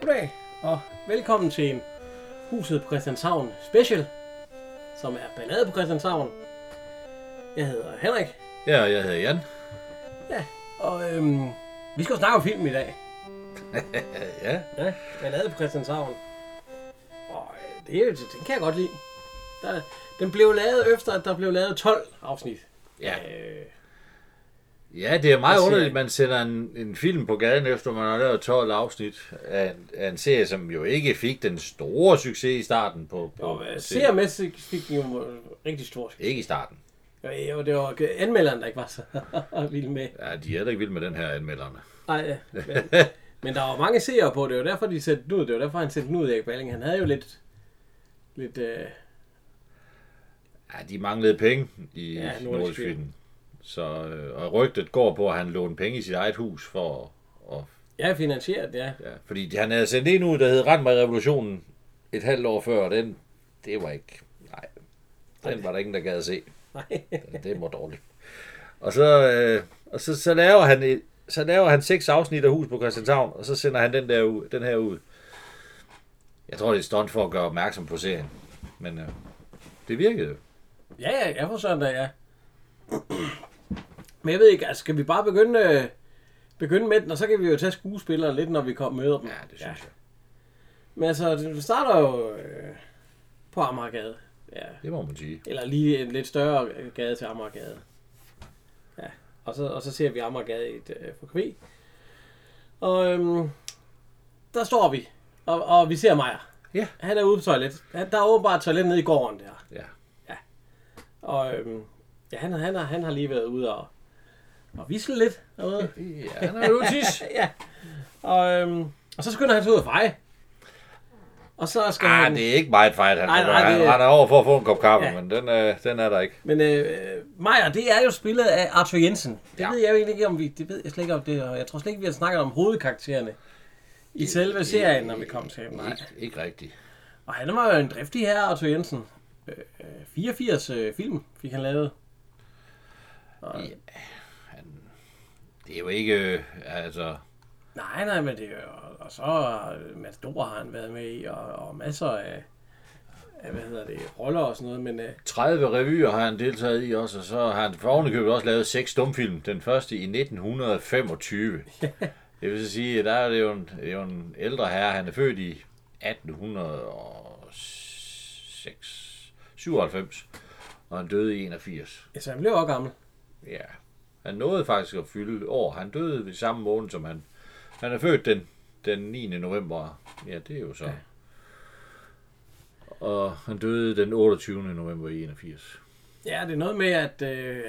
Goddag, og velkommen til en Huset på Christianshavn special, som er ballade på Christianshavn. Jeg hedder Henrik, Ja, og jeg hedder Jan. og øhm, vi skal jo snakke om film i dag. Ja, Ja, ballade på Christianshavn. Og øh, det, er jo- den kan jeg godt lide. Der, den blev lavet efter, at der blev lavet 12 afsnit. ja. Øh, ja det er meget Hvad siger underligt, I? at man sætter en, en film på gaden, efter man har lavet 12 afsnit af en, af en serie, som jo ikke fik den store succes i starten på, på og øh, serien. seermæssigt fik den jo øh, rigtig stor. Ikke i starten. Øh, Og det var anmelderen, der ikke var så vild med. Ja, de er heller ikke vilde med den her anmelderne. Nej, ja. men, men der var mange seere på, det var derfor, de sendte den ud. Det var derfor, han sendte den ud, Erik Balling. Han havde jo lidt... lidt øh, Ja, de manglede penge i Ja, ja, Nordisk Nordisk Film. Film. Så, øh, og rygtet går på, at han lånte penge i sit eget hus for... Og, ja, finansieret, ja. ja, fordi han havde sendt en ud, der hed Rand mig i revolutionen et halvt år før, og den, det var ikke... Nej, den var der ingen, der gad at se. Nej. Det var dårligt. Og så, øh, og så, så laver han et, så laver han seks afsnit af Hus på Christianshavn, og så sender han den, der ud, den her ud. Jeg tror, det er et stunt for at gøre opmærksom på serien. Men øh, det virkede jo. Ja, ja, jeg får sådan, der, ja. Men jeg ved ikke, altså, skal vi bare begynde, øh, begynde med den, og så kan vi jo tage skuespillere lidt, når vi kommer møder dem. Ja, det synes jeg. Men altså, du starter jo øh, på Amagergade. Ja. Det må man sige. Eller lige en lidt større øh, gade til Amagergade. Ja, og så, og så ser vi Amagergade i et øh, FKV. Og øhm, der står vi, og, og vi ser Majer. Ja. Han er ude på toilet. Han, der er åbenbart et toilet nede i gården der. Ja. Og øhm, ja, han, han, har, han har lige været ude og, og visle lidt. Noget. Ja, han er jo tis. ja. Og, øhm, og så skynder han sig ud og feje. Og så skal Ah, han... det er ikke meget fejl, han, Nej, nej, nej, nej, det- han render over for at få en kop kaffe, Ja. ja. men den, øh, den er der ikke. Men øh, Majer, det er jo spillet af Arthur Jensen. Det ja. Ja. ved jeg jo egentlig ikke, om vi... Det ved jeg slet ikke, om det er. Jeg tror slet ikke, vi har snakket om hovedkaraktererne i selve serien, når vi kom til ham. Nej. Ikke, ikke rigtigt. Og han var jo en driftig herre, Arthur Jensen. Øh, øh, 84 øh, film fik han lavet. Det er jo ikke, øh, altså... Nej, nej, men det er jo... Og så øh, Matador har han været med i, og, og masser af, af, hvad hedder det, roller og sådan noget, men... Øh, 30 revyer har han deltaget i også, og så har han for ovenikøbet også lavet seks stumfilm. Den første i 1925. Det vil så sige, at der er det jo en, det er jo en ældre herre. Han er født i 1896, 97, og han døde i 81. altså, han blev også gammel. Ja, han nåede faktisk at fylde år. Han døde ved samme måned, som han... Han er født den, den 9. november. Ja, det er jo så. Ja. Og han døde den 28. november i 81. Ja, det er noget med, at øh,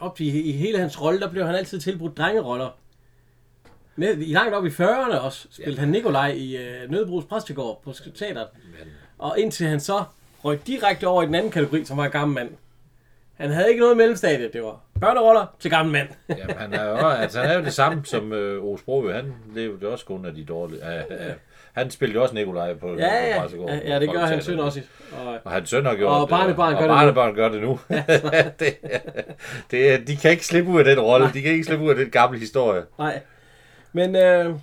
op i, i hele hans rolle, der blev han altid tilbudt drengeroller. Ned, I langt op i 40'erne også spillede ja. han Nikolaj i øh, Nødebrugs Præstegård på sk- teateret. Og indtil han så røg direkte over i den anden kategori, som var gammel mand. Han havde ikke noget mellemstadie, det var børneroller til gammel mand. Jamen, han er jo, altså, han er jo det samme som øh, Ove Sprogø. Han levede også kun af de dårlige. Øh, øh, han spillede jo også Nikolaj på ja, på ja, Præstegård. ja, ja, det gør han Folketeateret. søn også. i. Og, Og hans søn har gjort Og det, barnebarn og gør det nu. barnebarn gør det nu. det, det, er- de kan ikke slippe ud af den rolle. De kan ikke slippe ud af den gamle historie. nej. Men øh,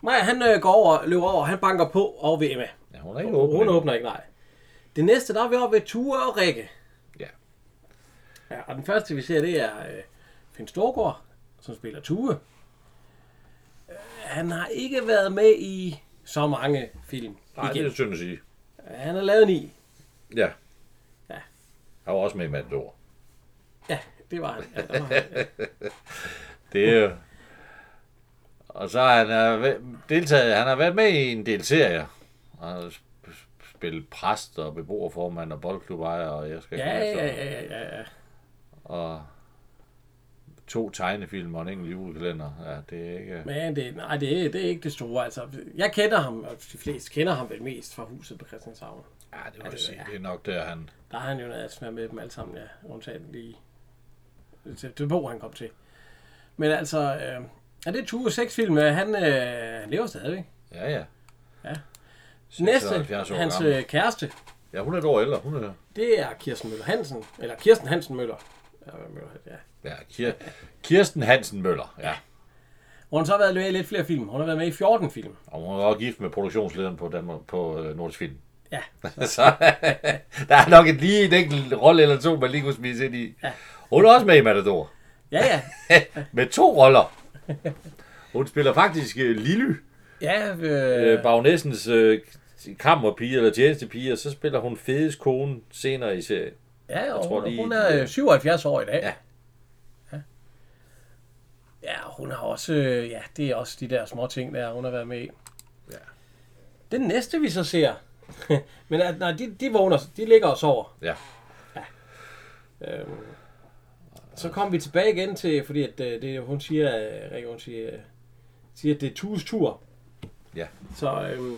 Maja, han øh, går over, løber over, han banker på over ved Emma. Ja, hun er ikke åben. Hun endnu. åbner ikke, nej. Det næste, der er vi oppe ved Ture og Rikke. Ja. Ja, og den første, vi ser, det er øh, Finn Storgård, som spiller Ture. Øh, Han har ikke været med i så mange film. Nej, igen. det er synd at sige. Han har lavet ni. Ja. Ja. Han var også med i Matador. Ja, det var han. Ja, der var han. Det er jo- Og så har han øh, væ- deltaget, han har været med i en del serier. Han har sp- sp- spillet præst og beboerformand og boldklubejer, og jeg skal ikke ja, komme efter ja, ham. ja, ja, ja, ja. Og to tegnefilm og en enkelt julekalender. Ja, det er ikke... Men det, nej, det, er, det er ikke det store. Altså, jeg kender ham, og de fleste kender ham vel mest fra huset på Christianshavn. Ja, det må jeg sige. Det er nok der, han... Der har han jo noget med, med dem alle sammen, ja. Undtagen lige til det bog, han kom til. Men altså, øh, er det 26 film, øh, han øh, lever stadigvæk. Ja, ja. Ja. 76 Næste, år hans gammel. øh, kæreste, Ja, hun er et år ældre. Hun er... det er Kirsten Møller Hansen. Eller Kirsten Hansen Møller. Ja, Møller, ja. Ja, Kir... Kirsten Hansen Møller. Ja. Hvor hun så har været med i lidt flere film. Hun har været med i 14 film. Og hun er også gift med produktionslederen på, Danmark, på øh, Nordisk Film. Ja. Så der er nok et lige en enkelt rolle eller to, man lige kunne spise ind i. Hun er også med i Matador. Ja, ja. med to roller. Hun spiller faktisk øh, Lily, Ja, øh, øh, bagnæssens øh, kammerpige eller tjenestepige, og så spiller hun fedes kone senere i serien. ja og tror hun, lige, hun de er er- øh, 77 år i dag. Ja. Ja. Ja, hun har også... øh, Ja, det er også de der små ting, der hun har været med i. Ja. Den næste, vi så ser... Men at, nej, de, de vågner, de ligger og sover. Ja. Øhm, så kom vi tilbage igen til, fordi at, øh, det, hun siger, øh, Rikke, hun siger, øh, siger, at det er Tues tur. Ja. Så øhm,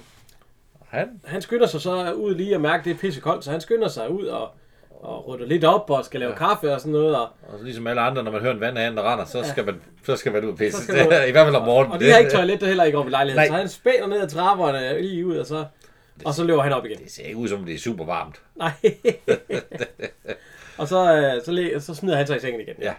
Han? han skynder sig så ud lige og mærke, at det er pissekoldt, så han skynder sig ud og, og rydder lidt op og skal lave ja. kaffe og sådan noget. Og, Og ligesom alle andre, når man hører en vandhane, der render, så skal man, så skal man ud og pisse. Så skal man ud. I hvert fald om morgenen. og de har ikke toilet, der heller ikke oppe i lejligheden. Nej. Så han spænder ned ad trapperne øh, lige ud, og så, og så løber han op igen. Det ser ikke ud som, det er super varmt. Nej. og så, øh, så, læ- så smider han sig i sengen igen. Ja.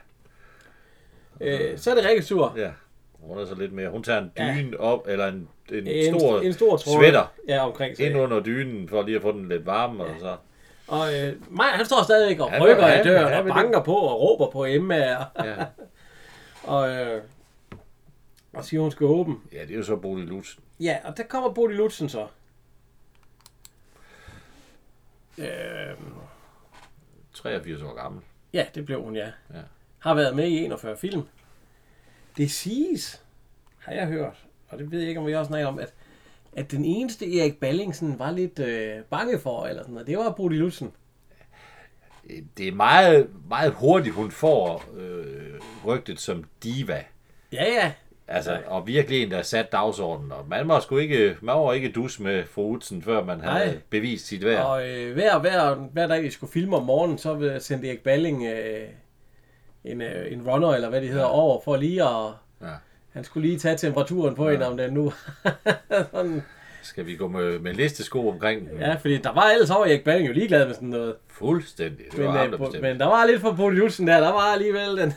Øh, så er det Rikkes tur. Ja. Hun er så lidt mere. Hun tager en Ja. dyne op, eller en, en, En, stor, en stor tråd. sweater Ja, omkring sig. ind under dynen, for lige at få den lidt varm. Og så. Og øh, Maja, han står stadigvæk og Han- rykker han- af døren han og vil banker på og råber på Emma. Og, Ja. og, øh, og siger, hun skal åbne. ja, det er jo så Bodil Lutz. Ja, og der kommer Bodil Lutzen så. Øh, 83 år gammel. ja, det blev hun, ja. Ja. Har været med i 41 film. Det siges, har jeg hørt, og det ved jeg ikke, om vi også snakker om, at, at den eneste Erik Ballingsen var lidt øh, bange for, eller sådan noget, det var Bodil Lutzen. Øh, Det er meget, meget hurtigt, hun får øh, rygtet som diva. Ja, ja. Altså, og virkelig en, der satte dagsordenen. Og man må sgu ikke, man må ikke dus med fru Utzen, før man havde Nej. bevist sit værd. Og øh, hver, hver, hver dag, vi skulle filme om morgenen, så øh, sendte Erik Balling øh, en, øh, en runner, eller hvad det hedder, ja. over for lige at... Ja. Han skulle lige tage temperaturen på ja. en, om den nu... sådan, Skal vi gå med, med listesko omkring den? ja, fordi der var ellers over Erik Balling jo ligeglad med sådan noget. Fuldstændig. Det Men, var ham, der øh, bestemte. på- men der var lidt for Bodil Jutsen der, der var alligevel den...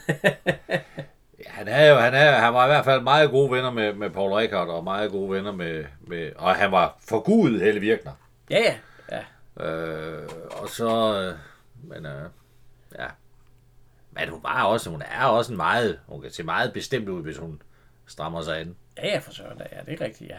Ja, han er jo, han er, han var i hvert fald meget gode venner med, med Paul Rickard, og meget gode venner med, med og han var for gud Helle Virkner. ja, ja. ja. Øh, og så, øh, men øh, ja, men hun var også, hun er også en meget, hun kan se meget bestemt ud, hvis hun strammer sig an. Ja, ja, for søren da, ja, det er rigtigt, ja.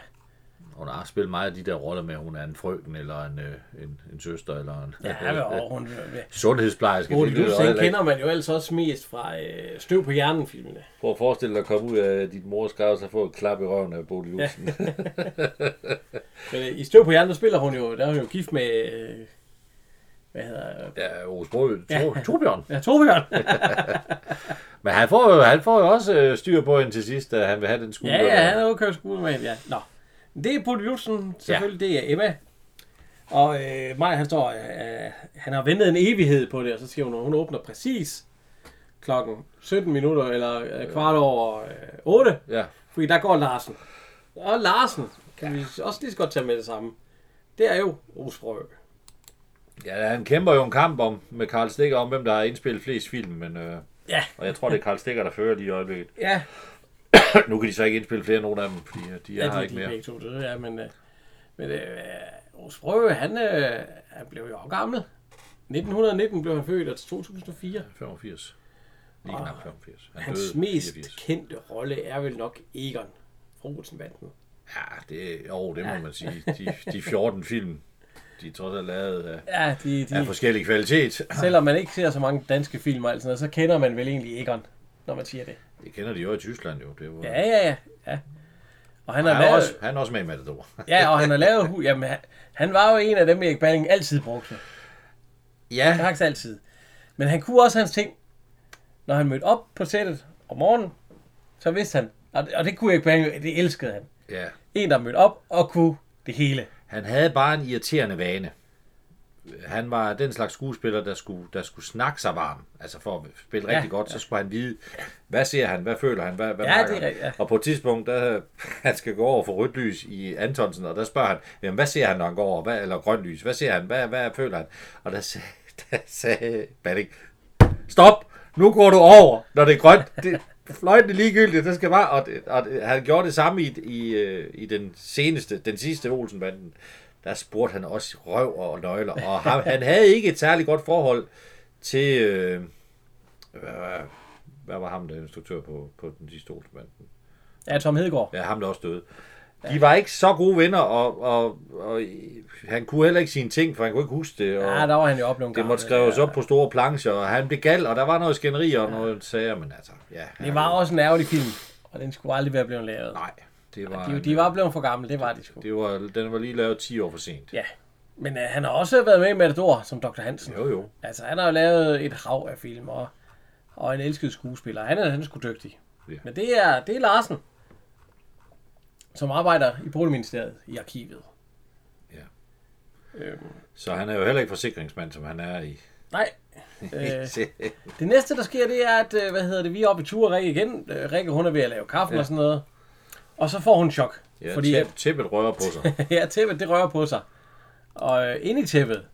Hun har spillet meget af de der roller med, at hun er en frøken, eller en, øh, en, en søster, eller en Ja, men, og hun... sundhedsplejerske. Bodil det lyder Jutsen heller ikke- kender man jo ellers også mest fra øh, Støv på hjernen-filmene. Prøv at forestille dig at komme ud af dit mors grav, så få et klap i røven af Bodil Lutzen. Men øh, i Støv på hjernen, der spiller hun jo... Der er hun jo gift med... Øh, hvad hedder... Ja, Osbrød. Tor, Torbjørn. Ja, Torbjørn. Men han får jo, han får jo også øh, styr på hende til sidst, da han vil have den skulder. ja, ja, han er okay skuespiller, ja. Nå. Det er Bodil Jutsen, selvfølgelig, ja. det er Emma. Og øh, Maja, han står, øh, han har ventet en evighed på det, og så siger hun, at hun åbner præcis klokken 17 minutter, eller øh, kvart over øh, 8, ja. fordi der går Larsen. Og Larsen kan vi også lige så godt tage med det samme. Det er jo Osbrø. ja, han kæmper jo en kamp om, med Karl Stikker om, hvem der har indspillet flest film, men... Øh, Ja, og jeg tror, det er Karl Stikker, der fører lige i øjeblikket. ja, nu kan de så ikke indspille flere end nogen af dem, fordi øh, de, ja, ja, har de, ikke de er mere. begge to døde, ja, men, øh, men øh, Osbrø, han, øh, han blev jo også gammel. 1919 blev han født, og til 2004. 85. Lige knap 85. Han Hans døde mest 84. kendte rolle er vel nok Egon fra Olsenbanden. Ja, det, jo, det må man sige. De, de 14 film, de trods alt er lavet af, Ja, de, af de, forskellig kvalitet. selvom man ikke ser så mange danske film og alt sådan noget, så kender man vel egentlig Egon, når man siger det. Det kender de jo i Tyskland jo. Det var, Ja, ja, ja. ja. Og han har han, er lavet, også, han er også med i Matador. ja, og han har lavet, hu- jamen, han, han var jo en af dem, Erik Balling altid brugte. ja, Faktisk altid. Men han kunne også hans ting. Når han mødte op på sættet om morgenen, så vidste han, og det, og det kunne Erik Balling, det elskede han. ja. En, der mødte op og kunne det hele. Han havde bare en irriterende vane. Han var den slags skuespiller, der skulle, der skulle snakke sig varm. Altså for at spille Ja, rigtig godt, så skulle han vide, hvad ser han, hvad føler han, hvad, hvad Ja, mærker det er han? rigtigt, ja. Og på et tidspunkt, der, han skal gå over for rødt lys i Antonsen, og der spørger han, jamen, hvad ser han, når han går over, hvad, eller grønt lys, hvad ser han, hvad, hvad føler han? Og der sagde, der sagde Balling, stop! nu går du over, når det er grønt. Det, fløjten er ligegyldigt, det skal bare... Og, det- og det- han gjorde det samme i, i, øh, i den seneste, den sidste Olsenbanden. Der spurgte han også røv og nøgler, og ham, han havde ikke et særligt godt forhold til... Øh, hvad, var- hvad var ham, der instruktør på, på den sidste Olsenbanden? Ja, Tom Hedegaard. Ja, ham der også døde. De var ikke så gode venner, og, og, og øh, han kunne heller ikke sine ting, for han kunne ikke huske det. Og, Ja, der var han jo op nogle det gange. måtte skrives op på store plancher, og han blev gal, og der var noget skænderi og noget sager, men altså, ja. Det var også en ærgerlig film, og den skulle aldrig være blevet lavet. Nej, det var... De, de var blevet for gamle, det var de sgu. det var, den var lige lavet 10 år for sent. Ja, men øh, han har også været med i Matador som Dr. Hansen. Jo, jo. Altså, han har jo lavet et hav af film, og, og en elsket skuespiller. Han er, han er sgu dygtig. Ja. Men det er, det er Larsen, som arbejder i Boligministeriet i arkivet. Så han er jo heller ikke forsikringsmand, som han er i. Nej, øh, det næste, der sker, det er, at øh, hvad hedder det, vi er oppe i tur Rikke igen. Øh, Rikke, hun er ved at lave kaffe ja. og sådan noget. Og så får hun chok. ja, fordi fordi tæp, tæppet rører på sig. ja, tæppet, det rører på sig. Og øh, inde i tæppet,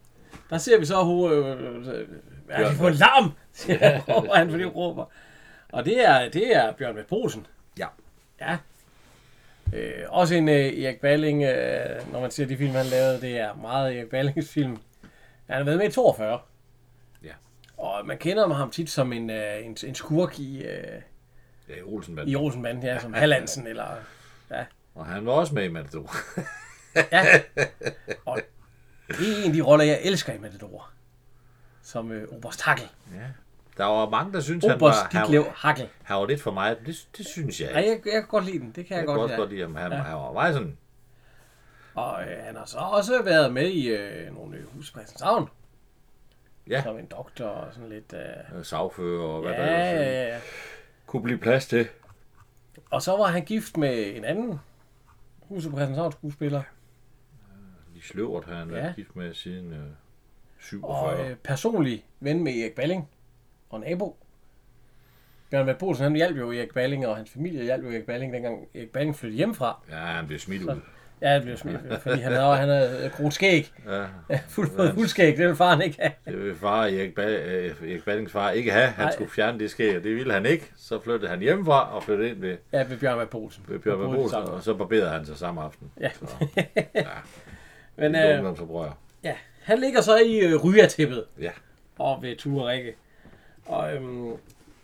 der ser vi så, hun... Øh, øh, er de på en larm? Ja. råber han, fordi hun råber. Og det er, det er Bjørn Posen. ja. Ja. Øh, også en øh, Erik Balling, øh, når man ser de film, han lavede, det er meget Erik Ballings film. Han har været med i 42. Ja. Og man kender ham tit som en, øh, en, en skurk i, øh, Ja, Olsenband. i Rosenbanden, ja, som Hallandsen, eller... Ja. Og han var også med i Matador. Ja. Og det er en af de roller, jeg elsker i Matador. Som øh, Oberst Hakkel. Der var mange, der syntes, han Oberst var, han, Ditlev Hakkel. han var lidt for meget. Det, det synes jeg Ja, ikke. jeg, jeg kan godt lide den. Det kan jeg, Jeg kan godt, også lide. godt lide, at han, han var meget sådan... Og øh, han har så også været med i øh, nogle øh, huspræsensavn. Ja. Som en doktor og sådan lidt... Øh, øh, Sagfører og hvad ja, der ellers øh, ja, ja. kunne blive plads til. Og så var han gift med en anden huspræsensavnskuespiller. De sløvert har han Ja. været gift med siden øh, Og 47. øh, personlig ven med Erik Balling og nabo. Bjørn Mads Bosen, han hjalp jo Erik Balling, og hans familie hjalp jo Erik Balling, dengang Erik Balling flyttede hjemmefra. Ja, han blev smidt ud. Ja, det blev smidt, øh, fordi han havde, han havde krudt skæg. Ja, Fuld fået fuldskæg, det ville faren ikke have. det ville far, Erik, ba- øh, Erik Ballings far ikke have. Han Nej. skulle fjerne det skæg, og det ville han ikke. Så flyttede han hjemmefra og flyttede ind ved, Ja, ved Bjørn Mads Bosen. ved Bjørn Der boede Van de Bosen, sammen. og så barberede han sig samme aften. Ja. Så, Men det er øh, ungdomsoprør. ja, han ligger så i øh, rygertippet Ja, og ved Ture Rikke. Og øhm,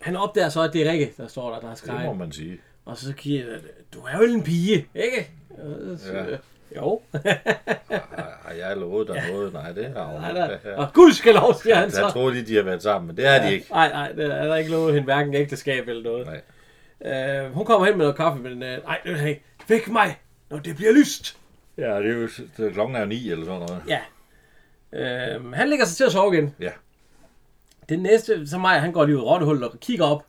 han opdager så, at det er Rikke, der står der, der har det må skrevet. man sige. Og så kigger jeg, du er jo en pige, ikke? Og så, Ja. ja. Jo. Har, har jeg lovet dig noget? Nej, det har Nej, hun der, ikke. og gud skal lov, siger han Jeg så. troede lige, de har været sammen, men det har de ikke. Nej, nej, det er der ikke lovet hende hverken ægteskab eller noget. Nej. Øh, hun kommer hen med noget kaffe, men øh, nej, det vil han ikke. Væk mig, når det bliver lyst. Ja, det er jo, det- klokken er jo ni eller sådan noget. Ja. Øh, han lægger sig til at sove igen. Ja. Det næste, så mig, han går lige ud i rottehullet og kigger op,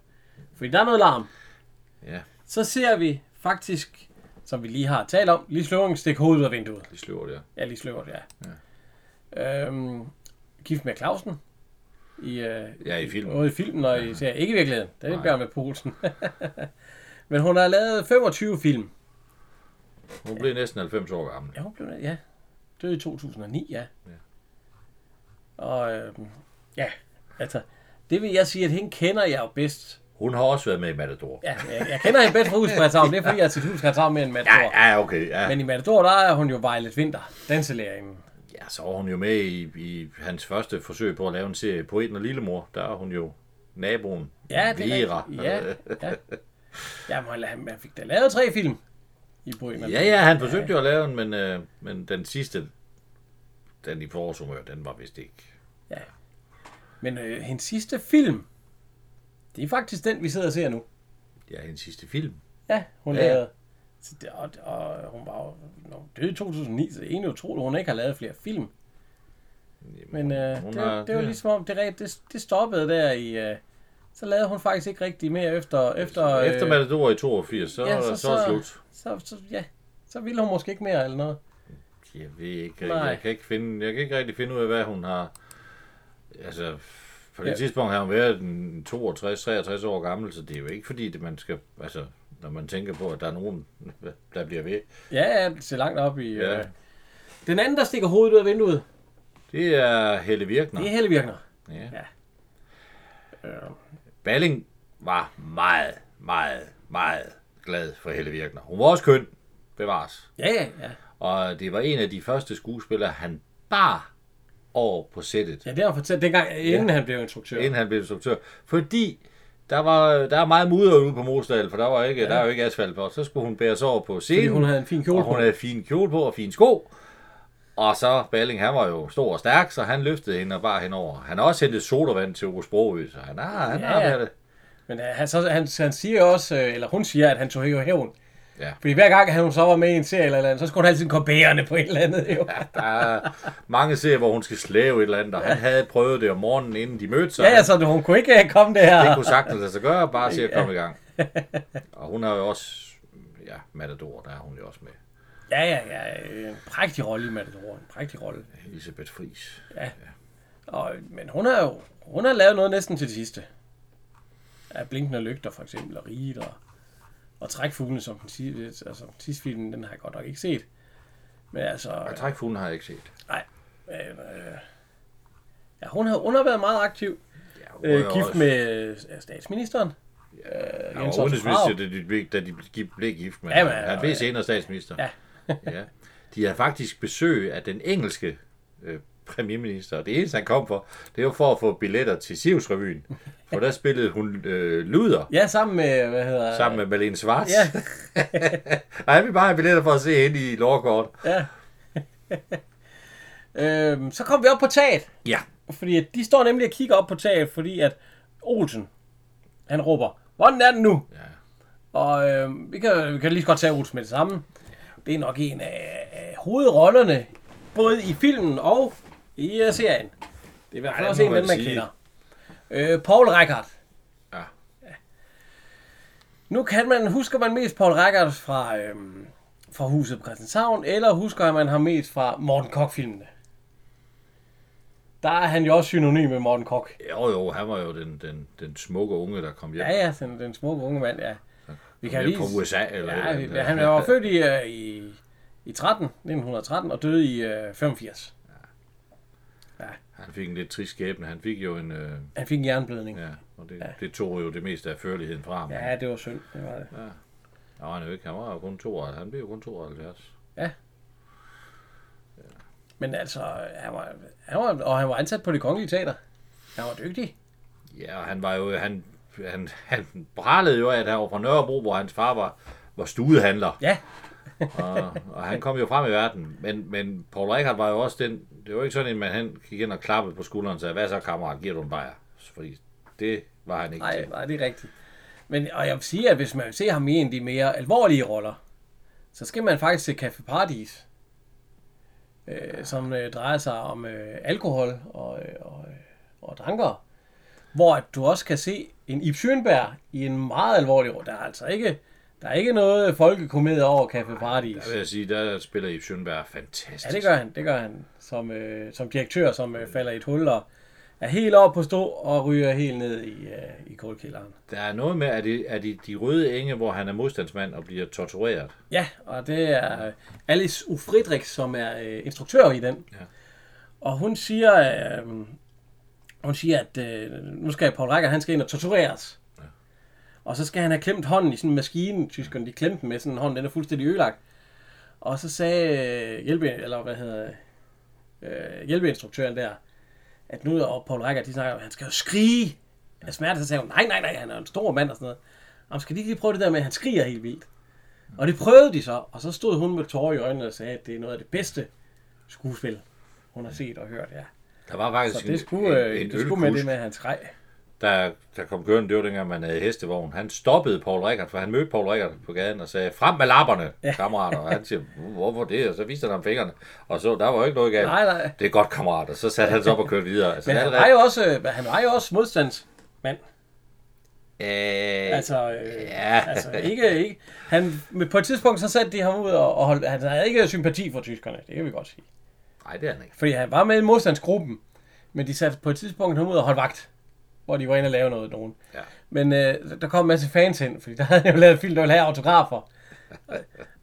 fordi der er noget larm. Ja, Så ser vi faktisk, som vi lige har talt om, lige sløvringen stikke hovedet ud af vinduet. de sløver det. Ja, lige sløvert, ja. ja. Øhm, gift med Clausen. I, øh, Ja, i filmen. Både i filmen og i serien. Ikke i virkeligheden. Det er Nej. Bjørn med Poulsen. Men hun har lavet 25 film. Hun blev næsten 90 år gammel. Ja, hun blev ja. Døde i 2009, ja. ja. Og øh, ja, altså, det vil jeg sige, at hende kender jeg jo bedst. Hun har også været med i Matador. Ja, jeg, jeg kender hende bedst fra Husbrætsavn. Det er fordi, jeg er til Husbrætsavn mere end Matador. Ja, ja. Ja, ja, okay. Ja. Men i Matador, der er hun jo Violet Vinter, danselærerinden. ja, så var hun jo med i, i hans første forsøg på at lave en serie Poeten og Lillemor. Der er hun jo naboen. Ja, det er Vera. rigtigt. Ja, ja. Jamen, han, han fik da lavet tre film i Bohemian. ja, ja, han forsøgte jo at lave den, men, øh, men den sidste, den i forårshumør, den var vist ikke. ja. Men øh, hendes sidste film, det er faktisk den, vi sidder og ser nu. Ja, hendes sidste film. Ja, hun Ja, ja. ja. lavede. Så det, og, og hun var jo når hun døde i 2009, så det er egentlig utroligt, at hun ikke har lavet flere film. Men øh, hun det, har- det var ja. ligesom om, det, rent- det, det stoppede der i... Øh, så lavede hun faktisk ikke rigtig mere efter... Efter, øh, Så efter Matador i 82, så, ja, ja, så, så- så, er det så- slut. så, så, ja, så ville hun måske ikke mere eller noget. Jeg ved ikke, Nej. jeg, jeg, kan ikke finde, jeg kan ikke rigtig finde ud af, hvad hun har... Altså, på det Ja. ja. tidspunkt har hun været en 62-63 år gammel, så det er jo ikke fordi, det man skal... Altså, når man tænker på, at der er nogen, der bliver ved. Ja, ja, så langt op i... Ja. Ja. Øh. Den anden, der stikker hovedet ud af vinduet, Det er Helle det er Virkner. Helle Virkner. Ja. Øh, Balling var meget, meget, meget glad for Helle Virkner. Hun var også køn, bevares. Ja, ja, ja. Og det var en af de første skuespillere, han bar over på sættet. Ja, det har jeg fortalt dengang, inden ja. han blev instruktør. inden han blev instruktør. Fordi der var der er meget mudder ude på Mosdal, for der var ikke, ja. der er jo ikke asfalt på. Så skulle hun bæres over på scenen. Fordi hun havde en fin kjole og hun på. havde fin kjole på og fin sko. Og så Balling, han var jo stor og stærk, så han løftede hende og bar hende over. Han har også hentet sodavand til Ove Sprogø, så han har, han Ja. har været det. Men øh, han, så, han, han siger også, øh, eller hun siger, at han tog jo hævn. Ja. Fordi hver gang han så var med i en serie eller, et eller andet, så skulle hun altid komme bærende på et eller andet. Jo. Der er mange serier, hvor hun skal slæve et eller andet, og han havde prøvet det om morgenen, inden de mødte sig. Ja, ja, så hun kunne ikke øh, komme der. Det kunne sagtens lade sig gøre, bare se at komme i gang. Og hun har jo også, ja, Matador, der er hun jo også med. Ja, ja, ja. øh, En prægtig rolle i Matador. En prægtig rolle. Elisabeth Friis. Og, men hun har jo hun har lavet noget næsten til det sidste. Af blinkende lygter for eksempel, og riget og, og trækfuglene, som den sidste, altså, sidste film, den har jeg godt nok ikke set. Men altså, Og Trækfuglen har jeg ikke set. nej. Øh, øh, ja, hun har, hun har været meget aktiv. Ja, Øh, gift med øh, statsministeren. Øh, Jens Jens Otto Krag. da de, blev- da de blev- blev gift med. Jamen, Jamen, han og- blev senere statsminister. Ja. ja. De havde faktisk besøg af den engelske øh, premierminister, og det eneste, han kom for, det var for at få billetter til Sivs-revyen. For der spillede hun øh, luder. Ja, sammen med, hvad hedder... Sammen med Malene Schwarz. Ja. og han ville bare have billetter for at se hende i Lårgård. Ja. øhm, så kom vi op på taget. Ja. Fordi at de står nemlig og kigger op på taget, fordi at Olsen, han råber, hvordan er den nu? Ja. Og øhm, vi, kan, vi kan lige så godt tage Olsen med det samme. Det er nok en af, af hovedrollerne, både i filmen og i uh, serien. Det er i hvert Ja, fald det også må en af man dem, man sige. kender. Øh, Paul Reichhardt. Ja. Nu kan man, husker man mest Paul Reichhardt fra, øhm, fra huset på Christianshavn, eller husker man ham mest fra Morten Koch-filmene? Der er han jo også synonym med Morten Koch. Jo, jo, han var jo den, den, den smukke unge, der kom hjem, Ja, ja, den, den smukke unge mand, ja. Vi hjem fra USA. Eller et Ja, eller vi- andet. han var født i, øh, i, i 13, 1913 og døde i øh, 85. han fik en lidt trist skæbne. Han fik jo en... Øh, Han fik en jernblødning. Ja, ja, og det, det tog jo det meste af førligheden fra ham. ja det var synd. Det var det. Der var han jo ikke. Han var jo kun 72. Han blev jo kun 72. Men altså, han var, han var, og han var ansat på det kongelige teater. Han var dygtig. Ja, og han var jo... Han, han, han pralede jo af, at han var fra Nørrebro, hvor hans far var, var studehandler. Ja, og, og han kom jo frem i verden. Men, men Paul Reichhardt var jo også den... Det var ikke sådan en, man han gik ind og klappede på skulderen og sagde, hvad så, kammerat, giver du en bajer? Fordi det var han ikke Nej, til. nej, det er rigtigt. Men, og jeg vil sige, at hvis man vil se ham i en af de mere alvorlige roller, så skal man faktisk se Café Paradis, øh, som øh, drejer sig om øh, alkohol og, øh, og, øh, og dranker, hvor at du også kan se en Ib Schønberg i en meget alvorlig rolle. Der er altså ikke, der er ikke noget folkekomedie over Café Paradis. Der vil jeg sige, der spiller Ip Schønberg fantastisk. Ja, det gør han, det gør han. Som, øh, som direktør, som øh, falder i et hul og er helt oppe på stå og ryger helt ned i, øh, i kulkælderen. Der er noget med, at det er de, de røde enge, hvor han er modstandsmand og bliver tortureret. Ja, og det er øh, Alice U. Friedrich, som er øh, instruktør i den. Ja. Og hun siger, øh, hun siger at øh, nu skal Paul Reichert, han skal ind og tortureres. Ja. Og så skal han have klemt hånden i sådan en maskine. Tyskerne, de klemte den med sådan en hånd, den er fuldstændig ødelagt. Og så sagde øh, hjælpe, eller hvad hedder, øh, hjælpeinstruktøren der, at nu og Paul Reichert, de snakker, om, at han skal jo skrige af smerte. Så sagde hun, nej, nej, nej, han er en stor mand og sådan noget. Jamen, skal de ikke lige prøve det der med, at han skriger helt vildt? Og det prøvede de så, og så stod hun med tårer i øjnene og sagde, at det er noget af det bedste skuespil, hun har set og hørt, ja. Der var faktisk Så det skulle, en, øh, en, en det skulle med ølkusk, det med hans grej. Der, der kom kørende, det var dengang, man havde hestevogn. Han stoppede Paul Rickard, for han mødte Paul Rickard på gaden og sagde, frem med lapperne, kammerater. Og han siger, hvorfor det? Og så viste han ham fingrene. Og så, der var jo ikke noget galt. Nej, nej. Det er godt, kammerater. Så satte han sig op og kørte videre. Altså, Men han allerede- var jo også, øh, han var jo også modstandsmand. Øh, Altså, øh, ja. altså ikke, ikke. Han, men på et tidspunkt så satte de ham ud og, og holdt, han havde ikke sympati for tyskerne, det kan vi godt sige. Nej, det er han ikke. Fordi han var med i modstandsgruppen, men de satte på et tidspunkt ham ud og holdt vagt, hvor de var inde og lave noget nogen. Ja. Men øh, der kom en masse fans ind, fordi der havde han jo lavet en film, der ville have autografer.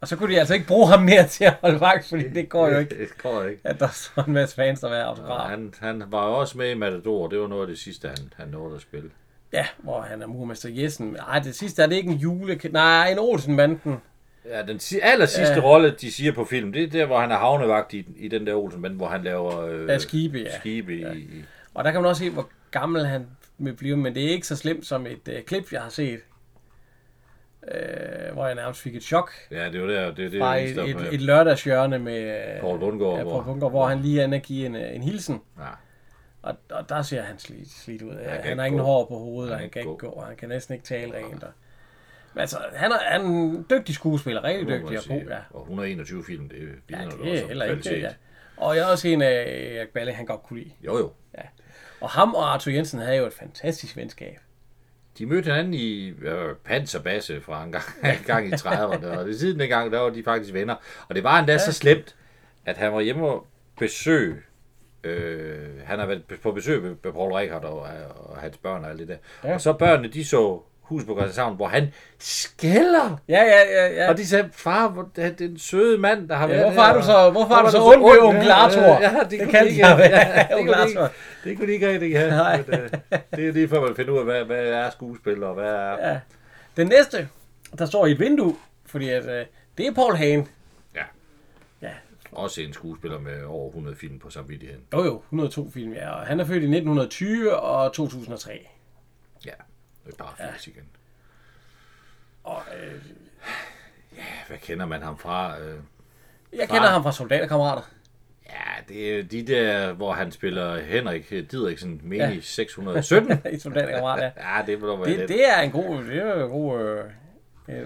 Og så kunne de altså ikke bruge ham mere til at holde vagt, fordi det går jo ikke, Det går ikke. at der står en masse fans, der vil have Og autografer. Han, han var jo også med i Matador. Det var noget af det sidste, han, han nåede at spille. Ja, hvor han er murmester Jessen. Nej, det sidste er det ikke en jule... Nej, en Olsenbanden. Ja, den si- aller sidste Ja. rolle, de siger på film, det er der, hvor han er havnevagt i, i den der Olsen, men hvor han laver øh, Ja, skibe, ja. skibe i, i... Og der kan man også se, hvor gammel han vil blive, men det er ikke så slemt som et øh, klip, jeg har set. Øh, hvor jeg nærmest fik et chok Ja, det er jo der, det, det er fra det, et, eneste, et, der- et lørdagshjørne med øh, Poul Bundgaard, ja, hvor- Poul Bundgaard, hvor han lige er inde og give en, øh, en hilsen. Ja. Og, og der ser han slidt, slidt ud. Han, kan han ikke har ingen gå. hår på hovedet, Han han, han kan ikke gå. og han kan næsten ikke tale rent. Og... Men altså, han er, han er en dygtig skuespiller, rigtig Det må man dygtig og sige. god, ja. Og 121 film, det vidner Ja, ja, det er også heller om ikke det, kvalitet. ja. Og jeg er også en af Erik Balle, han godt kunne lide. Jo, jo. Og ham og Arthur Jensen havde jo et fantastisk venskab. De mødte hinanden i øh, Panserbasse fra en gang, en gang i 30'erne, og det siden dengang, der var de faktisk venner. Og det var endda ja. så slemt, at han var hjemme og besøg. Øh, han har været på besøg med, med Paul Rickard og, og, hans børn og alt det der. Ja. Ja. Og så børnene, de så hus på Christianshavn, hvor han skælder. Ja, ja, ja. ja. Og de sagde, far, hvor, det er den søde mand, der har Ja, været hvorfor her." er du så- hvorfor er du så Hvorfor ond ved onkel Arthur? Ja, det, Det kunne kaldte de ikke, jeg ja, ham. det, kunne Onkel de ikke, Arthur. det kunne de ikke rigtig have. Nej. Men, øh, det er lige før man finder ud af, hvad, hvad er skuespil og hvad er... Ja. Den næste, der står i et vindue, fordi at, øh, det er Paul Hagen. Ja. Ja. Også en skuespiller med over 100 film på samvittigheden. Jo jo, 102 film, ja. Og han er født i 1920 og 2003. Ja, det er bare fisk igen. Og øh, Ja, Hvad kender man ham fra? Øh, jeg kender Far. ham fra Soldaterkammerater. Ja, det er de der, hvor han spiller Henrik øh, Didriksen menig ja. 617. ja, I Soldaterkammerater, ja. det må være Det, det er en god... Det er en god... Øh, det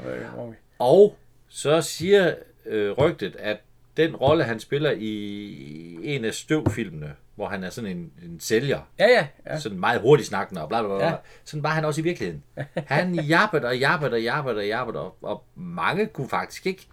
er, øh, hvor- Og så siger øh, rygtet, at den rolle, han spiller i en af støvfilmene, hvor han er sådan en, en sælger, ja, ja, ja. ja. sådan meget hurtigt snakkende og bla bla bla, ja. Ja. sådan var han også i virkeligheden. Han jappede og jappede og jappede og jappede, og, og mange kunne faktisk ikke,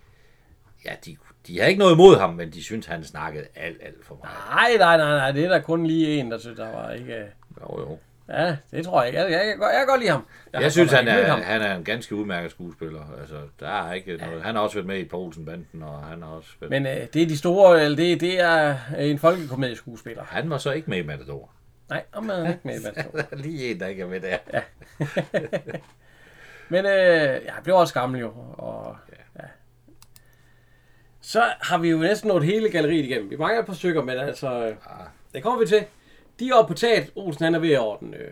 ja, de, de havde ikke noget imod ham, men de syntes, han snakkede alt, alt for meget. Nej, nej, nej, nej. Det er der kun lige en, der synes, der var ikke... Øh, Jo, jo. ja, det tror jeg ikke. Jeg, jeg, jeg, jeg kan godt lide ham. Jeg, har jeg synes, godt han nok ikke er, mødt ham. han er en ganske udmærket skuespiller. Altså, der er ikke noget. Han har også været med i Poulsen-banden, og han har også været... Men... Men øh, det er de store... Eller det, det er øh, en folkekomedieskuespiller. Han var så ikke med i Matador. Nej, om man er ikke med i Matador. Der er lige en, der ikke er med der. Ja. Men øh, jeg blev også gammel jo. Og, ja. Så har vi jo næsten nået hele galleriet igennem. Vi mangler et par stykker, men altså... Øh, det kommer vi til. De er oppe på taget. Olsen, han er ved at ordne. Øh,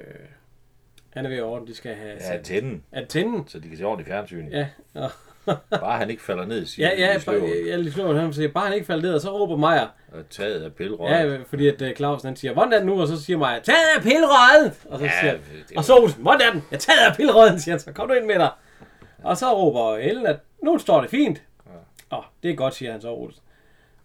han er ved at ordne. De skal have Ja, sat tænden, antennen. så de kan se ordentligt fjernsyn. Ja. Ja, og, Bare han ikke falder ned, siger ja, ja, de i bare, støvet, ja, lige slå ham, siger, bare han ikke falder ned, og så råber Maja, og taget af pillerøg. ja, fordi at øh, Clausen han siger, hvordan er den nu? Og så siger Maja, tag af pillerøden! Og så Ja, siger det er og så Olsen, hvordan er den? Jeg tager af pillerøden, siger han, så kom du ind med dig. Og så råber Ellen, at nu står det fint. Åh, oh, det er godt, siger han så Olsen.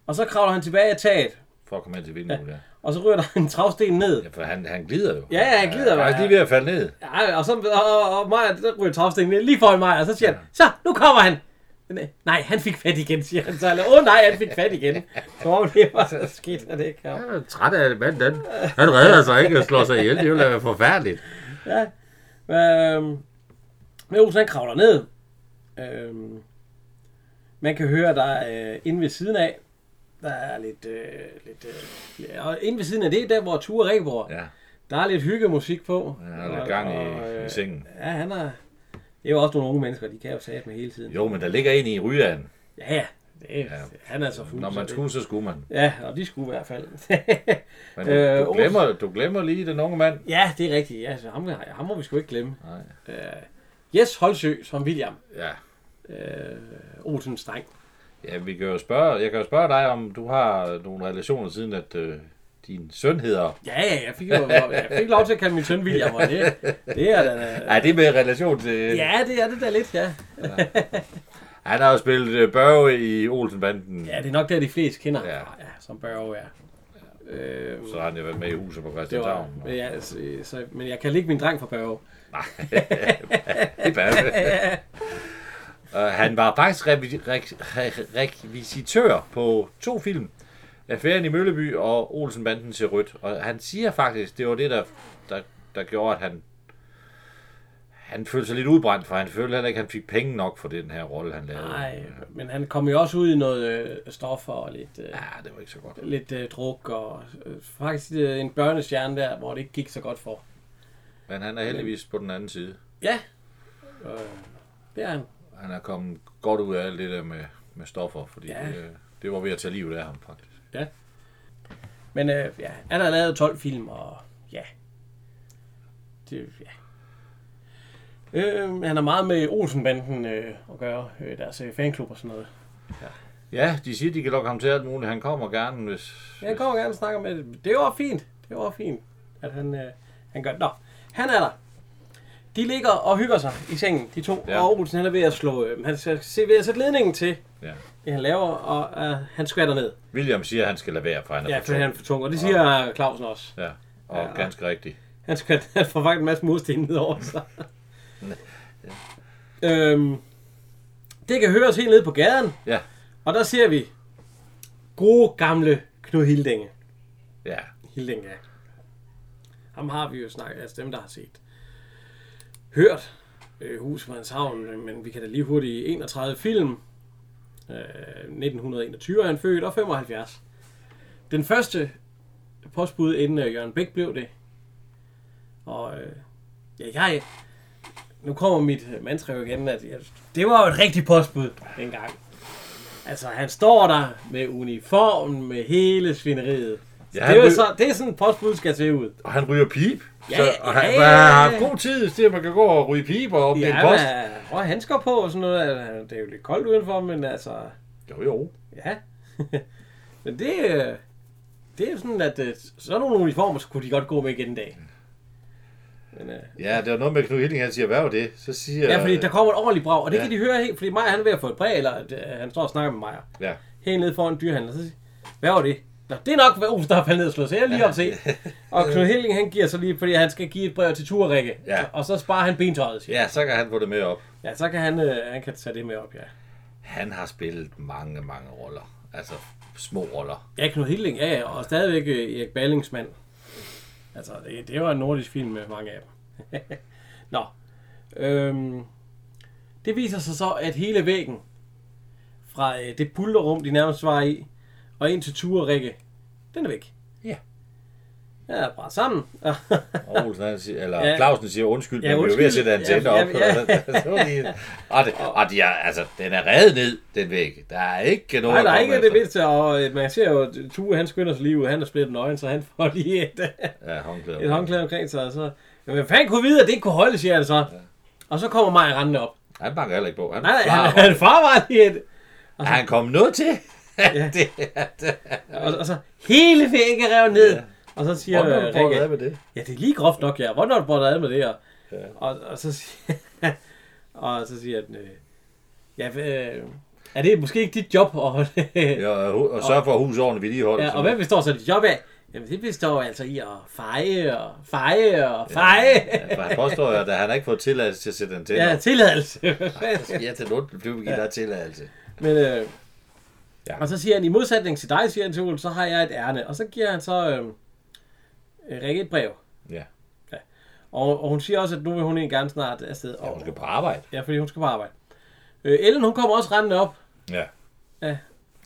Og så kravler han tilbage af taget, for at komme hen til vinduet ja. der. og så ryger der en travsten ned. Ja, for han, han glider jo. Ja, ja, han glider, Ja, ja. faktisk lige ved at falde ned. Ja, og så og, og Maja, der ryger travstenen ned lige foran Maja, og så siger han, så, nu kommer han. øh, Nej, han fik fat igen, siger han så. Eller, Åh oh, nej, han fik fat igen. Som om det var så skidt, at det ikke kom. Jeg er træt af manden. Den. Han redder sig ikke og slår sig ihjel. Det ville være forfærdeligt. Øhm, men Olsen, han kravler ned. Øhm, man kan høre, der er øh, inde ved siden af, der er lidt... Øh, lidt øh, og inde ved siden af det, er der hvor Ture Ræk bor, Ja, der er lidt hyggemusik på. han har lidt gang i, Og, øh, i sengen. Ja, han er... Det er jo også nogle unge mennesker, de kan jo sige med hele tiden. Jo, men der ligger en i rygeren. Ja, ja. Det, ja. Han er så fuld. Når så man det- skulle, så skulle man. Ja, og de skulle i hvert fald. Men Øh, du, du, glemmer, du glemmer lige den unge mand. ja, det er rigtigt. Ja, så ham, ham må vi sgu ikke glemme. Nej. Øh, Jes Holsø som William Ja. øh, Olsens dreng. ja, vi kan jo spørge, jeg kan jo spørge dig, om du har nogle relationer siden, at øh, din søn hedder... Ja, ja, jeg fik, jo, jeg fik lov til at kalde min søn William, og det, det er da... Nej, det er med relation til... Ja, det er det da lidt, ja. Han har jo spillet øh, Børge i Olsenbanden. Ja, det er nok der, de fleste kender Ja. ja. Ja, som Børge er. Øh, Så har han jo været med i huset på det var, Christianshavn. men, jeg, så, så, men jeg kan ikke min dreng for Børge. Det var Og han var faktisk revi- re- re- rekvisitør på to film. Affæren i Mølleby og Olsenbanden til Rødt. Og han siger faktisk, det var det, der, der, der gjorde, at han han følte sig lidt udbrændt, for han følte heller ikke, at han fik penge nok for den her rolle, han lavede. Nej, men han kom jo også ud i noget øh, stoffer og lidt... Øh, Ja, det var ikke så godt. lidt øh, druk og øh, faktisk øh, en børnestjerne der, hvor det ikke gik så godt for. Men han er heldigvis på den anden side. Ja, øh, det er han. Han er kommet godt ud af alt det der med, med stoffer, fordi Ja. ja. det, det var ved at tage livet af ham, faktisk. Ja. Men øh, ja, han har lavet 12 film, og ja. Det, ja. Øh, han har meget med Olsenbanden øh, at gøre, øh, deres øh, fanklub og sådan noget. Ja, de siger, de kan lokke ham til alt muligt. Han kommer gerne, hvis... Ja, jeg kommer gerne og snakker med det. Det var fint. Det var fint, at han, øh, han gør det. Nå, han er der. De ligger og hygger sig i sengen, de to. Ja. Ja. Og Olsen han er ved at slå... Øh, han skal se ved at sætte ledningen til, Ja. det han laver, og øh, han skvatter ned. William siger, at han skal lade være, for han er Ja, for for tung. han er for tung. Og det siger Clausen også. Ja, og Ja. ja. ganske rigtigt. Han skal han får faktisk en masse mursten ned over sig. øhm, det kan høres helt ned på gaden, Ja, og der ser vi gode gamle Knud Hildinge. ja. Hildinge, ja. Ham har vi jo snakket, altså dem, der har set. Hørt øh, Husmandshavn, øh, men vi kan da lige hurtigt 31 film. Øh, 1921 er han født, og 75. Den første postbud, inden øh, Jørgen Bæk blev det. Og øh, ja, jeg... Nu kommer mit øh, mandskriv igen, at jeg, det var jo et rigtigt postbud dengang. Altså, han står der med uniformen, med hele svineriet. Ja, Ja, han det, er jo blev- så, det er sådan, et postbud skal se ud. Og han ryger pip. Ja, så, ja, og han, ja, ja, ja. ja. har haft god tid til, at man kan gå og ryge pip og blive ja, Ja, post. man, prøv at handsker på og sådan noget. Altså, Det er jo lidt koldt udenfor, men altså, Jo, jo. ja. men det, øh, det er jo sådan, at øh, sådan nogle uniformer skulle de godt gå med igen en dag. Men, øh, Ja, der er noget med Knud Hilling, han siger, hvad var det? Så siger... ja, fordi der kommer et ordentligt brag, og det ja. Ja. kan de høre helt, fordi Maja han er ved at få et brev, eller at, øh, han står og snakker med Maja. Ja, Helt nede foran dyrehandler, så siger hvad var det? Nå, det er nok, hvad Olsen der har faldet ned og slået, så jeg er lige op se. Og Knud Helling, han giver så lige, fordi han skal give et brev til Turrikke. Ja. Og så sparer han bentøjet, siger. ja, så kan han få det med op. Ja, så kan han, øh, han kan tage det med op, ja. Han har spillet mange, mange roller. Altså, små roller. Ja, Knud Hilding, ja, ja, og stadigvæk øh, Erik Ballings mand. Altså, det, det var en nordisk film med mange af dem. Nå. Øhm, det viser sig så, at hele væggen fra øh, det pulterrum, de nærmest var i, og ind til Turerikke, den er væk. Ja. Ja, er bræt sammen. Og Olsen, han siger, eller Ja. ja. Clausen siger, undskyld, Ja, ja, men vi er jo ved at undskyld. sætte antenner Ja, op. ja, ja. så var de, og, Ah, det, og de er, altså, den er reddet ned, den væg. Der er ikke noget Nej, der er at ikke komme det efter. vigtigste, og øh, man ser jo, at Ture, han skynder sig lige ud, han er splittet nøgen, så han får lige et, Ja, håndklæder. et håndklæde omkring sig, og så... Men hvem fanden kunne vide, at det ikke kunne holde, siger han så. Ja. Og så kommer Maja rendende op. Han banker heller ikke på. Han, Nej, han, han, han farvar i et... er han kommet noget til? Ja. Ja. det, Og, og så hele væggen er revet ned. Ja. Og så siger Hvornår øh, du prøvet Rikke, med det? ja, det er lige groft nok, ja. Hvornår har du brugt ad med det her? Ja. Ja. Og, og, så siger, og så siger den, øh, ja, øh, er det måske ikke dit job? Og, ja, Ja, og hu- og sørge for, at husordene vedligeholdes. og hvad består så dit job af? Jamen, det består altså i at feje og feje og feje. Ja, for han påstår jo, at han har ikke fået tilladelse til at sætte antenner. Ja, Ja, tilladelse. ja til noget, du vil give dig tilladelse. Men, øh, ja. Ja. Og så siger han, i modsætning til dig, siger han til Ole, så har jeg et ærne. Og så giver han så øh, øh, Rikke et brev. Ja. Og, og hun siger også, at nu vil hun egentlig gerne snart afsted. ja, hun Og, skal på arbejde. ja, fordi hun skal på arbejde. Øh, Ellen, hun kommer også rendende op Ja.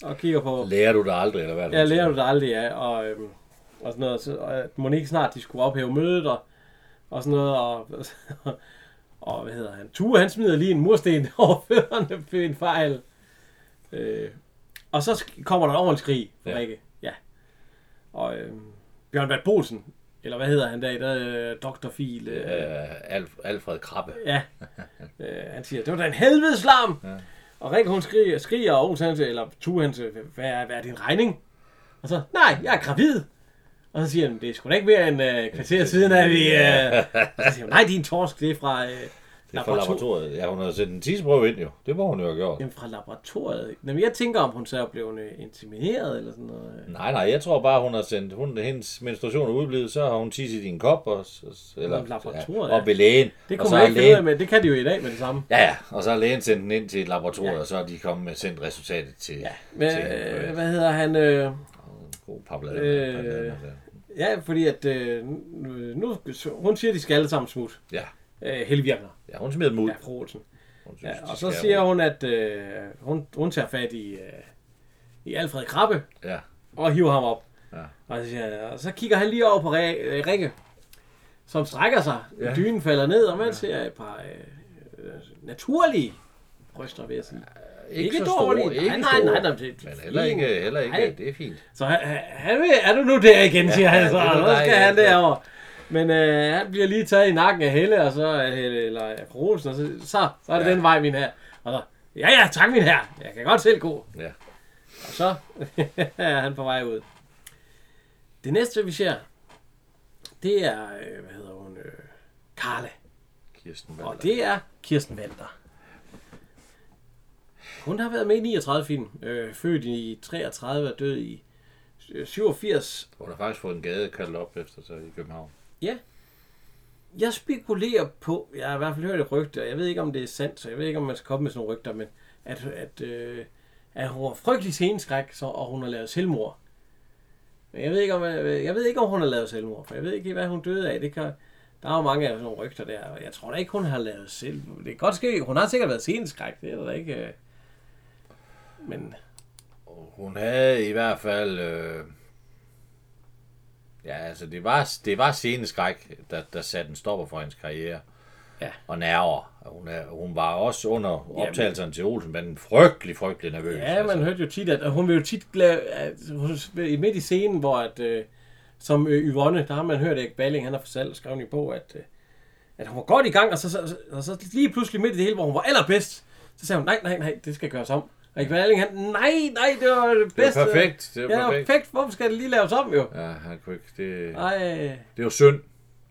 og kigger på, Lærer du det aldrig, eller hvad? ja, lærer du dig aldrig af, og, øhm, og sådan noget. Så, og at Monique snart, de skulle ophæve mødet, og, og sådan noget, og, og hvad hedder han? Ture, han smider lige en mursten over fødderne ved en fejl. Øh, og så sk- kommer der en ordentlig skrig fra Ja. ja. Rikke. Ja. Og øhm, Bjørn Bert Bolsen, eller hvad hedder han der, i der øh, Dr. Fil, øh, Øh, Alf, Alfred Krabbe. Ja. øh, han siger, det var da en helvedes larm. Ja. Og Rikke, hun skriger, skriger og Olsen, han siger, eller Tue, han siger, hvad er, hvad er din regning? Og så, nej, jeg er gravid. Og så siger han, det er sgu da ikke mere end øh, kvarter siden, at vi... Øh... Og så siger hun, nej, din torsk, det er fra... Øh, Det er fra laboratoriet. Ja, hun har sendt en tidsprøve ind jo. Det må hun jo have gjort. Jamen, fra laboratoriet. Jamen, jeg tænker, om hun så er blevet øh, intimideret eller sådan noget. Nej, nej, jeg tror bare, hun har sendt, hun, hendes menstruation er udblivet, så har hun tisset i en kop, og, s- s- eller, Jamen, laboratoriet, ja, ja. og ved lægen. Det og kunne så man har ikke finde ud af, lægen, men det kan de jo i dag med det samme. ja, ja, og så har lægen sendt den ind til et laboratorium, ja. og så har de kommet med sendt resultatet til, ja, Men, til oh, øh, øh, hvad hedder han? Øh... god pablade. øh, pablade. Ja, fordi at... Øh, nu, hun siger, at de skal alle sammen smutte. Ja. Øh, Helvirkner. Ja, hun smider dem ud. Ja, fru Olsen. Hun synes, Ja, de og så skal- siger hun, at øh, hun, hun tager fat i, øh, i Alfred Krabbe Ja, og hiver ham op. Ja. Og, så siger, han- og så kigger han lige over på Re- øh, Rikke. som strækker sig. Ja. Ja. Dynen falder ned, og man ja. ser et par øh, øh, naturlige bryster, vil jeg sige. Ikke dårlige. Nej, nej, nej, nej, nej, det- Men heller ikke, heller ikke. Nej. Det er fint. Så han- han- han vil, er du nu der igen, siger ja, han så. det er Ja, du så dig skal han igen, så. derover. Men øh, han bliver lige taget i nakken af Helle, og så er Helle, eller af fru Olsen, og så, så, så er det Ja. ja. den vej, min her. Og så, ja ja, tak min her. Jeg kan godt selv gå. Ja. Og så er han på vej ud. Det næste, vi ser, det er, øh, hvad hedder hun, øh, Carla. Kirsten Og Valder. det er Kirsten Walter. Hun har været med i 39 film. Øh, født i 33 og død i øh, 87. Hun har faktisk fået en gade kaldt op efter sig i København. Jeg spekulerer på, jeg har i hvert fald hørt et rygte, og jeg ved ikke, om det er sandt, så jeg ved ikke, om man skal komme med sådan nogle rygter, men at, at, øh, at hun har frygtelig sceneskræk, så, og hun har lavet selvmord. Men jeg ved, ikke, om, jeg, jeg ved ikke, om hun har lavet selvmord, for jeg ved ikke, hvad hun døde af. Det kan, der er jo mange af sådan nogle rygter der, og jeg tror da ikke, hun har lavet selvmord. Det kan godt ske, hun har sikkert været sceneskræk, det er der da ikke. øh. Men Og Hun havde i hvert fald... Øh... Ja, altså det var, det var sceneskræk, der, der satte en stopper for hendes karriere. Ja. Og nerver. Og Hun, er, hun var også under Jamen. optagelserne til Olsen, men frygtelig, frygtelig nervøs. Altså, Ja, man hørte jo tit, at og hun vil jo tit lave, at, hos- i midt i scenen, hvor at, øh, som øh, Yvonne, der har man hørt, at Balling, han har fortalt skrevet i bog, at, øh, at hun var godt i gang, og så, så, så, og så lige pludselig midt i det hele, hvor hun var allerbedst, så sagde hun, nej, nej, nej, det skal gøres om. Og Ivan Balling, han, nej, nej, det var det det bedste. var perfekt. Det var Ja, perfekt. perfekt. Hvorfor skal det lige laves om, jo? Ja, han kunne ikke, det, Nej, det var synd.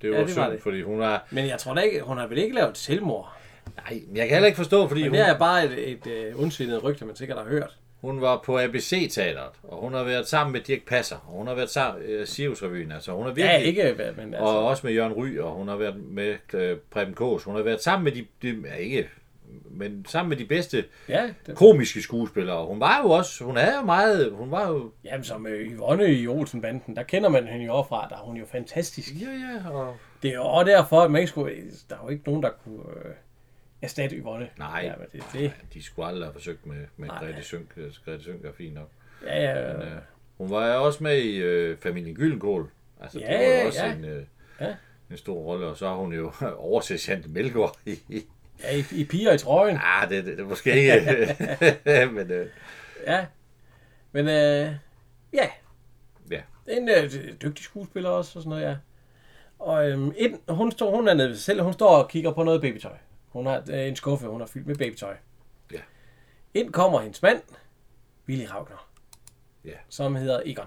Det var, Ja, ja, det det var synd, det. fordi hun har... men jeg tror da ikke, hun har vel ikke lavet selvmord. Nej, jeg kan heller ikke forstå, fordi Men hun, det er bare et, et, et uh, ondsindet rygte, man sikkert har hørt. hun var på ABC-teateret, og hun har været sammen med Dirk Passer, og hun har været sammen med uh, Sirius-revyen, altså hun Ja, har virkelig... ikke, hvad- men altså. Og også med Jørgen Ry, og hun har været med øh, Preben Kås. Hun har været sammen med de, de ja, ikke, men sammen med de bedste ja, det, komiske skuespillere. Hun var jo også, hun havde jo meget, hun var jo, Jamen, som øh, Yvonne i Olsenbanden, der kender man hende jo fra, der er hun jo fantastisk. ja, ja, og... Det er jo også derfor, at man ikke skulle, der er jo ikke nogen, der kunne øh, erstatte Yvonne. Nej. Ja, men det, det, De skulle aldrig have forsøgt med, med Nej. Grete Sønk. øh, Grete Sønk er fint nok. ja, ja, øh, Hun var jo også med i øh, Familien Gyllenkål. Altså, ja, Ja, det var jo også ja. en, øh, Ja. en stor rolle, og så har hun jo oversætjant Melgaard i... ja i, i piger i trøjen. Ah, det, det, det er måske ikke... men øh, Ja. Men øh, ja. Ja. En øh, dygtig skuespiller også, og sådan noget, ja. Og øhm, ind, hun, står, hun er nede ved selv, hun står og kigger på noget babytøj. Hun har øh, en skuffe, hun har fyldt med babytøj. Ja. Ind kommer hendes mand, Willy Ragnar. Ja. Som hedder Egon.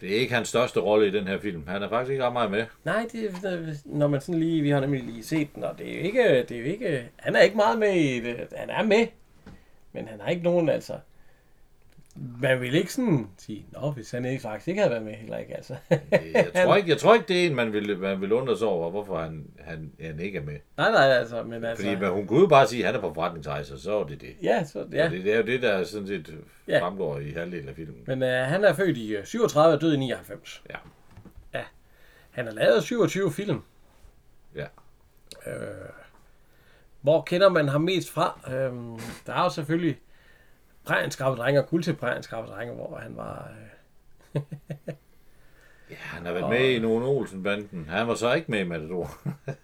det er ikke hans største rolle i den her film. Han er faktisk ikke ret meget med. Nej, det, er- når man sådan lige, vi har nemlig lige set den, og det er jo ikke, det er jo ikke, han er ikke meget med i det, han er med, men han har ikke nogen, altså, man vil ikke sådan sige, nå, hvis han ikke faktisk ikke havde været med, heller ikke, altså. Øh, Jeg tror ikke, jeg tror ikke det er en, man vil, man vil undre sig over, hvorfor han, han, han ikke er med. nej, nej, altså, men altså, Fordi men hun kunne jo bare sige, at han er på forretningsrejse, så er det det. ja, så, Ja. ja, Det, det er jo det, der sådan set Ja. fremgår i halvdelen af filmen. men øh, han er født i øh, 37 og død i 99. Ja. Ja. Han har lavet 27 film. Ja. Øh, hvor kender man ham mest fra? Øh, der er jo selvfølgelig Brejens Skrappe Drenge og Guld til Brejens Skrappe Drenge, hvor han var... Øh, Ja, han har været med i nogen Olsen-banden. Han var så ikke med i Matador.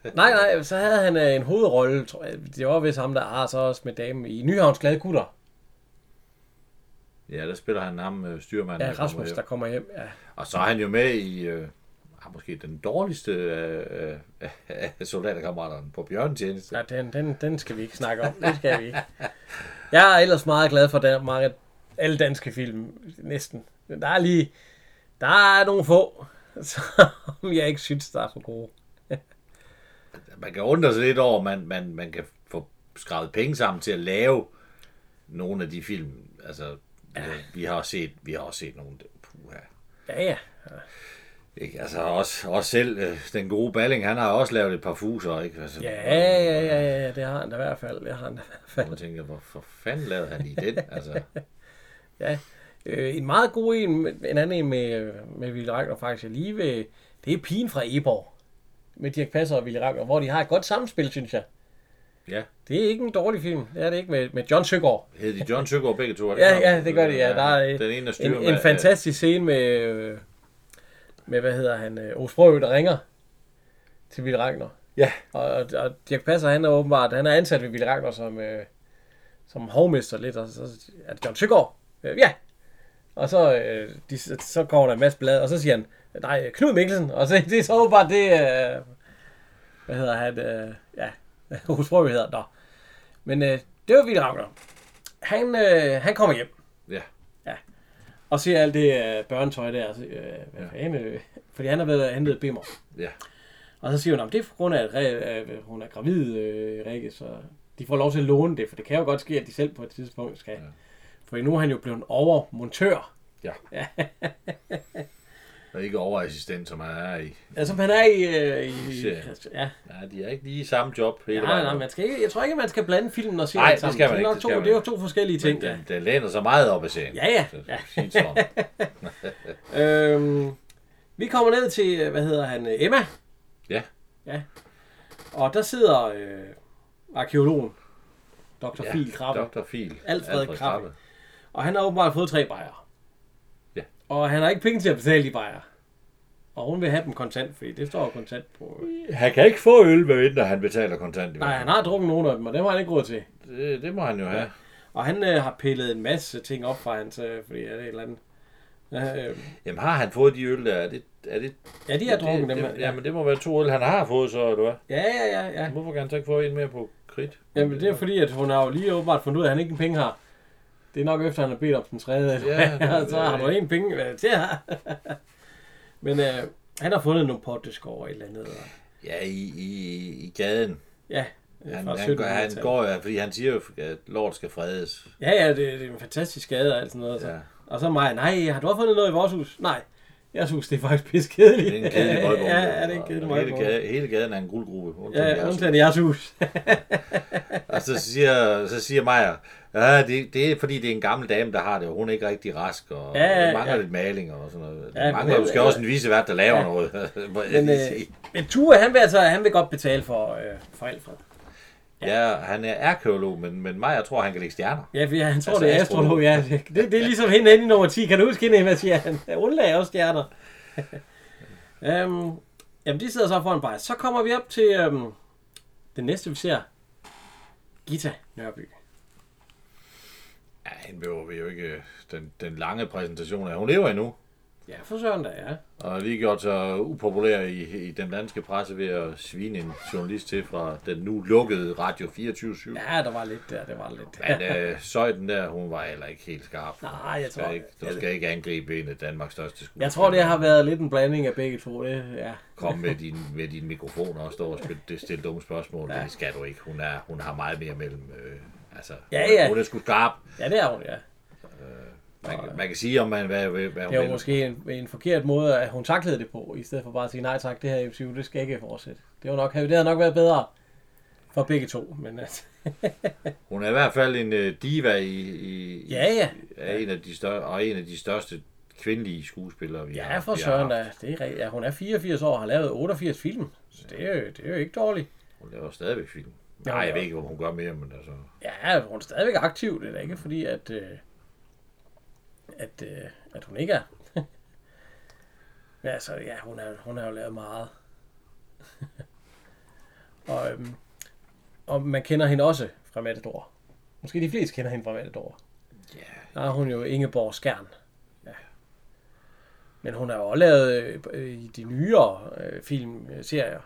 øh, nej, nej, så havde han øh, en hovedrolle, tror jeg. Det var vist ham, der har så også med damen i Nyhavns Glade Gutter. ja, der spiller han ham øh, styrmanden. Ja, der kommer Rasmus, hjem. der kommer hjem. Ja. Og så er han jo med i øh, ah, måske den dårligste øh, øh, af soldaterkammeraterne på bjørnetjeneste. Ja, den, den, den skal vi ikke snakke om. Det skal vi ikke. Jeg er ellers meget glad for da- mange, alle danske film. Næsten. Men Der er lige... Der er nogle få, som jeg ikke synes, der er for gode. Man kan undre sig lidt over, at man, man, man kan få skravet penge sammen til at lave nogle af de film. Altså, ja. vi har også set, vi har også set nogle, puha. Ja, ja. Ikke? Altså, også, også selv øh, den gode Balling, han har også lavet et par fuser, ikke? Altså, Ja, ja, ja, ja, ja, det har han da i hvert fald. Det har han da i hvert fald. Man tænker, hvorfor fanden lavede han lige den? Altså, Ja. Øh, en meget god en, en anden en med, med Ville Ragnar faktisk er lige ved, det er pigen fra Eborg. Med Dirk Passer og Ville Ragnar, hvor de har et godt samspil, synes jeg. ja. Det er ikke en dårlig film. Det er det ikke med, med John Søgaard. Hed de John Søgaard begge to? Ja, ja, det gør det, ja. Der er øh, den ene, der styrer en, en fantastisk scene med, øh, med, hvad hedder han, øh, Ove Sprogø, der ringer til Ville Ragnar. Ja. Og, og, og Dirk Passer, han er åbenbart, han er ansat ved Ville Ragnar som, øh, som hovmester lidt, og så er det John Søgaard. Øh, ja. Og så, øh, de, så kommer der en masse blad, og så siger han, nej, Knud Mikkelsen, og så, det er så åbenbart det, øh, hvad hedder han, øh, ja, Ove Sprogø hedder, nå. Men øh, det var Ville Ragnar. Han, øh, han kommer hjem Ja. og ser alt det øh, børnetøj der, og så, øh, hvad fanden, øh, fordi han har været og hentet bimmer. Ja. Og så siger hun, at det er på grund af, at Re- øh, hun er gravid, øh, Rikke, så de får lov til at låne det, for det kan jo godt ske, at de selv på et tidspunkt skal. Ja. For nu er han jo blevet overmontør. Og ikke overassistent, som han er i. Altså, han er i... Øh, i Serien. altså, ja, Ja, de er ikke lige i samme job hele nej, vejen. nej, man skal ikke, jeg tror ikke, man skal blande filmen og se Nej, alt det sammen. skal man det er ikke, nok det to, skal man det er jo to forskellige ting. Men den, den læner sig meget op ad scenen. Ja, ja, Så, ja. sige det sådan. Øhm, vi kommer ned til, øh, hvad hedder han, øh, Emma. Ja. Ja. Og der sidder øh, arkeologen, Dr. Ja, Fil Krabbe, Dr. Fil. Alfred Krabbe. og han har åbenbart fået tre bajere. Ja. Og han har ikke penge til at betale de bajere. Og hun vil have dem kontant, fordi det står jo kontant på... Han kan ikke få øl, medmindre han betaler kontant. i Nej, hvert han fald. har drukket nogle af dem, og dem har han ikke råd til. Det, det må han jo have. Og han øh, har pillet en masse ting op fra hans, øh, fordi er det et eller andet... Ja, øh, Jamen har han fået de øl der? Er det, er det, ja, de har det, drukket dem. det, Ja, Jamen det må være to øl, han har fået så, eller hvad? ja, ja, ja. Hvorfor kan han så ikke få en mere på kridt? Jamen det er fordi, at hun har jo lige åbenbart fundet ud af, at han ikke en penge har. Det er nok efter, han har bedt om den tredje. Ja, det Ja, er så har det. du en penge øh, til her. Men øh, han har fundet nogle potteskår og et eller andet. og- Ja, i, i, i gaden. Ja, øh, Han, fra han, går, han 1700-tallet. går, ja, fordi han siger jo, at lort skal fredes. Ja, ja, det, det er en fantastisk skade og alt sådan noget. Så. Ja. Og så mig, nej, har du også fundet noget i vores hus? Nej, jeres hus, det er faktisk pisse Det kedeligt. er en kedelig møgbombe. Ja, ja, det er en kedelig hele, møgbombe. gade, hele gaden er en guldgruppe. undtagen Ja, jeres. undtagen jeres hus. Og så siger, så siger Maja, ja, det, det er fordi, det er en gammel dame, der har det, og hun er ikke rigtig rask, og Ja, ja, ja, mangler ja. ja. lidt maling og sådan noget. Ja, Ja, mangler men- måske også en visevært, der laver ja. noget. må jeg Men, lige øh, sige. men Ture, han vil, altså, han vil godt betale for, øh, for Alfred. ja, han er arkeolog, men, men Maja tror, han kan lægge stjerner. Ja, for han tror, altså, Altså, det er astrolog, astrolog. ja. Det, det er ligesom hende inde i nummer 10. Kan du huske hende, Emma, siger han? Hun lagde også stjerner. øhm, jamen, de sidder så foran bare. Så kommer vi op til øhm, det næste, vi ser. Gita Nørby. Ja, han behøver vi jo ikke øh, den, den lange præsentation af. Hun lever endnu, Ja, for søren da, ja. og er lige gjort så upopulær i, i den danske presse ved at svine en journalist til fra den nu lukkede Radio 24 Ja, der var lidt der, det var lidt. Ja, Men øh, Søjden der, hun var heller ikke helt skarp. Nej, jeg Du skal tror- ikke, Du skal ikke angribe en af Danmarks største skuespiller. jeg tror, det har været lidt en blanding af begge to. Det, ja. Kom med din, med din mikrofon og stå og spille, det- stille dumme spørgsmål. Ja. Det skal du ikke. Hun, er, hun har meget mere mellem... Øh, altså, Ja, hun er- ja. Hun er sgu skarp. ja, det er hun, ja. Man, kan- man kan sige, om man hvad, hvad, hvad hun Det var vil. måske en, en forkert måde, at hun taklede det på, i stedet for bare at sige, nej tak, det her MCU, det skal ikke fortsætte. Det, var nok, det havde nok været bedre for begge to. Men, altså, Hun er i hvert fald en øh, diva i, i, ja, ja. i- er en af de større, og en af de største kvindelige skuespillere, vi har. Ja, for vi har søren haft. da. Det er rigtigt. Ja, hun er 84 år og har lavet 88 film. Så det er jo, det er jo ikke dårligt. Hun laver stadigvæk film. Ja, Nej, jeg ja. ved ikke, om hun gør mere, men altså... Ja, hun er stadigvæk aktiv. Det er da ikke fordi, at, øh, at, øh, at hun ikke er. ja, så ja, hun har hun har jo lavet meget. og, øhm, og man kender hende også fra Matador. Måske de fleste kender hende fra Matador. Ja, Der er hun jo Ingeborg Skjern. Ja. Men hun har jo også lavet øh, øh, i de nyere øh, filmserier,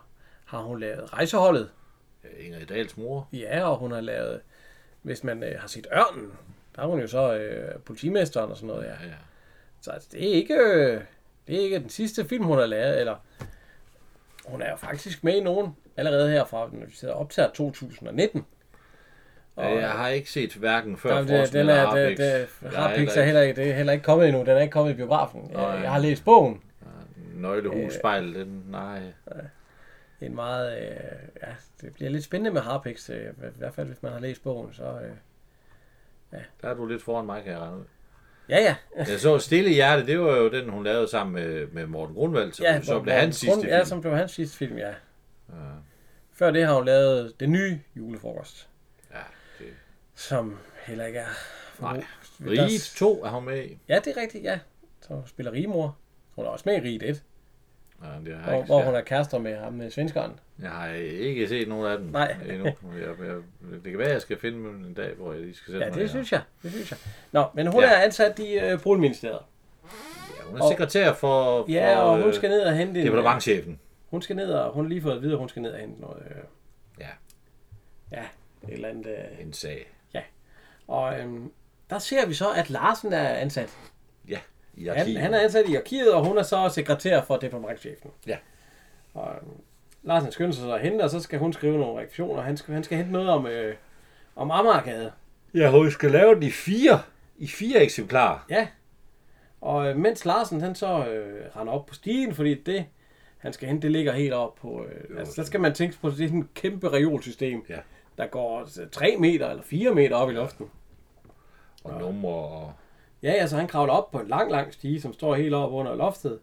har hun lavet Rejseholdet. Ingrid Dahls mor. Ja, og hun har lavet, hvis man øh, har set Ørnen, der er hun jo så øh, politimesteren og sådan noget. Ja. Ja, ja. Så altså, det, er ikke, øh, det er ikke den sidste film, hun har lavet. Eller, hun er jo faktisk med i nogen allerede herfra, når vi sidder og optager 2019. Og, Øh, jeg har ikke set hverken før Jamen, det, Frosten den eller er, det, Harpix. det, Jeg har Harpix er heller ikke- heller ikke, det er heller ikke kommet endnu. Den er ikke kommet i biografen. Øh, Nej. Jeg har læst bogen. Nøglehus, spejl, den, nej. En meget, øh, ja, det bliver lidt spændende med Harpix. Øh, I hvert fald, hvis man har læst bogen, så... Øh, Der er du lidt foran mig, kan jeg regne ud. ja, ja. Jeg så Stille Hjerte, det var jo den, hun lavede sammen med, med Morten Grundvald, som, ja ja, som blev Morten hans sidste Grund- film. Ja, som blev hans sidste film, ja. Før det har hun lavet den nye julefrokost, ja, det... som heller ikke er... for Nej. god. Der- Rige 2 er hun med i. Ja, det er rigtigt, ja. Så hun spiller Rigmor. Hun er også med i Rige 1. Nej, det har jeg hvor, ikke. hvor Hvor, hun er kærester med ham med svenskeren. Jeg har ikke set nogen af dem Nej. endnu. Jeg, jeg, det kan være, jeg skal finde dem en dag, hvor jeg lige skal sætte Ja, mig ned. det synes jeg. Det synes jeg. Nå, men hun ja. Ja. er ansat i øh, boligministeriet. Ja, hun er sekretær for, for Ja, og hun øh, skal ned og hente... en- departementchefen. Hun skal ned og... Hun har lige fået at vide, at hun skal ned og hente noget... Øh, Ja, ja, et eller andet... Øh. en sag. Og øhm, der ser vi så, at Larsen er ansat. Ja, i Han, arkivet. han er ansat i arkivet, og hun er så sekretær for departementchefen. Ja. Og øhm, Larsen skynder sig så at hente, og så skal hun skrive nogle reaktioner. Han skal, han skal hente noget om, øh, om Amagergade. Ja, hun skal lave den i fire, i fire eksemplarer. Ja. Og øh, mens Larsen han så øh, render op på stigen, fordi det, han skal hen, det ligger helt op på... Øh, Jo, altså, så skal man tænke på sådan et kæmpe reolsystem, Ja. der går 3 meter eller 4 meter op i luften. Og numre og... Ja, altså han kravler op på en lang, lang stige, som står helt op under loftet.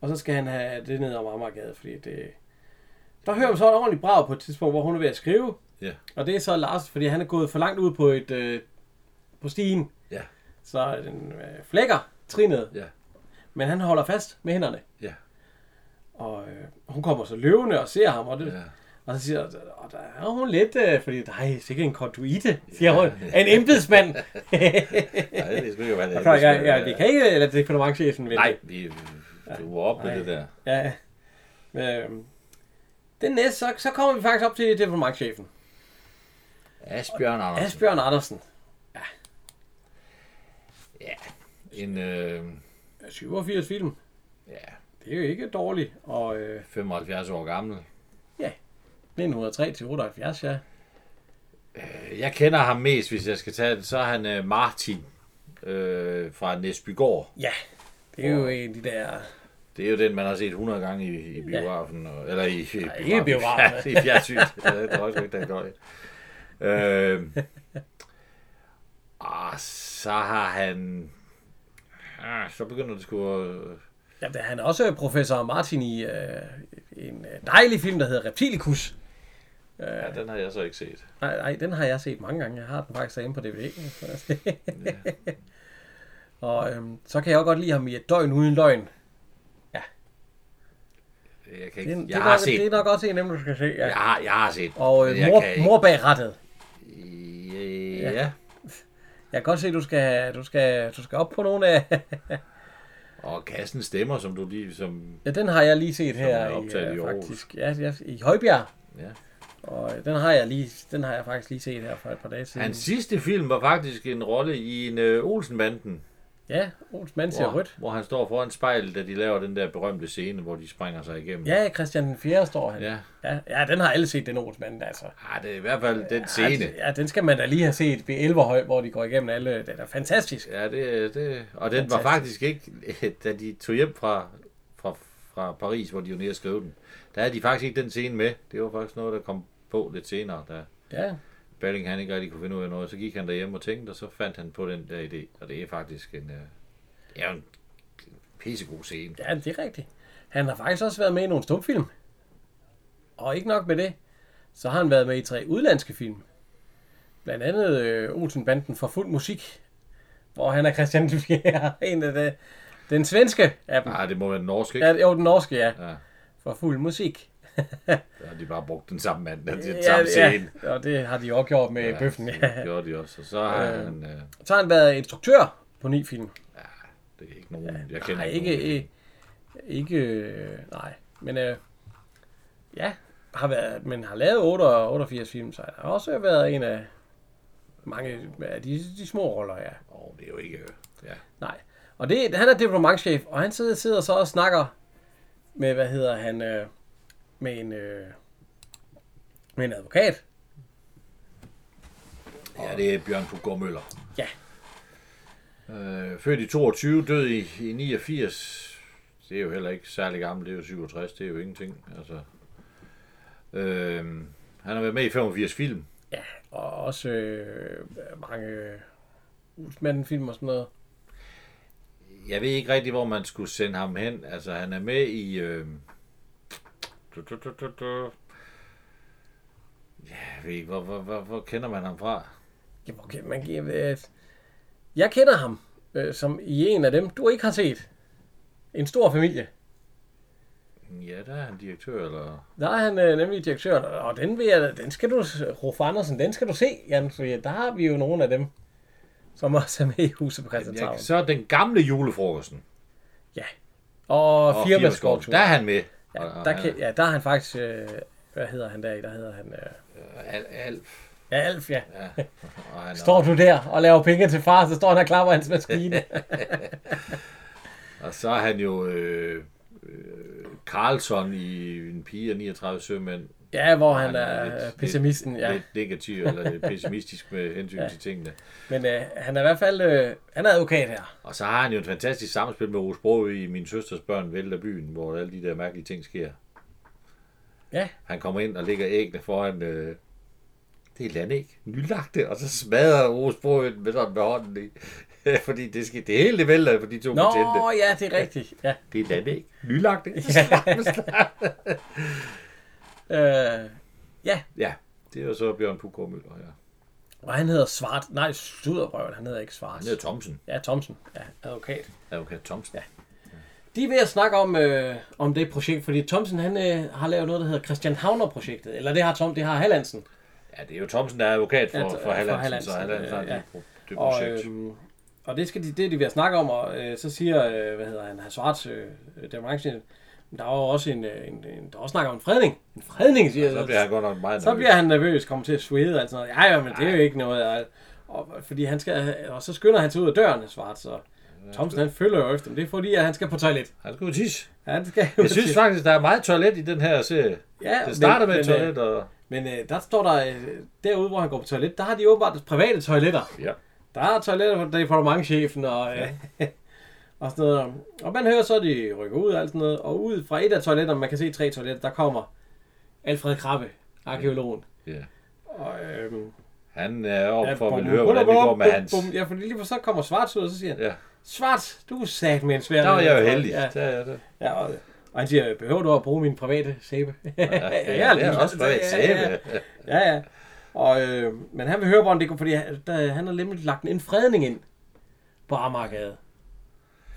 Og så skal han have det ned om Amagergade, fordi det... Der hører vi så et ordentligt brag på et tidspunkt, hvor hun er ved at skrive. Ja. Og det er så Lars, fordi han er gået for langt ud på et øh, på stigen. Ja. Så den øh, flækker trinet. Ja. Men han holder fast med hænderne. Ja. Og øh, hun kommer så løvende og ser ham, og, det, Ja. og så siger og der er hun lidt, øh, fordi der er sikkert en konduite, siger hun. En embedsmand. Nej, det er sgu ikke, hvad det Og klar, ja, ja, vi kan ikke, eller det kan magtchefen vente. Nej, vi du var op med Nej. det der. Ja. Øhm. Den næste, så, så kommer vi faktisk op til departementchefen. Asbjørn Andersen. Asbjørn Andersen. En, øh, 87 film. ja, Det er jo ikke dårligt. Og øh, 75 år gammel. 1903 til 78, ja. Øh, Jeg kender ham mest, hvis jeg skal tage det. Så er han øh, Martin øh, fra Næsbygård. Ja, det er jo en af de der... Det er jo den, man har set 100 gange i, i biografen. Og, eller i, i, ikke i biografen. Ja, I fjernsynet. Ja, det er også ikke, den går i. Øh, og så har han... Ah, Så begynder det sgu at... Ja, der- han er også professor Martin i øh, en øh, dejlig film, der hedder Reptilicus. Ja, den har jeg så ikke set. Nej, nej, den har jeg set mange gange. Jeg har den faktisk inde på DVD. og øhm, så kan jeg jo godt lide ham i Et døgn uden løgn. Jeg, kan Det, ikke, er- jeg det, er har nok, set det er nok også en af dem, du skal se. Ja. Jeg har, jeg har set den, Og men øh, jeg mor, kan mor bag rattet. ikke- Ja. Jeg kan godt se, at du skal, du skal, du skal op på nogle af... Og kassen stemmer, som du lige... Som, ja, den har jeg lige set er her optaget i, i øh, Aarhus. faktisk. Ja, ja, i Højbjerg. ja. Og øh, den har, jeg lige, den har jeg faktisk lige set her for et par dage siden. Hans sidste film var faktisk en rolle i en øh, Olsenbanden, Ja, Ols mand ser hvor, rødt. hvor han står foran spejlet, da de laver den der berømte scene, hvor de springer sig igennem. Ja, Christian den 4. står han. ja. Ja, ja, den har alle set, den Ols mand, altså. Ah, det er i hvert fald den Ja, altså- scene. d- ja, den skal man da lige have set ved Elverhøj, hvor de går igennem alle. Den er fantastisk. Ja, det, det, og den var Fantastisk. faktisk ikke, da de tog hjem fra, fra, fra Paris, hvor de jo nede og skrev den, der havde de faktisk ikke den scene med. Det var faktisk noget, der kom på lidt senere, da Ja, Belling han ikke rigtig kunne finde ud af noget, så gik han derhjem og tænkte, og så fandt han på den der idé, og det er faktisk en, øh, det er jo en pissegod scene. ja det er rigtigt. Han har faktisk også været med i nogle stumfilm. Og ikke nok med det, så har han været med i tre udlandske film. Blandt andet øh, Olsenbanden for fuld musik, hvor han er Christian den 4. En af de, den svenske af dem. Nej, det må være den norske, ikke? Ja, jo, den norske, ja. Ah, Ja. For fuld musik. Der har de bare brugt den samme mand, den ja, samme scene. ja, og det har de også gjort med ja, bøffen. det Ja. gjorde de også. Og så har han, øh, Så har han været instruktør på ni film. det er ikke nogen, jeg kender Nej, nogen. ikke, øh, ikke, øh, nej, men øh, ja, har været, men har lavet 8 og 88 film, så han har også været en af mange af de, de små roller, ja. Åh, det er jo ikke, øh, ja. Nej, og det, han er diplomatchef, og han sidder, sidder så og snakker med, hvad hedder han, øh, med en, øh, med en advokat. ja, det er Bjørn Puggaard Møller. Ja, Øh, født i 22, død i, i 89. Det er jo heller ikke særlig gammel, det er jo 67, det er jo ingenting. Altså. Øh, han har været med i 85 film. ja, og også øh, mange øh, Ulsmanden-film og sådan noget. Jeg ved ikke rigtig, hvor man skulle sende ham hen. Altså, han er med i... Øh... du, du, du, du, du. Ja, jeg ved ikke, hvor, hvor, hvor, hvor kender man ham fra? Ja, okay, man kan, øh, jeg kender ham øh, som i en af dem, du ikke har set. En stor familie. Ja, der er han direktør, eller... Der er han øh, nemlig direktøren, og den, vil jeg, den skal du, Rolf Andersen, den skal du se, Jan, fordi der har vi jo nogle af dem, som også er med i huset på Ja, Christianshavn. så er den gamle julefrokosten. Ja. Og, Og og firmaskovtur. firmaskovtur. Der er han med. Ja, Og- og der, han- kan, ja, der er han faktisk... Øh, hvad hedder han der i? Der hedder han... Øh, Al, Alf. ja, Alf, ja. Ja. Og han, Står du der og laver penge til far, så står han og klapper hans maskine. Og så er han jo øh, øh, Carlson i En pige og 39 sømænd. ja, hvor han, lidt- er lidt- pessimisten, ja. Lidt negativ eller pessimistisk med hensyn ja. til tingene. Men øh, han er i hvert fald... Øh, han er advokat her. Og så har han jo et fantastisk samspil med Rose Brogø i Min søsters børn vælter byen, hvor alle de der mærkelige ting sker. Ja. Han kommer ind og lægger æggene foran... Øh, det er landæg. Nylagte. Og så smadrer Rose Brogø den med, sådan med hånden i. fordi det, skal, det hele det vælter på de to Nå, betjente. ja, det er rigtigt. Ja. Det er landæg. Nylagte. Øh, ja, ja, det er jo så Bjørn Puggaard Møller, ja. og han hedder Svart. Nej, Suderbrøven, han hedder ikke Svart. Han hedder Thomsen. Ja, Thomsen. Ja, advokat. Advokat Thomsen. Ja. De er ved at snakke om, øh, om det projekt, fordi Thomsen han, øh, har lavet noget, der hedder Christian Havner-projektet. Eller det har Tom, det har Hallandsen. ja, det er jo Thomsen, der er advokat for, Ja, for, for Hallandsen, så Hallandsen har øh, ja. det, pro- det Og, projekt. øhm, og det, skal de, det er de ved at snakke om, og øh, så siger, øh, hvad hedder han, Hans Svarts, øh, departementchef, "Men der er jo også en, øh, en, en, der er også snakker om fredning. En fredning, siger så bliver han godt nok meget så nervøs. bliver han nervøs, kommer til at svede og alt sådan noget. Ja, ja, men det er jo ikke noget. Og, og, fordi han skal, og så skynder han sig ud af døren, Svarts, og Thomsen han følger jo efter, men det er fordi, at han skal på toilet. Han skal ud og tisse. Han skal Jeg synes faktisk, der er meget toilet i den her serie. ja, Det starter men- med et men, øh, toilet, og... Men øh, der står der, øh, derude hvor han går på toilet, der har de åbenbart private toiletter. Ja. Der er toiletter for departementchefen og, øh, og sådan noget. Og man hører så, at de rykker ud og alt sådan noget. Og ud fra et af toiletterne, man kan se tre toiletter, der kommer Alfred Krabbe, arkeologen. ja. Og, øhm, Han er over for at bum, ville høre, bum, hvordan det bum, går med bum, hans... bum. Ja, fordi lige for så kommer Svarts ud, og så siger han, Ja. Svarts, du er sat med en svær... Der var jeg jo heldig. Ja, Ja, ja, det. ja og, og han siger, behøver du at bruge min private sæbe? ja, Ja, det er også privat sæbe. Ja, ja. Og, øh, men han vil høre, hvordan det går, fordi han, der, han har nemlig lagt en fredning ind på Amagergade.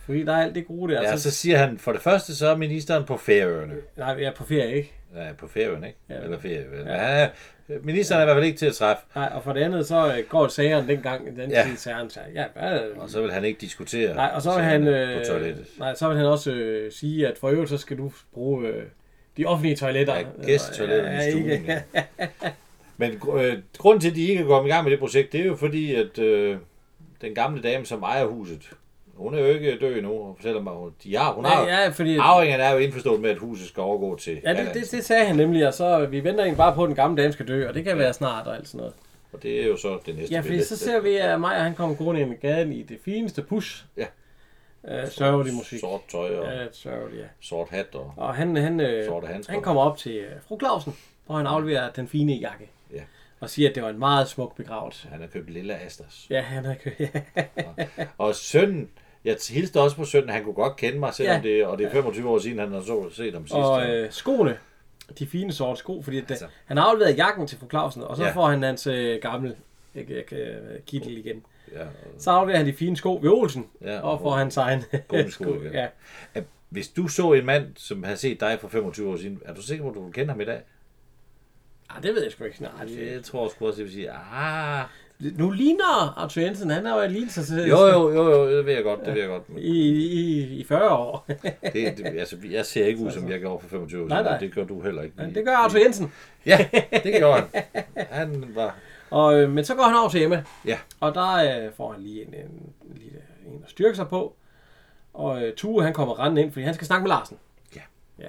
Fordi der er alt det gode der. Ja, så siger han, for det første, så er ministeren på færøerne. nej, jeg er på ferie, ikke? Ja, på færøerne, ikke? Ja. Eller færøerne. Ja. Han er, ministeren er i hvert fald ikke til at træffe. Nej, og for det andet, så øh, går sageren dengang, den Ja. ja. tid sageren sig. Ja, øh, Og så vil han ikke diskutere. nej, og så vil sagerne han, På øh, toilettet. nej, så vil han også øh, sige, at for øvrigt, så skal du bruge øh, de offentlige toiletter. Ja, gæstetoilettet Eller, i stuen. ikke- Ja. Men øh, grunden til, at de ikke er kommet i gang med det projekt, det er jo fordi, at øh, den gamle dame, som ejer huset, hun er jo ikke død endnu, og fortæller mig, hun, de har, hun har, Ja, ja, fordi... arvingerne er jo indforstået med, at huset skal overgå til Ja, det, Allan. det, det sagde han nemlig, og så øh, vi venter egentlig bare på, at den gamle dame skal dø, og det kan være snart og alt sådan noget. Og det er jo så det næste Ja, fordi billede. så ser vi, at Maja han kommer gående ind i gaden i det fineste push. Ja. Øh, sørgelig musik. Sort tøj og Ja, sørgelig, ja. sort hat og... Og han, han, øh, Sorte handsker. han kommer op til øh, fru Clausen, hvor han afleverer den fine jakke. Ja. Og siger, at det var en meget smuk begravelse. Han har købt lille Asters. Ja, han har kø- ja. Og sønnen, jeg hilste også på sønnen, han kunne godt kende mig, selvom Ja. det, og det er 25 år siden, han har så set ham sidst. Og øh, skoene, de fine sorte sko, fordi at, Altså. altså. han har afleveret jakken til fru Clausen, og så Ja. ja. får han hans øh, gamle øh, øh, kittel igen. ja, Så afleverer han de fine sko ved Olsen, Mm. Ja, ja, og får hans egen øh, gode sko igen. Ja. At Hvis du så en mand, som havde set dig for 25 år siden, er du sikker på, at du ville kende ham i dag? Ej, det ved jeg sgu ikke. Nej, det, Jeg tror sgu også, jeg vil sige, ah... Nu ligner Arthur Jensen, han har jo lignet sig selv Jo, jo, jo, jo, det ved jeg godt, det ved jeg godt. Men I, i, i 40 år. det, det, altså, jeg ser ikke ud, som jeg gjorde for 25 år Nej, siden, nej. og det gør du heller ikke. Men det gør Arthur Jensen. Ja, det gjorde han. Han var... Og, øh, men så går han over til Emma, Ja, og der øh, får han lige en, en, lille, en at styrke sig på. Og øh, Tue, han kommer rendende ind, fordi han skal snakke med Larsen. Ja. ja.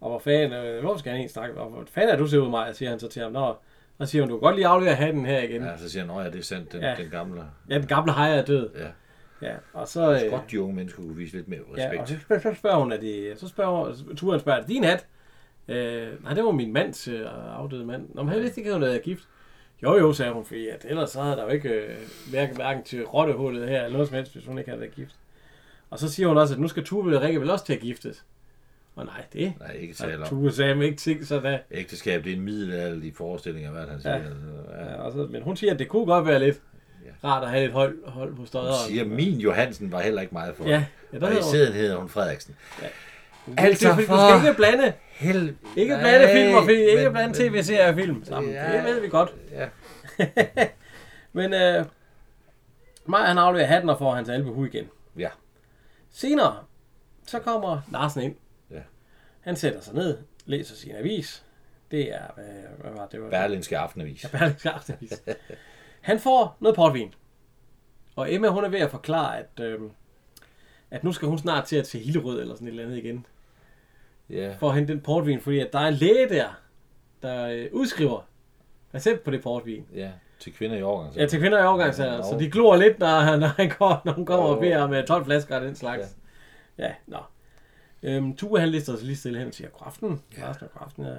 Og hvor fanden, øh, hvorfor skal han egentlig snakke? Og Hvor fanden er du ser ud, Maja, siger han så til ham. Nå, og så siger hun, du kan godt lige aflevere hatten her igen. Ja, ja så siger han, at ja, det er sandt, den, ja. Ja. den gamle. ja den gamle hejer er død. Ja. Ja, og så... Øh, Godt, de unge mennesker kunne vise lidt mere Ja, og respekt. så spørger, så spørger hun, er det, så spørger Turen spørger, er det din hat? Øh, nej, det var min mands øh, afdøde mand. Nå, men han vidste ikke, at hun havde gift. Jo, jo, sagde hun, fordi at ellers så havde der jo ikke øh, hverken, hverken til rottehullet her eller noget som helst, hvis hun ikke havde været gift. Og så siger hun også, at nu skal Tue og Rikke vel også til at giftes. Og nej, det Nej, ikke tale har om. Tue sagde ikke ting sådan. Ægteskab, det er en middelalderlig forestilling af, hvad han siger. Ja. Ja, og så, men hun siger, at det kunne godt være lidt Ja. rart at have lidt hold, hold på støjderen. Hun siger, min Johansen var heller ikke meget for Ja, det. ja Og der i hedder hun. siden hedder hun Frederiksen. Ja. Altså, Altså, du, du skal for- ikke blande, Hel... ikke blande film og film, ikke men- blande men- tv-serier og film sammen. Ja. Det ved vi godt. Ja. Men øh, Maja han afleverer hatten og får hans albehue igen. ja. Senere, så kommer Larsen ind. Ja. Han sætter sig ned, læser sin avis. Det er, øh, hvad var det? det? Var, Berlinske Aftenavis. Berlingske Aftenavis. Han får noget portvin. Og Emma, hun er ved at forklare, at, øh, at nu skal hun snart til at se Hillerød eller sådan et eller andet igen. Ja. For at hente den portvin, fordi at der er en læge der, der øh, udskriver recept på det portvin. ja. Til kvinder i årgang. Ja, til kvinder i overgangsalder, Ja, så og- de glor lidt, når, han- når, han går, når hun kommer og Og- beder med 12 flasker og den slags. Ja, ja nå. Øhm, Tue, han lister sig lige stille hen og siger, kraften, ja. Larsen og kraften. Ja.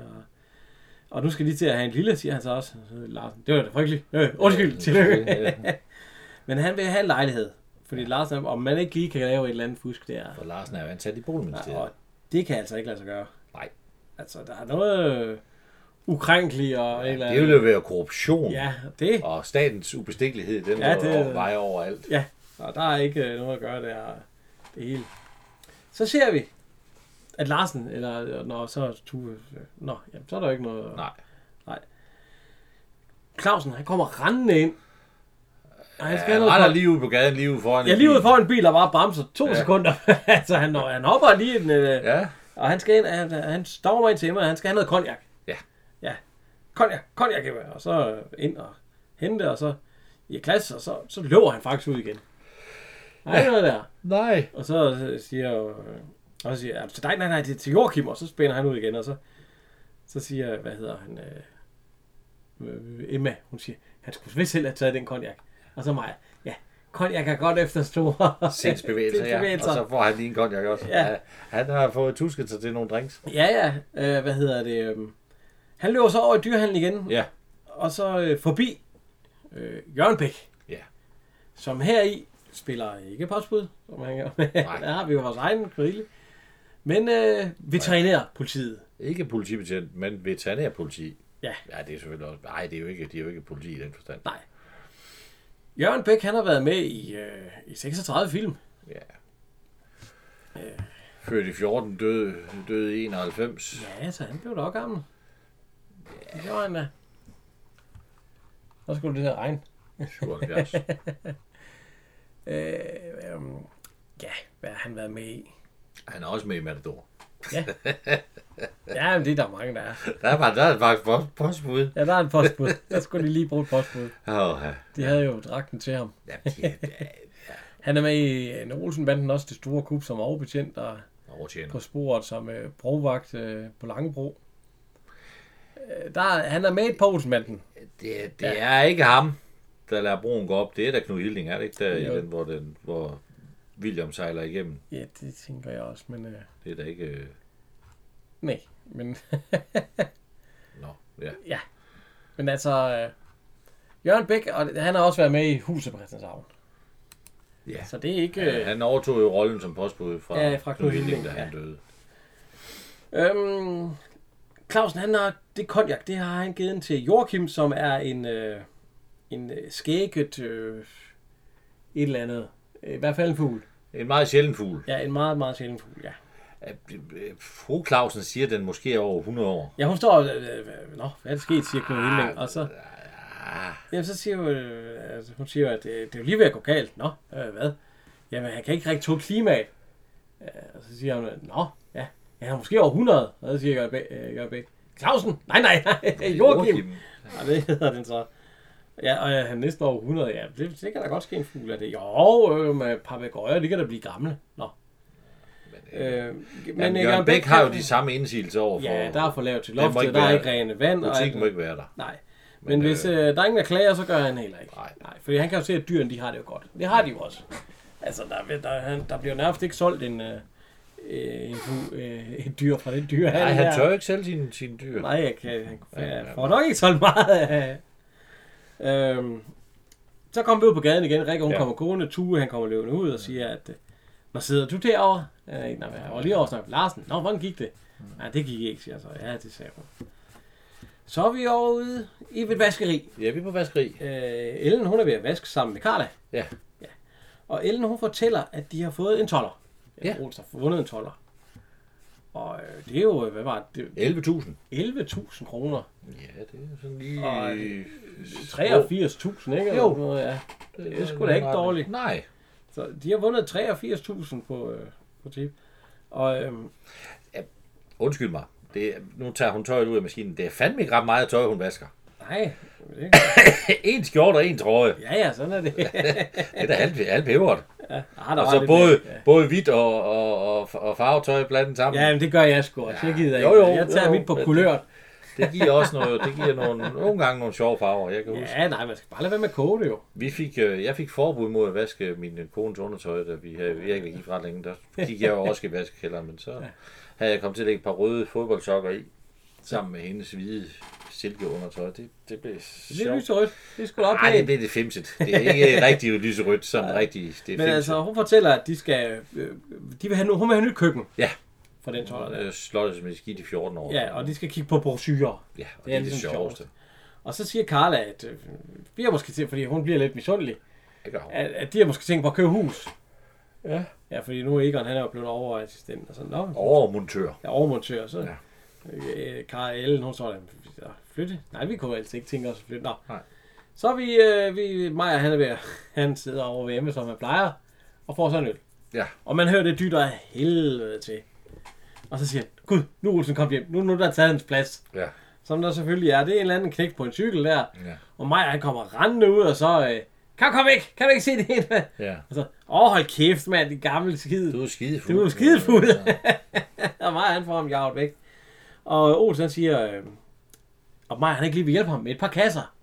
Og nu skal de til at have en lille, siger han så også. Så Larsen, det var da frygteligt. Øh, undskyld, ja, tillykke. Ja. Men han vil have en lejlighed. Fordi Larsen, om man ikke lige kan lave et eller andet fusk der. For Larsen er jo ansat i Ja, boligministeriet. og det kan altså ikke lade sig gøre. øh, Nej. Altså, der er noget øh, ukrænkeligt og ja, et eller Det ville jo være korruption. Ja, det. Og statens ubestikkelighed, den Ja, ja, det- det... vejer overalt. Ja, og der er ikke øh, noget at gøre der. Det hele. Så ser vi, at Larsen, eller øh, når så er Tue, øh, nå, jamen, så er der jo ikke noget. Nej. Clausen, han kommer rendende ind. Og han skal Ja, ja, han render noget, lige ud på gaden, lige ud foran. ja, en lige ud bil. foran en bil, der bare bremser to ja. Ja. sekunder. altså, han, når, han hopper lige en, øh, ja. Ja, og han skal ind, han, han står mig ind til mig, og han skal have noget cognac. Ja. Ja, cognac, cognac, Emma. og så øh, ind og hente, og så i klasse, og så, så løber han faktisk ud igen. Nej, ja. noget der. nej. Og så siger jo, øh, og så siger, jeg, til dig, nej, nej, det er til Joachim, og så spænder han ud igen, og så, så siger, hvad hedder han, øh, øh, Emma, hun siger, han skulle vist selv have taget den konjak. Og så mig, ja, konjak er godt efter store Sindsbevægelser, ja. Og sindsbevægelser. så får han lige en konjak også. Ja. Ja. ja. Han har fået tusket sig til nogle drinks. Ja, ja, øh, hvad hedder det, øh, han løber så over i dyrehandlen igen, Ja. og så øh, forbi øh, Jørgen Bæk, Ja. som her i spiller ikke postbud, som han gør. Der har vi jo vores egen grille. Men øh, veterinærpolitiet. Ikke politibetjent, men veterinærpoliti. Ja. Ja, det er selvfølgelig også... Nej, det er jo ikke, de er jo ikke politi i den forstand. Nej. Jørgen Bæk, han har været med i, øh, i 36 film. Ja. Født i 14, døde, døde i 91. Ja, så han blev da også gammel. Ja. Det gjorde han da. Så skulle det der regne. 77. Øh, øhm, ja, hvad har han været med i? Han er også med i Matador. Ja, men det er der mange, der er. Der var, der var faktisk post- postbud. Ja, der er en postbud. Der skulle de lige bruge et postbud. Åh, ja. De havde jo dragten til ham. Ja, det er Han er med i øh, en Olsenbanden også, det store kub som overbetjent og overtjener. på sporet som øh, brovagt øh, på Langebro. Øh, der, er- han er med i et par Olsenbanden. Det, det er ikke ham, der lader broen gå op. Det er da Knud Hilding, er det ikke der Jo. i den, hvor, den, hvor William sejler igennem? Ja, det tænker jeg også, men... Øh, Det er da ikke... øh, nej, men, Nå, ja. men altså... Øh, Jørgen Bæk, og han har også været med i Huset på Christianshavn. Ja. Så det er ikke... Ja, Øh, han overtog jo rollen som postbud fra, Ja, fra Knud Hilding, da ja. han døde. øhm, Clausen, han har... Det konjak, det har han givet til Joachim, som er en... Øh, en øh, skægget... Øh, et eller andet. I hvert fald en fugl. En meget sjælden fugl. Ja, en meget, meget sjælden fugl, ja. Ja, øh, Fru Clausen siger, at den måske er over 100 år. Ja, hun står... Øh, øh, nå, hvad er det sket, siger Knud Hilding. Og så... Jamen, så siger hun, øh, altså, hun siger, jo, at det, det er jo lige ved at gå galt. Nå, øh, hvad? Jamen, han kan ikke rigtig tåle klimaet. Ja, og så siger hun, øh, nå, ja, ja, han er måske over 100. Og så siger Jørgen Bæk, øh, Jørgen Bæk, Clausen, nej, nej, nej, Joachim. Ja, det hedder den så. Ja, og ja, han er næsten over 100. Ja, det, det kan da godt ske en fugl af det. Jo, øh, med papegøjer, det kan da blive gamle. Nå. Men, øh, Øh, men øh, Jørgen Bæk har jo kan- de samme indsigelser over for... Ja, der er for lavt til Den må loftet, ikke der er være- ikke rene vand. og alt Butikken må ikke være der. Nej. Men, Men hvis øh, der er ingen, der klager, så gør han heller ikke. Nej. Nej fordi han kan jo se, at dyrene de har det jo godt. Det har de jo også. Altså, der, der, han, der bliver nærmest ikke solgt en, øh, øh, en, fu- øh, et dyr fra den dyr. Nej, han tør ikke sælge sine, sine dyr. Nej, jeg, kan, han ja, Ja, ja, ja. får nok ikke solgt meget af. Øhm, så kommer vi ud på gaden igen. Rikke, hun ja. Ja. kommer kone. Tue, han kommer løbende ud og siger, at øh, Nå, sidder du derovre? Øh, nej, men jeg var lige over og snakke med Larsen. Nå, hvordan gik det? Nej, det gik ikke, siger jeg så. Ja, det sagde hun. Så er vi over ude i et vaskeri. Ja, vi er på vaskeri. Øh, Ellen, hun er ved at vaske sammen med Carla. Ja. ja. Og Ellen, hun fortæller, at de har fået en toller. Ja. Eller Olsen har vundet en toller. Og øh, det er jo, øh, hvad var det, 11.000. 11.000 kroner. Ja, det er sådan lige... Og, 83. 83.000, ikke? Jo. Eller sådan noget, Ja. Det er sgu da ikke dårligt. Nej. Så de har vundet 83.000 på, øh, på tip. Og øhm, Undskyld mig. Det er, nu tager hun tøjet ud af maskinen. Det er fandme ikke ret meget tøj, hun vasker. nej, det er ikke- en skjorte og en trøje. ja ja, sådan er det. Det er da halv, halv peberet. Ah, der Og var så lidt både, mere. både hvidt og, og, og, og farvetøj blandet sammen. Ja, men det gør jeg sgu også. Jeg gider ikke. Jo, jo, jeg tager jo, mit på men- kulørt. Det giver også noget, det giver nogle, nogle gange nogle sjove farver, jeg kan huske. Ja, nej, man skal bare lade være med at koge det jo. Vi fik, øh, jeg fik forbud mod at vaske min øh, kones undertøj, da vi havde vi ikke gik ret længe. Der gik jeg jo også i vaskekælderen, men så havde jeg kommet til at lægge et par røde fodboldsokker i, sammen med hendes hvide silkeundertøj. Det, det blev Det er sjovt. lyserødt. Det er sgu da op Nej, det blev det femset. Det er ikke rigtig lyserødt, sådan rigtig. Det er femset. Men altså, hun fortæller, at de skal, øh, de vil have, nu- hun vil have nyt køkken. Ja. For den tøjler der. Øh, slottet som en skidt i 14 år. Ja, og de skal kigge på brosyrer. ja, og det det, er er det ligesom sjoveste. Og så siger Carla, at øh, vi har måske til, fordi hun bliver lidt misundelig, Det gør hun. at, at de har måske tænkt på at købe hus. Ja. Ja, fordi nu er Egon, han er jo blevet overassistent og sådan. Nå, Overmontør. jeg er overmontør, så... Ja. Ja. Øh, Kara Ellen, hun står der, "Vi skal flytte? Nej, vi kunne altså ikke tænke os at flytte. Nå. Nej. Så er vi, øh, vi Maja, han er ved, at- han sidder over ved Emma, som han plejer, og får sådan en øl. Ja. Og man hører det dytter af helvede til. Og så siger han, gud, nu er Olsen kom hjem, nu, nu er der taget hans plads. Ja. Som der selvfølgelig er, det er en eller anden knæk på en cykel der. Ja. Og Maja, han kommer rendende ud, og så, øh, kom, kom væk, kan du ikke se det hele? ja. Og så, åh, hold kæft, mand, det gamle skid. Du er skidefuld. Du er skidefuld. Ja. og Maja han får ham jaget væk. Og Olsen han siger, øh, og Maja han ikke lige vil hjælpe ham med et par kasser.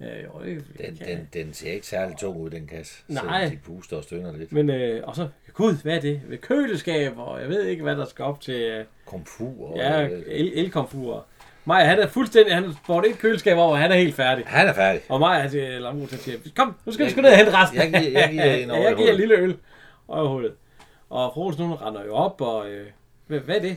Øh, jo, det, Den, kan- den, den ser ikke særlig tung ud, den kasse. Nej. Så de puster og stønner lidt. Men, øh, og så, gud, hvad er det? Ved køleskab, og jeg ved ikke, hvad der skal op til øh, Komfur. Og, ja, øh, el- elkomfurer. Maja, han er fuldstændig, han får det et køleskab over, og han er helt færdig. han er færdig. Og Maja, han siger, eller Olsen siger, kom, nu skal vi sgu ned og hente resten. Jeg giver- jeg giver en over jeg i giver en hullet. lille øl over hullet. Og Frosen, hun render jo op, og øh, hvad, hvad er det?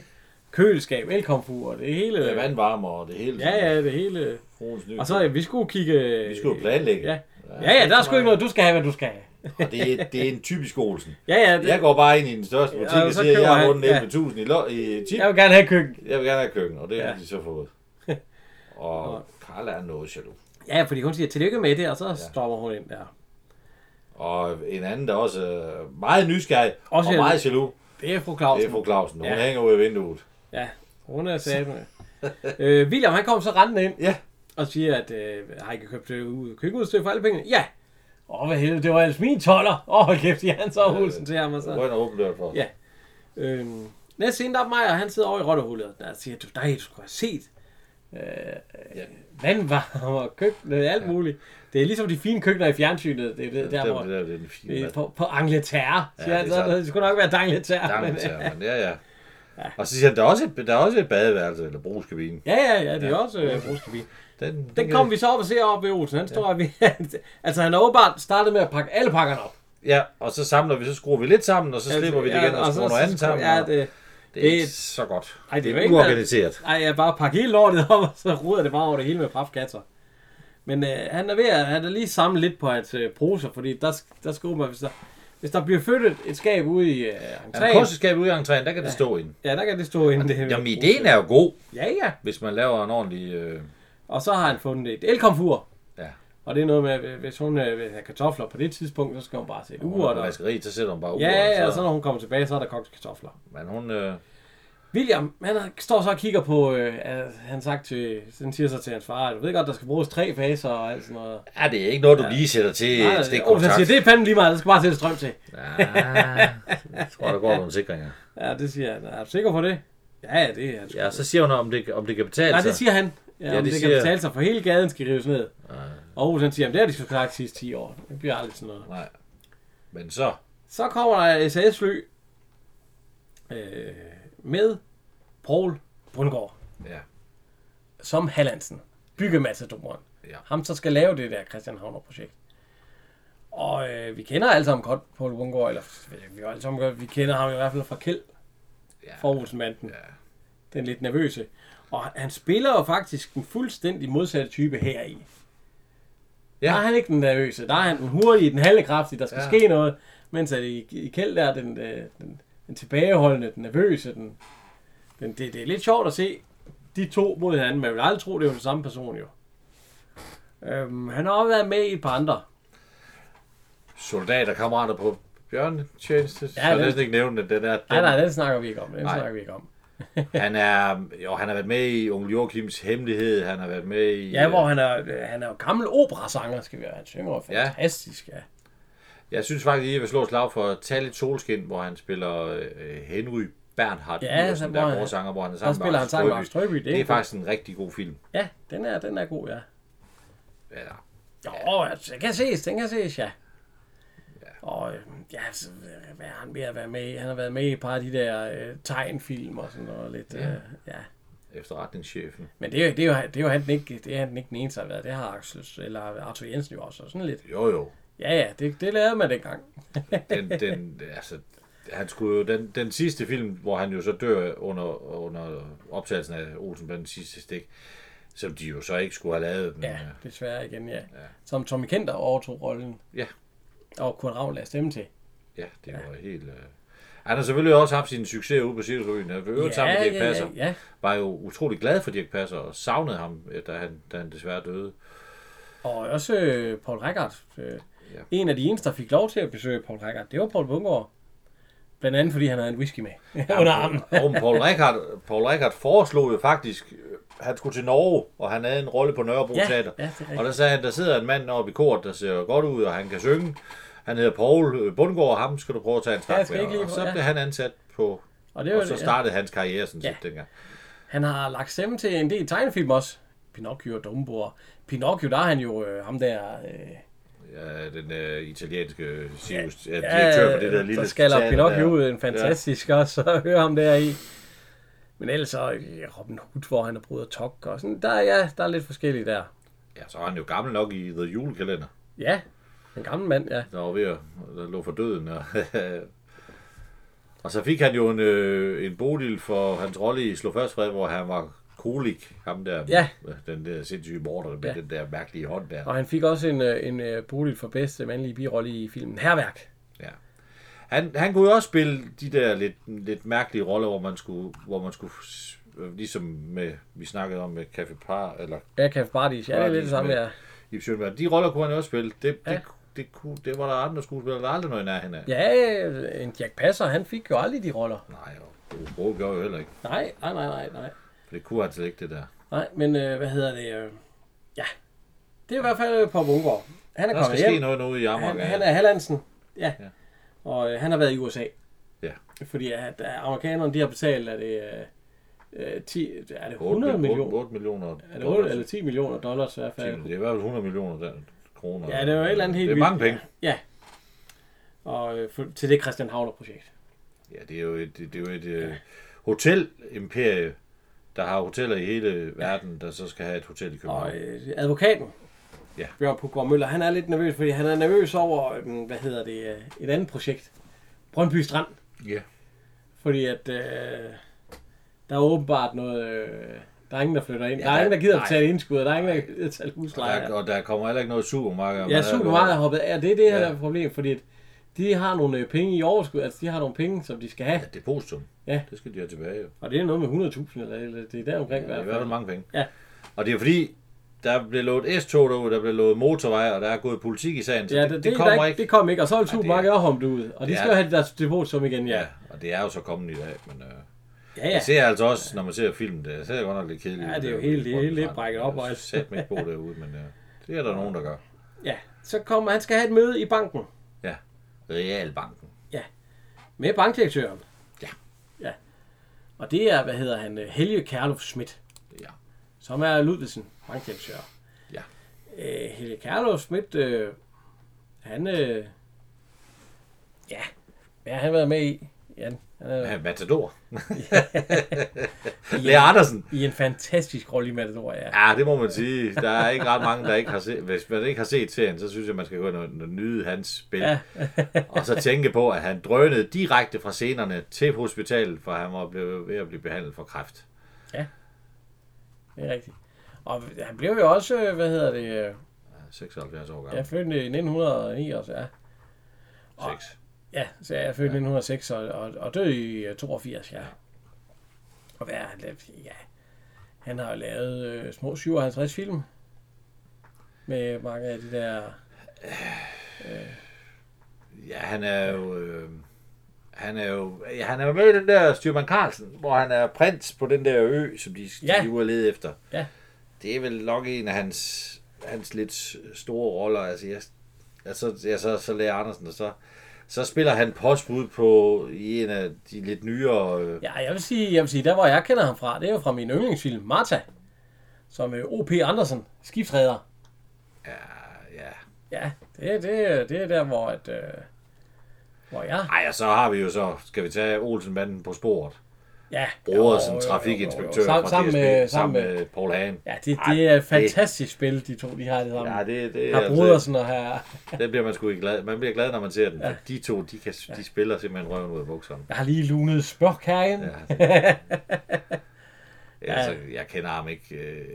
Køleskab, elkomfurer, det hele. Det er vandvarmer og det hele. Ja, ja, det hele. Fruens ny. Og så, ja, vi skulle kigge... øh, Vi skulle jo planlægge. Ja, ja, ja der er sgu ikke noget, du skal have, hvad du skal have. Og det, er, det er en typisk Olsen. Ja, ja, det, Jeg går bare ind i den største butik Ja, og og så siger, at køber jeg har han- vundet ja. 11.000 i, lo- i tip. jeg vil gerne have køkken. Jeg vil gerne have køkken, og det har Ja. de så fået. Og Karla er noget jaloux. Ja, fordi hun siger, tillykke med det, og så ja. stopper hun ind der. Og en anden, der også er meget nysgerrig Også og meget jaloux, Det er fru det er Clausen. fru Clausen. Hun Ja. hænger ud af vinduet. Ja, hun er satme. øh, William, han kom så rendende ind Ja. og siger, at øh, har I ikke købt øh, ud- køkkenudstyr for alle pengene? Ja. Åh, hvad helvede, det var ellers min toller. Åh, hold kæft, siger han så hulsen til ham og så. Gå ind og åbne døren for os. Ja. Øhm, næste scene, der er Maja, han sidder over i rottehullet, der siger, du, dig, du skulle have set. Øh, Ja. ja. Vandvarmer, køkkenet, alt muligt. Det er ligesom de fine køkkener i fjernsynet. Det er det, der, Der, hvor... der, der, det er den fine Det er mad. på, på Angleterre, siger det er han så. sådan. Det skulle nok være Dangleterre. men- øh, Dangleterre, men ja, ja. Og så siger han, der er også et, der er også et badeværelse, eller brugskabine. Ja, ja, ja, det er også øh, brugskabin. Den, den, Den kan- kom vi så op og ser op ved Olsen. Han står ja. altså, han har åbenbart startet med at pakke alle pakkerne op. Ja, og så samler vi, så skruer vi lidt sammen, og så slipper vi det igen, og, skruer noget andet skru- sammen. Ja, Ja, det, det, det, er ikke det- så godt. Ej, det er det jo ikke- er uorganiseret. Ej, jeg bare pakker hele lortet op, og så ruder det bare over det hele med papkasser. Men øh, han er ved at han er lige samle lidt på hans øh, poser, fordi der, sk- der skal man, hvis der, hvis der bliver flyttet et skab ude i øh, Ja, entréen, kosteskab ude i entréen, der kan det stå ind. ja, der kan det stå inde. Det, Jamen, ideen er jo god, Ja, ja. hvis man laver en ordentlig... Øh, Og så har han fundet et elkomfur. Ja. Og det er noget med, at hvis hun øh, vil have kartofler på det tidspunkt, så skal hun bare sætte uret uret. og Og, vaskeri, så sætter hun bare uret. ja, altså- ja, og og så når hun kommer tilbage, så er der kogt kartofler. Men hun... Øh, William, han er- står så og kigger på, øh, at han sagt til, han siger så til hans far, du ved godt, der skal bruges tre faser og alt sådan noget. ja, det er ikke noget, du lige sætter til Nej, et nej, Olsen stikkontakt. siger, det er fandme lige meget, der skal bare sætte strøm til. Ja, jeg tror, der går nogle sikringer. Ja, det siger han. Er du sikker på det? Ja, ja, det er han. sgu. Ja, så siger hun, om det, om det kan betale Nej, sig. det siger han. Ja, ja det, det det siger- kan betale sig, for hele gaden skal rives ned. Og Olsen han siger, "Jamen, det har de sgu sagt de sidste 10 år. Det bliver aldrig sådan noget. Nej. Men så... Så kommer der et SAS-fly øh, med Paul Brungaard Ja. som Hallandsen, byggematadoren. Ja. Ham, så skal lave det der Christian Havner-projekt. Og øh, vi kender alle sammen godt Paul Brungaard, eller vi, vi, alle sammen godt, vi kender ham i hvert fald fra Kjeld, Ja. fra Olsenbanden. Ja. den lidt nervøse. Og han spiller jo faktisk den fuldstændig modsatte type her i. Ja. Ja. Der er han ikke den nervøse. Der er han den hurtige, den halvekraftige, der skal ja. Ja. ske noget. Mens at i, i Kjeld der er den, øh, den, den tilbageholdende, den nervøse, den, Men det, det er lidt sjovt at se de to mod hinanden. Man vil aldrig tro, det er jo den samme person jo. Øhm, han har også været med i et par andre. Soldaterkammerater på bjørnetjeneste. Ja, så den- jeg næsten ikke nævne, at den er... Den, Nej, nej, den snakker vi ikke om. Den Nej. snakker vi ikke om. Han er... Jo, han har været med i Onkel Joachims Hemmelighed. Han har været med i... Ja, hvor han er, øh, han er jo gammel operasanger, skal vi være. Han synger jo Ja. fantastisk, ja. øh, Jeg synes faktisk, at I vil slå et slag for Talit Solskin, hvor han spiller øh, Henry Bernhardt. Ja, Pedersen, så der hvor er han- forsanger, hvor han er Der sammen med spiller han Anders sammen med Strøby. Lars Trøby. Det, Det er er faktisk en rigtig god film. Ja, den er, den er god, ja. Ja. Jo, altså, den kan ses, den kan ses, ja. Og øh, ja, så, øh, hvad har han mere været med i? Han har været med i et par af de der øh, tegnfilm og sådan noget lidt. Ja. Øh, ja. Efterretningschefen. Men det, er- det, er jo, det er jo han den ikke, det er han den ikke den eneste, der har været. Det har Axel, eller Arthur Jensen jo også, og sådan lidt. Jo, jo. Ja, ja, det, det lavede man dengang. Den, den, altså, han skulle jo, den, den sidste film, hvor han jo så dør under, under optagelsen af Olsen blandt den sidste stik, som de jo så ikke skulle have lavet. Men, Ja, øh, desværre igen, ja. Som Tommy Kenter overtog rollen, ja, og Kurt Ravn lagde stemme til. ja, det var helt... Øh... Han har selvfølgelig også haft sine succeser ude på Cirkusrevyen. Han blev øvrigt sammen med Dirk Passer. ja, ja. Var jo utrolig glad for Dirk Passer og savnede ham, øh, da han, da han desværre døde. Og også øh, Paul Reichardt. Øh, Ja. En af de eneste, der fik lov til at besøge Paul Reichardt, det var Paul Bungård. Blandt andet, fordi han havde en whisky med under armen. Og Paul Reichhardt, Paul Reichhardt foreslog jo faktisk, øh, han skulle til Norge, og han havde en rolle på Nørrebro Ja, Teater. ja, det er rigtigt. og der sagde han, der sidder en mand oppe i kort, der ser godt ud, og han kan synge. Han hedder Paul Bundgaard, og ham skal du prøve at tage en Ja, jeg snak skal med. ikke lige og prøve- så ja. blev han ansat på, Og, det var og så det, ja. startede hans karriere sådan Ja. set dengang. Han har lagt stemme til en del tegnefilm også. Pinocchio og Dumbo. Og Pinocchio, der er han jo øh, ham der... Øh, Ja, den øh, italienske cirkus, ja, direktør ja, for det der lille øh, der skaller teater Pinocchio der. ud en fantastisk ja. også, og høre ham der i. Men ellers så øh, Robin Hood, hvor han er brudt og tok og sådan. Der, er- ja, der er lidt forskellige der. Ja, så er han jo gammel nok i The Julekalender. Ja, en gammel mand, ja. der var ved at der lå for døden. Og, og så fik han jo en, øh, en bodil for hans rolle i Slå Først Fred, hvor han var kolik, ham der, Ja. den der sindssyge morder med Ja. ja. den der mærkelige hånd der. Og han fik også en, øh, en øh, Bodil for bedste mandlige birolle i filmen Herværk. Ja. Han, han kunne jo også spille de der lidt, lidt mærkelige roller, hvor man skulle, hvor man skulle s- øh, ligesom med, vi snakkede om med Café Par, eller Ja, Café Paradis. Ja, det er lidt det samme, ja. Ip Sjønberg. De roller kunne han jo også spille. Det, ja. Ja. det, det, kunne, det var der andre skuespillere, der aldrig noget i nærheden af. Ja, øh, en Jack Passer, han fik jo aldrig de roller. Nej, og Ove Bro gjorde jo heller ikke. Nej, nej, nej, nej, nej. For det kunne han slet ikke, det der. Nej, men øh, hvad hedder det? Øh, ja, det er i hvert fald øh, Paul Bungård. Han er Der skal kommet ske hjem. noget nu i Amager. Han, Ja. han er Hallandsen. Ja. Ja. Og øh, han har været i USA. Ja. Fordi at øh, amerikanerne, de har betalt, er det, øh, øh, 10, er det 8, 100 millioner? 8 millioner. Er altså, det 8 eller 10 millioner dollars i hvert fald? Det er i hvert fald 100 millioner der, kroner. Ja, det er jo et eller andet helt Mm. Det er mange penge. Ja. Og øh, for, til det Christian Havner-projekt. Ja, det er jo et, det er jo et ja. hotelimperie, der har hoteller i hele verden, der så skal have et hotel i København. Og øh, advokaten, Ja. Bjørn Puggaard Møller, han er lidt nervøs, fordi han er nervøs over, øh, hvad hedder det, øh, et andet projekt. Brøndby Strand. Ja. Fordi at øh, der er åbenbart noget... Øh, der er ingen, der flytter ind. Ja, Ja, der, er ingen, der gider nej. betale indskud, og der er ingen, der gider betale Og husleje. der, og der kommer heller ikke noget supermarked. Man Ja, er- supermarkedet har hoppet af, og det er det her Ja. der er problemet, fordi at de har nogle øh, penge i overskud, altså de har nogle penge, som de skal have, Ja, depositum. Ja. Det skal de have tilbage. Jo. og det er noget med 100.000 eller, eller det er der omkring i Det er i hvert hvert fald fald. mange penge. Ja. Og det er fordi, der blev lovet S-tog derude, der blev lovet motorvej, og der er gået politik i sagen, så Ja, Altså, det, det, kommer ikke. Det kom ikke, og så er det er- supermarkedet også hoppet ud, og de Ja. skal jo have deres depot som igen, ja. Ja, og det er jo så kommet i dag, men... Øh, Ja, Ja. ja. Jeg ser altså også, når man ser filmen, det ser godt nok lidt kedeligt. Ja, ud det er jo derude i helt- det er helt Brøndby lidt brækket op, Strand. Jeg altså. satte mig ikke på derude, men ja, det er der nogen, der gør. ja. Så kommer, han skal have et møde i banken, Ja, Realbanken. med bankdirektøren. Ja. Ja. Og det er, hvad hedder han, øh, Helge Kærluf Schmidt. Ja, som er Ludvigsen, bankdirektør. Ja. Øh, Helle Carlo Schmidt, øh, han, øh, ja, hvad har han været med i? Jan, han er, Ja, Matador. Lea Andersen. I en fantastisk rolle i Matador, ja. Ja, det må man sige. Der er ikke ret mange, der ikke har set. Hvis man ikke har set serien, så synes jeg, man skal gå ind og og nyde hans spil. Ja. og så tænke på, at han drønede direkte fra scenerne til hospitalet, for han var blevet ved at blive behandlet for kræft. Det er rigtigt. Og han blev jo også, øh, hvad hedder det, øh, Han er 76 år jeg er gammel. født i 1909 også, ja. Ja. Ja, så jeg er født i 1906 og, og, og død i øh, 82, ja. Og hvad er han lavet? Ja, han har jo lavet øh, små 57 film. Med mange af de der... Ja, han er jo... Øh, han er jo ja, han er jo med i den der Styrman Carlsen, hvor han er prins på den der ø, som de, ja. Ja. de er ude at lede efter. Ja. Det er vel nok en af hans, hans lidt store roller. Altså, jeg, jeg, så, jeg, så, så lærer Andersen, og så, så spiller han postbud på i en af de lidt nyere... Øh, Ja, jeg vil sige, jeg vil sige der hvor jeg kender ham fra, det er jo fra min yndlingsfilm, Marta. Som øh, O.P. Andersen, skibsredder. ja, ja. Ja, det, det, det er der, hvor, at, øh, hvor jeg... Ej, og så har vi jo så, skal vi tage Olsenbanden på sporet. Ja, øh, Brodersen, jo, jo, jo, jo, jo. trafikinspektør Sam, fra sammen, DSB, med, sammen sammen med... med Paul Hagen. Ja, det, Ej, det er et fantastisk spil, de to, de har det sammen. Ja, det, altså- det, Her Brodersen og her... det bliver man sgu ikke glad. Man bliver glad, når man ser den. Ja. De to, de, kan, de spiller simpelthen røven ud af bukserne. Jeg har lige lunet spørg herinde. Ja, Ja. Ja. Altså, jeg kender ham ikke. Øh,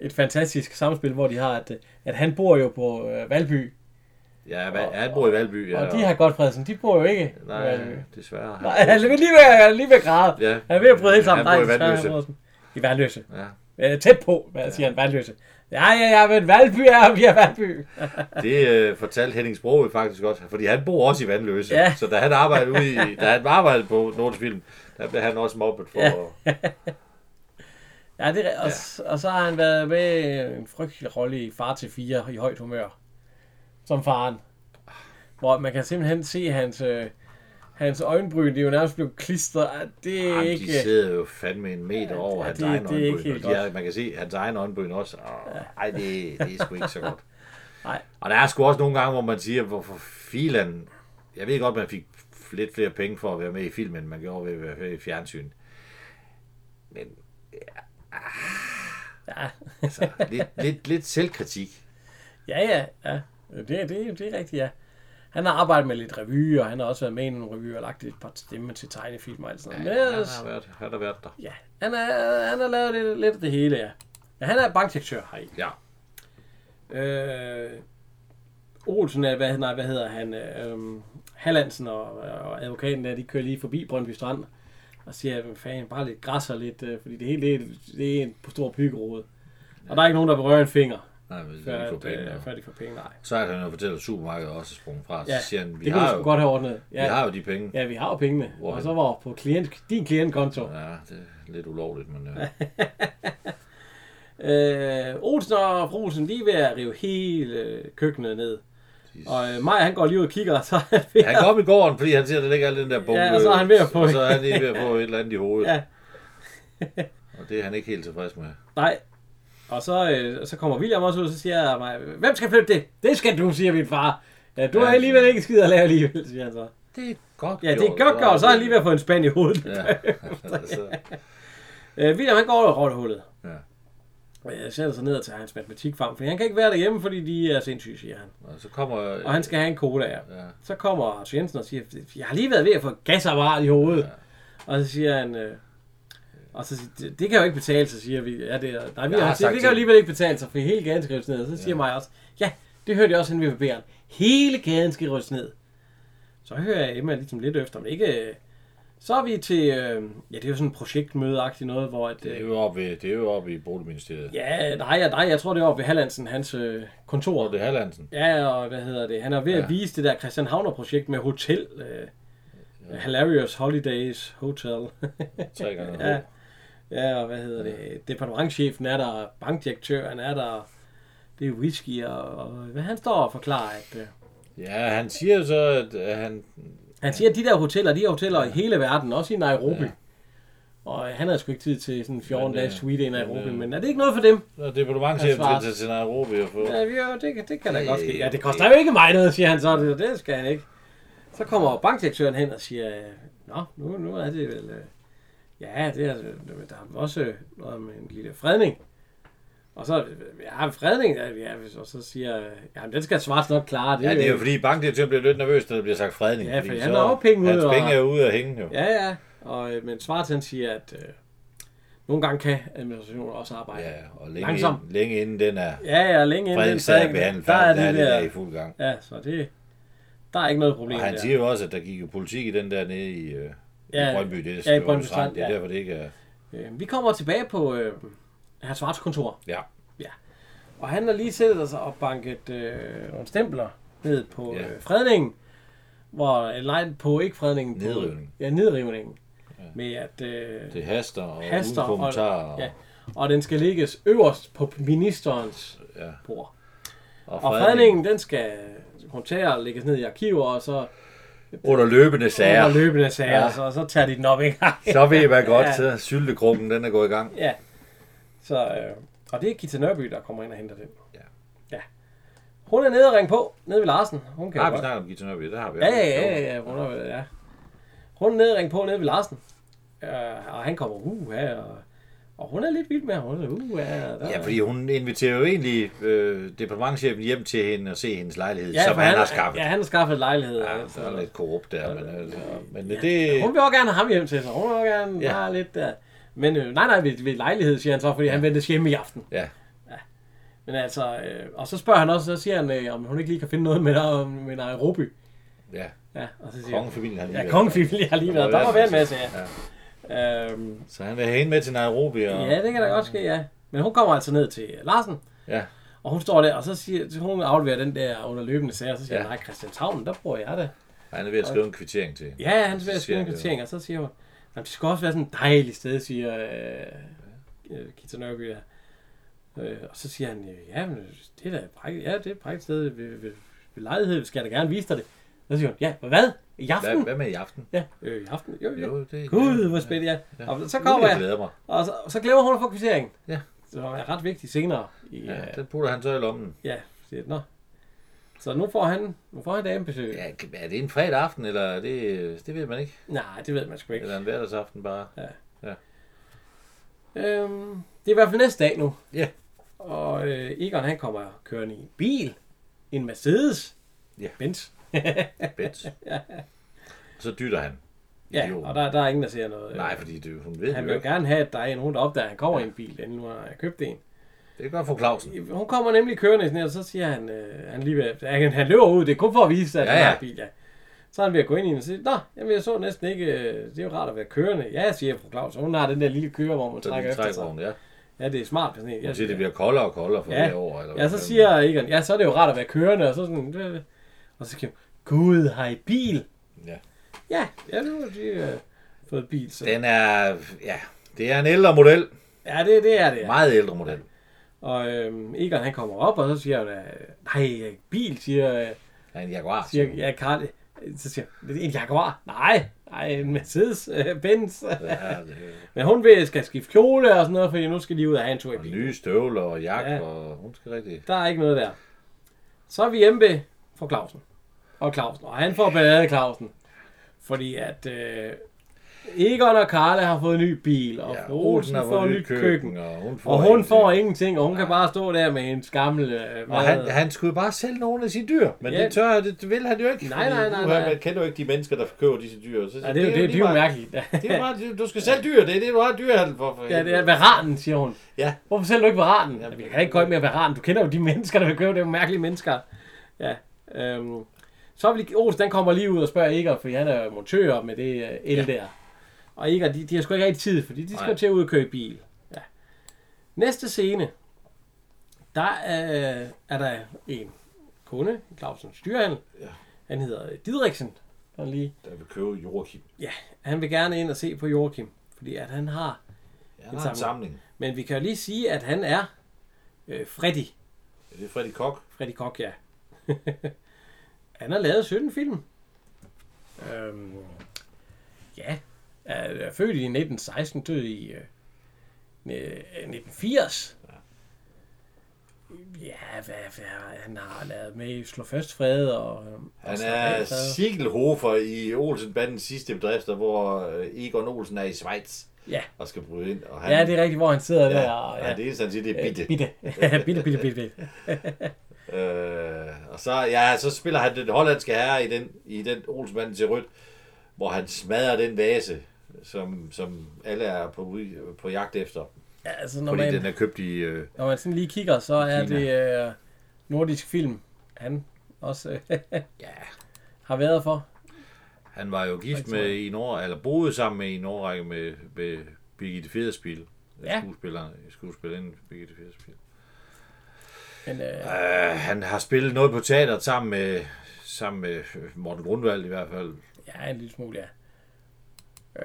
Et fantastisk samspil, hvor de har, at, øh, at han bor jo på øh, Valby, jeg er, Val- han bor i Valby. Ja, og de har godt Frederiksen, de bor jo ikke Nej. i Valby. Nej, desværre. Nej, han er lige ved, han er lige ved at græde. Ja. Han er ved at bryde helt sammen. Han bor i Nej, desværre, Vanløse. Brodersen. I Vandløse. Ja, Ja. Tæt på, hvad siger han, Vandløse. Ja, ja, ja, men Valby er, vi er Valby. det øh, fortalte Henning Sprogø faktisk godt, fordi han bor også i Vandløse. Ja. Så da han arbejdede ude i, da han arbejdede på Nordisk Film, der blev han også mobbet for. Ja. Ja. Ja, det er, og, ja. og så har han været med i en frygtelig rolle i Far til fire i højt humør. Som faren. Hvor man kan simpelthen se hans, øh, hans øjenbryn, de er jo nærmest blevet klistret. Ah, Det er Jamen, ikke... de sidder jo fandme en meter over ja, hans det- egen det er ikke øjenbryn. og helt de er, godt. man kan se hans egen øjenbryn også. Åh, Ej, det, det er sgu ikke så godt. Nej. Og der er sgu også nogle gange, hvor man siger, hvorfor filan... Jeg ved godt, man fik lidt flere penge for at være med i filmen, end man gjorde ved at være med i fjernsyn. Men Ja, altså, lidt, lidt, lidt selvkritik. ja, ja. ja. Det, det, det er rigtigt, ja. Han har arbejdet med lidt revyer, og han har også været med i nogle revyer og lagt et par stemme til tegnefilm og alt sådan noget. Han Men ellers- har været, han har været der. ja, han har, han har lavet lidt, lidt af det hele, ja. ja han er bankdirektør heri. Ja. Øh, Olsen, er, hvad, nej, hvad hedder han? Øh, Hallandsen og, og advokaten der, de kører lige forbi Brøndby Strand og siger, "Hvad fanden, bare lidt græs og lidt, øh, fordi det hele det er, det er en stor pygerode. Og der er ikke nogen, der vil røre en finger, Nej, men det før, er at, ikke for penge, øh, ja. før de får penge. Nej. Så er han jo fortalt, at supermarkedet også er sprunget fra. Ja, Så siger han, vi det kunne vi har sgu jo, godt have ordnet. vi Ja, har jo de penge. ja vi har jo pengene. Hvor og han- så var på klient, din klientkonto. Ja, det er lidt ulovligt, men... Øh. Øh, Olsen og Frosen, de er ved at rive hele køkkenet ned. Og øh, Maja, han går lige ud og kigger, og så er han ved Han går op i gården, fordi han ser, at der ligger al den der bombe. Ja, og så er han ved at få- og så er han lige ved at få et eller andet i hovedet. Ja. og det er han ikke helt tilfreds med. Nej. Og så, øh, så kommer William også ud, og så siger jeg mig, hvem skal flytte det? Det skal du, siger min far. Ja, du Ja, har alligevel ikke skid at lave alligevel, siger han så. Det er godt Ja, det er godt godt, så er han lige ved at få en spand i hovedet. Ja. Ja. så, Øh, William, han går over i rottehullet. Ja. Og jeg Øh, sætter sig ned og tager hans matematik frem, for han kan ikke være derhjemme, fordi de er sindssyge, siger han. og så kommer... Og han skal have en cola, ja. Ja. Så kommer Anders Jensen og siger, jeg har lige været ved at få et gasapparat i hovedet. Og så siger han, øh, og så siger, det, det kan jo ikke betale sig, siger vi. Ja, det, er- nej, vi Jeg har har siger, sagt det til- kan jo alligevel ikke betale sig, for hele gaden skal rives ned. Så siger ja. mig også, ja, det hørte jeg også henne ved barberen. Hele gaden skal rives ned. Så hører jeg Emma ligesom lidt efter, men ikke... øh, Så er vi til, øh, ja, det er jo sådan et projektmødeagtigt noget, hvor at, Det er øh, jo oppe, ved, det er jo oppe i Boligministeriet. Ja. ja, nej, ja, nej, jeg tror det er oppe ved Hallandsen, hans øh, kontor. Det er Hallandsen. Ja, og hvad hedder det? Han er ved ja. at vise det der Christian Havner-projekt med hotel. Øh, ja. Hilarious Holidays Hotel. Tre gange. Ja. ja, og hvad hedder det? Departementchefen er der, bankdirektøren er der, det er whisky, og, og hvad han står og forklarer, at øh, ja, han siger jo så, at øh, han... han siger, at de der hoteller, de er hoteller i hele verden, også i Nairobi. Ja. Og øh, han havde sgu ikke tid til sådan 14 Men, øh, dages suite i Nairobi, øh, men er det ikke noget for dem? Når departementchefen Han svarer- skal til til Nairobi og få... Ja, vi- jo, det, kan- det kan da Øh, godt ske. Ja, det okay. koster jo ikke mig noget, siger han så. Det, det skal han ikke. Så kommer bankdirektøren hen og siger, øh, Nå, nu, nu er det vel... øh, Ja, det er, øh, der er også øh, noget om en lille fredning. Og så, øh, ja, en fredning, ja, ja, og så siger, øh, jamen, den skal Svarts nok klare. Ja, det er jo fordi bankdirektøren bliver lidt nervøs, når der bliver sagt fredning. Ja, fordi for så- han har jo penge ud, Hans og- penge er ude af hænge jo. Ja, ja. Og, øh, men Svarts han siger, at øh, nogle gange kan administrationen også arbejde. Ja, Ja, og længe, Langsom. inden, længe inden den er ja, ja længe inden den fredningssag fredning, behandlet, der er færdig, der er det det der der. i fuld gang. Ja, så det, der er ikke noget problem Og han der. siger jo også, at der gik jo politik i den der nede i, øh, i ja, i Brøndby, det er ja, i Brøndby Strand, det er ja. derfor, det ikke er... Øh, vi kommer tilbage på øh, herr Svarts kontor, Ja, og han har lige siddet sig og banket øh, nogle stempler ned på Ja. øh, fredningen, hvor, eller nej, på ikke fredningen, på, Nedrivningen. Ja, nedrivningen. Ja. Med at, øh, det haster og haster, haster, uden kommentarer. og, ja, og den skal ligges øverst på ministerens Ja. bord. og, Og fredningen, den skal håndtere og lægges ned i arkiver, og så Under løbende sager. ja. løbende sager, ja. Ja. og, så, og så tager de den op en gang. Så ved man godt, Ja. så syltekrukken, den er gået i gang. ja. Så, øh, og det er Gita Nørby, der kommer ind og henter den. Ja. ja. Hun er nede og ringe på, nede ved Larsen. Hun kan Har jo Ah, vi godt- snakket om Gita Nørby? Det har vi. Ja, ja, ja, ja. Hun er, ja. Hun er nede og ringe på nede ved Larsen. Øh, og han kommer, uh, ja, og, og hun er lidt vild med ham. Hun er, uh, ja, der- Ja, fordi hun inviterer jo egentlig øh, departementchefen hjem til hende og se hendes lejlighed, Ja, ja, som for han, har skaffet. Ja, Ja, han har skaffet lejlighed. altså. Ja, ja, så er lidt korrupt der, men, altså, men ja. Hun det... vil også gerne have ham hjem til sig. Hun vil også gerne ja. Ja. bare lidt der. Men øh, nej, nej, ved, ved lejlighed, siger han så, fordi ja. han ventes hjemme i aften. Ja, Men altså, øh, og så spørger han også, så siger han, øh, om hun ikke lige kan finde noget med, der, med Nairobi. ja. Ja, og så siger han, Kongefamilien har lige ja, været- kongefamilie har lige været. Der må være en masse, ja. ja. ja. Øhm, Så han vil have hende med til Nairobi, og... ja, det kan da godt ske, ja. Men hun kommer altså ned til Larsen, ja. og hun står der, og så siger, så hun afleverer den der underløbende sag, og så siger Ja. ja. nej, Christian Tavlen, der bor jeg da. Han er ved at skrive en kvittering til. Ja, han er ved at skrive Så siger en han det. kvittering, og så siger hun, "Nå, det skal også være sådan et dejligt sted, siger øh, øh, Kita Nørby. der. Øh, og så siger han, øh, ja, men det er da et praktisk, ja, det er et praktisk sted ved, ved, ved lejlighed, skal jeg da gerne vise dig det. Så siger hun, ja, hvad? I Hvad, aften? hvad med i aften? Ja, øh, i aften. Jo, jo. Jo, det Gud, hvor spændende, ja. Ja. Og så Nu kommer Jeg jeg, glæder mig. og så, så glemmer hun at få kvitteringen. Ja. Det er ret vigtigt senere. I, Ja, ja, den putter han så i lommen. ja, det, nå. Så nu får han, nu får han damebesøg. Ja, er det en fredag aften, eller er det, det ved man ikke? Nej, det ved man sgu ikke. Eller en hverdagsaften bare? Øhm, det er i hvert fald næste dag nu. Ja. Og øh, Egon han kommer kørende i en bil. En Mercedes. Ja. Benz. Bets. Så dytter han. Ja, Idioten. og der, der er ingen, der ser noget. Nej, fordi det, hun ved Han han vil jo jo ikke. gerne have, at der er nogen, der opdager, at han kommer i en bil, inden nu har jeg købt en. Det gør fru Clausen. Hun kommer nemlig kørende sådan her, og så siger han, øh, han, lige ved, han, han løber ud, det er kun for at vise, at Ja, ja, han har ja. en bil, ja. Så er han ved at gå ind i den og sige, Nå, jamen, jeg så næsten ikke, øh, det er jo rart at være kørende. Ja, siger fru Claus, hun har den der lille kører, hvor man Så trækker lige efter trækker sig. hun, ja. Ja, det er smart. Sådan en. Hun Ja, siger, det bliver koldere og koldere for Ja. ja. hver år. Eller Ja, så siger Egon, ja, så er det jo rart at være kørende, og så sådan, øh, øh. og så siger hun, Gud, har I bil? Ja. Ja, ja nu har de øh, fået bil, så. Den er... Ja, det er en ældre model. Ja, det, det er det, Ja. ja. Meget ældre model. Og øh, Egon, han kommer op, og så siger hun, øh, nej, øh, bil, siger, øh, Ja, en Jaguar. siger ja, Karl, øh, så siger hun, en Jaguar, nej, nej, en Mercedes, øh, Benz. Ja, det er, Men hun vil, skal skifte kjole og sådan noget, fordi nu skal de ud og have en tur i og bil. nye støvler og jakke, Ja. ja. og hun skal rigtig... Der er ikke noget der. Så er vi hjemme ved for Clausen. Og Clausen. Og han får ballade Clausen. Fordi at øh, Egon og Karla har fået en ny bil, og ja, Olsen har får en fået ny nyt køkken. køkken. og hun får, Og hun ingenting. får ingenting, og hun kan bare stå der med hendes gamle øh, Og mad. han, han skulle jo bare sælge nogle af sine dyr, men Ja. ja. det tør det, det vil han jo ikke. Nej, nej, fordi nej, uha, nej. Man kender jo ikke de mennesker, der køber disse dyr. Så, ja, det, er jo, det, det, det er lige jo meget- mærkeligt. Det er jo meget, du skal sælge dyr, det er det, du har dyrehandel for. for ja, det er helvede. varanen, siger hun. Ja. Hvorfor sælger du ikke varanen? Jamen, Jamen, jeg kan ikke gå ind med varanen. Du kender jo de mennesker, der vil købe det. Det er jo mærkelige mennesker. Ja. Øhm. Så vil de, Olsen, den kommer lige ud og spørger Eger, fordi han er jo montør med det øh, el ja. der. Og Eger, de, de har sgu ikke rigtig tid, fordi de skal Nej. til at ud og køre i bil. Ja. Næste scene, der er, er der en kunde, Clausens dyrehandel. Ja. Han hedder Didriksen. Han lige Der vil købe Joachim. Ja, han vil gerne ind og se på Joachim, fordi at han har... Ja, han har en samling. Men vi kan jo lige sige, at han er øh, Freddy. Ja, det er Freddy Kok. Freddy Koch, ja. han har lavet 17 film. Øhm, ja, er, er født i 1916, død i øh, ne- øh, 1980. Ja, hvad, hvad, han har lavet med i Slå Først Fred og... øhm, Han og Slå er Af Fred. Siegelhofer i Olsenbandens sidste bedrifter, hvor øh, Egon Olsen er i Schweiz Ja. og skal bryde ind. Og han, Ja, det er rigtigt, hvor han sidder ja, der. Og, ja. ja, det eneste, han siger, det er bitte. bitte. Bitte, bitte, bitte, bitte. Øh, og så, ja, så spiller han den hollandske herre i den, i den Olsmanden til rødt, hvor han smadrer den vase, som, som alle er på, ude- på jagt efter. Ja, altså, når Fordi man, den er købt i... Øh, når man sådan lige kigger, så er Kina. det øh, nordisk film, han også øh, ja, har været for. Han var jo gift med i Nord, eller boede sammen med i en årrække med, med Birgitte Federspil. Ja. Ja. Skuespilleren, skuespilleren Birgitte Federspil. Men, øh, Uh, han har spillet noget på teateret sammen med, sammen med øh, Morten Grundvald i hvert fald. ja, en lille smule, ja.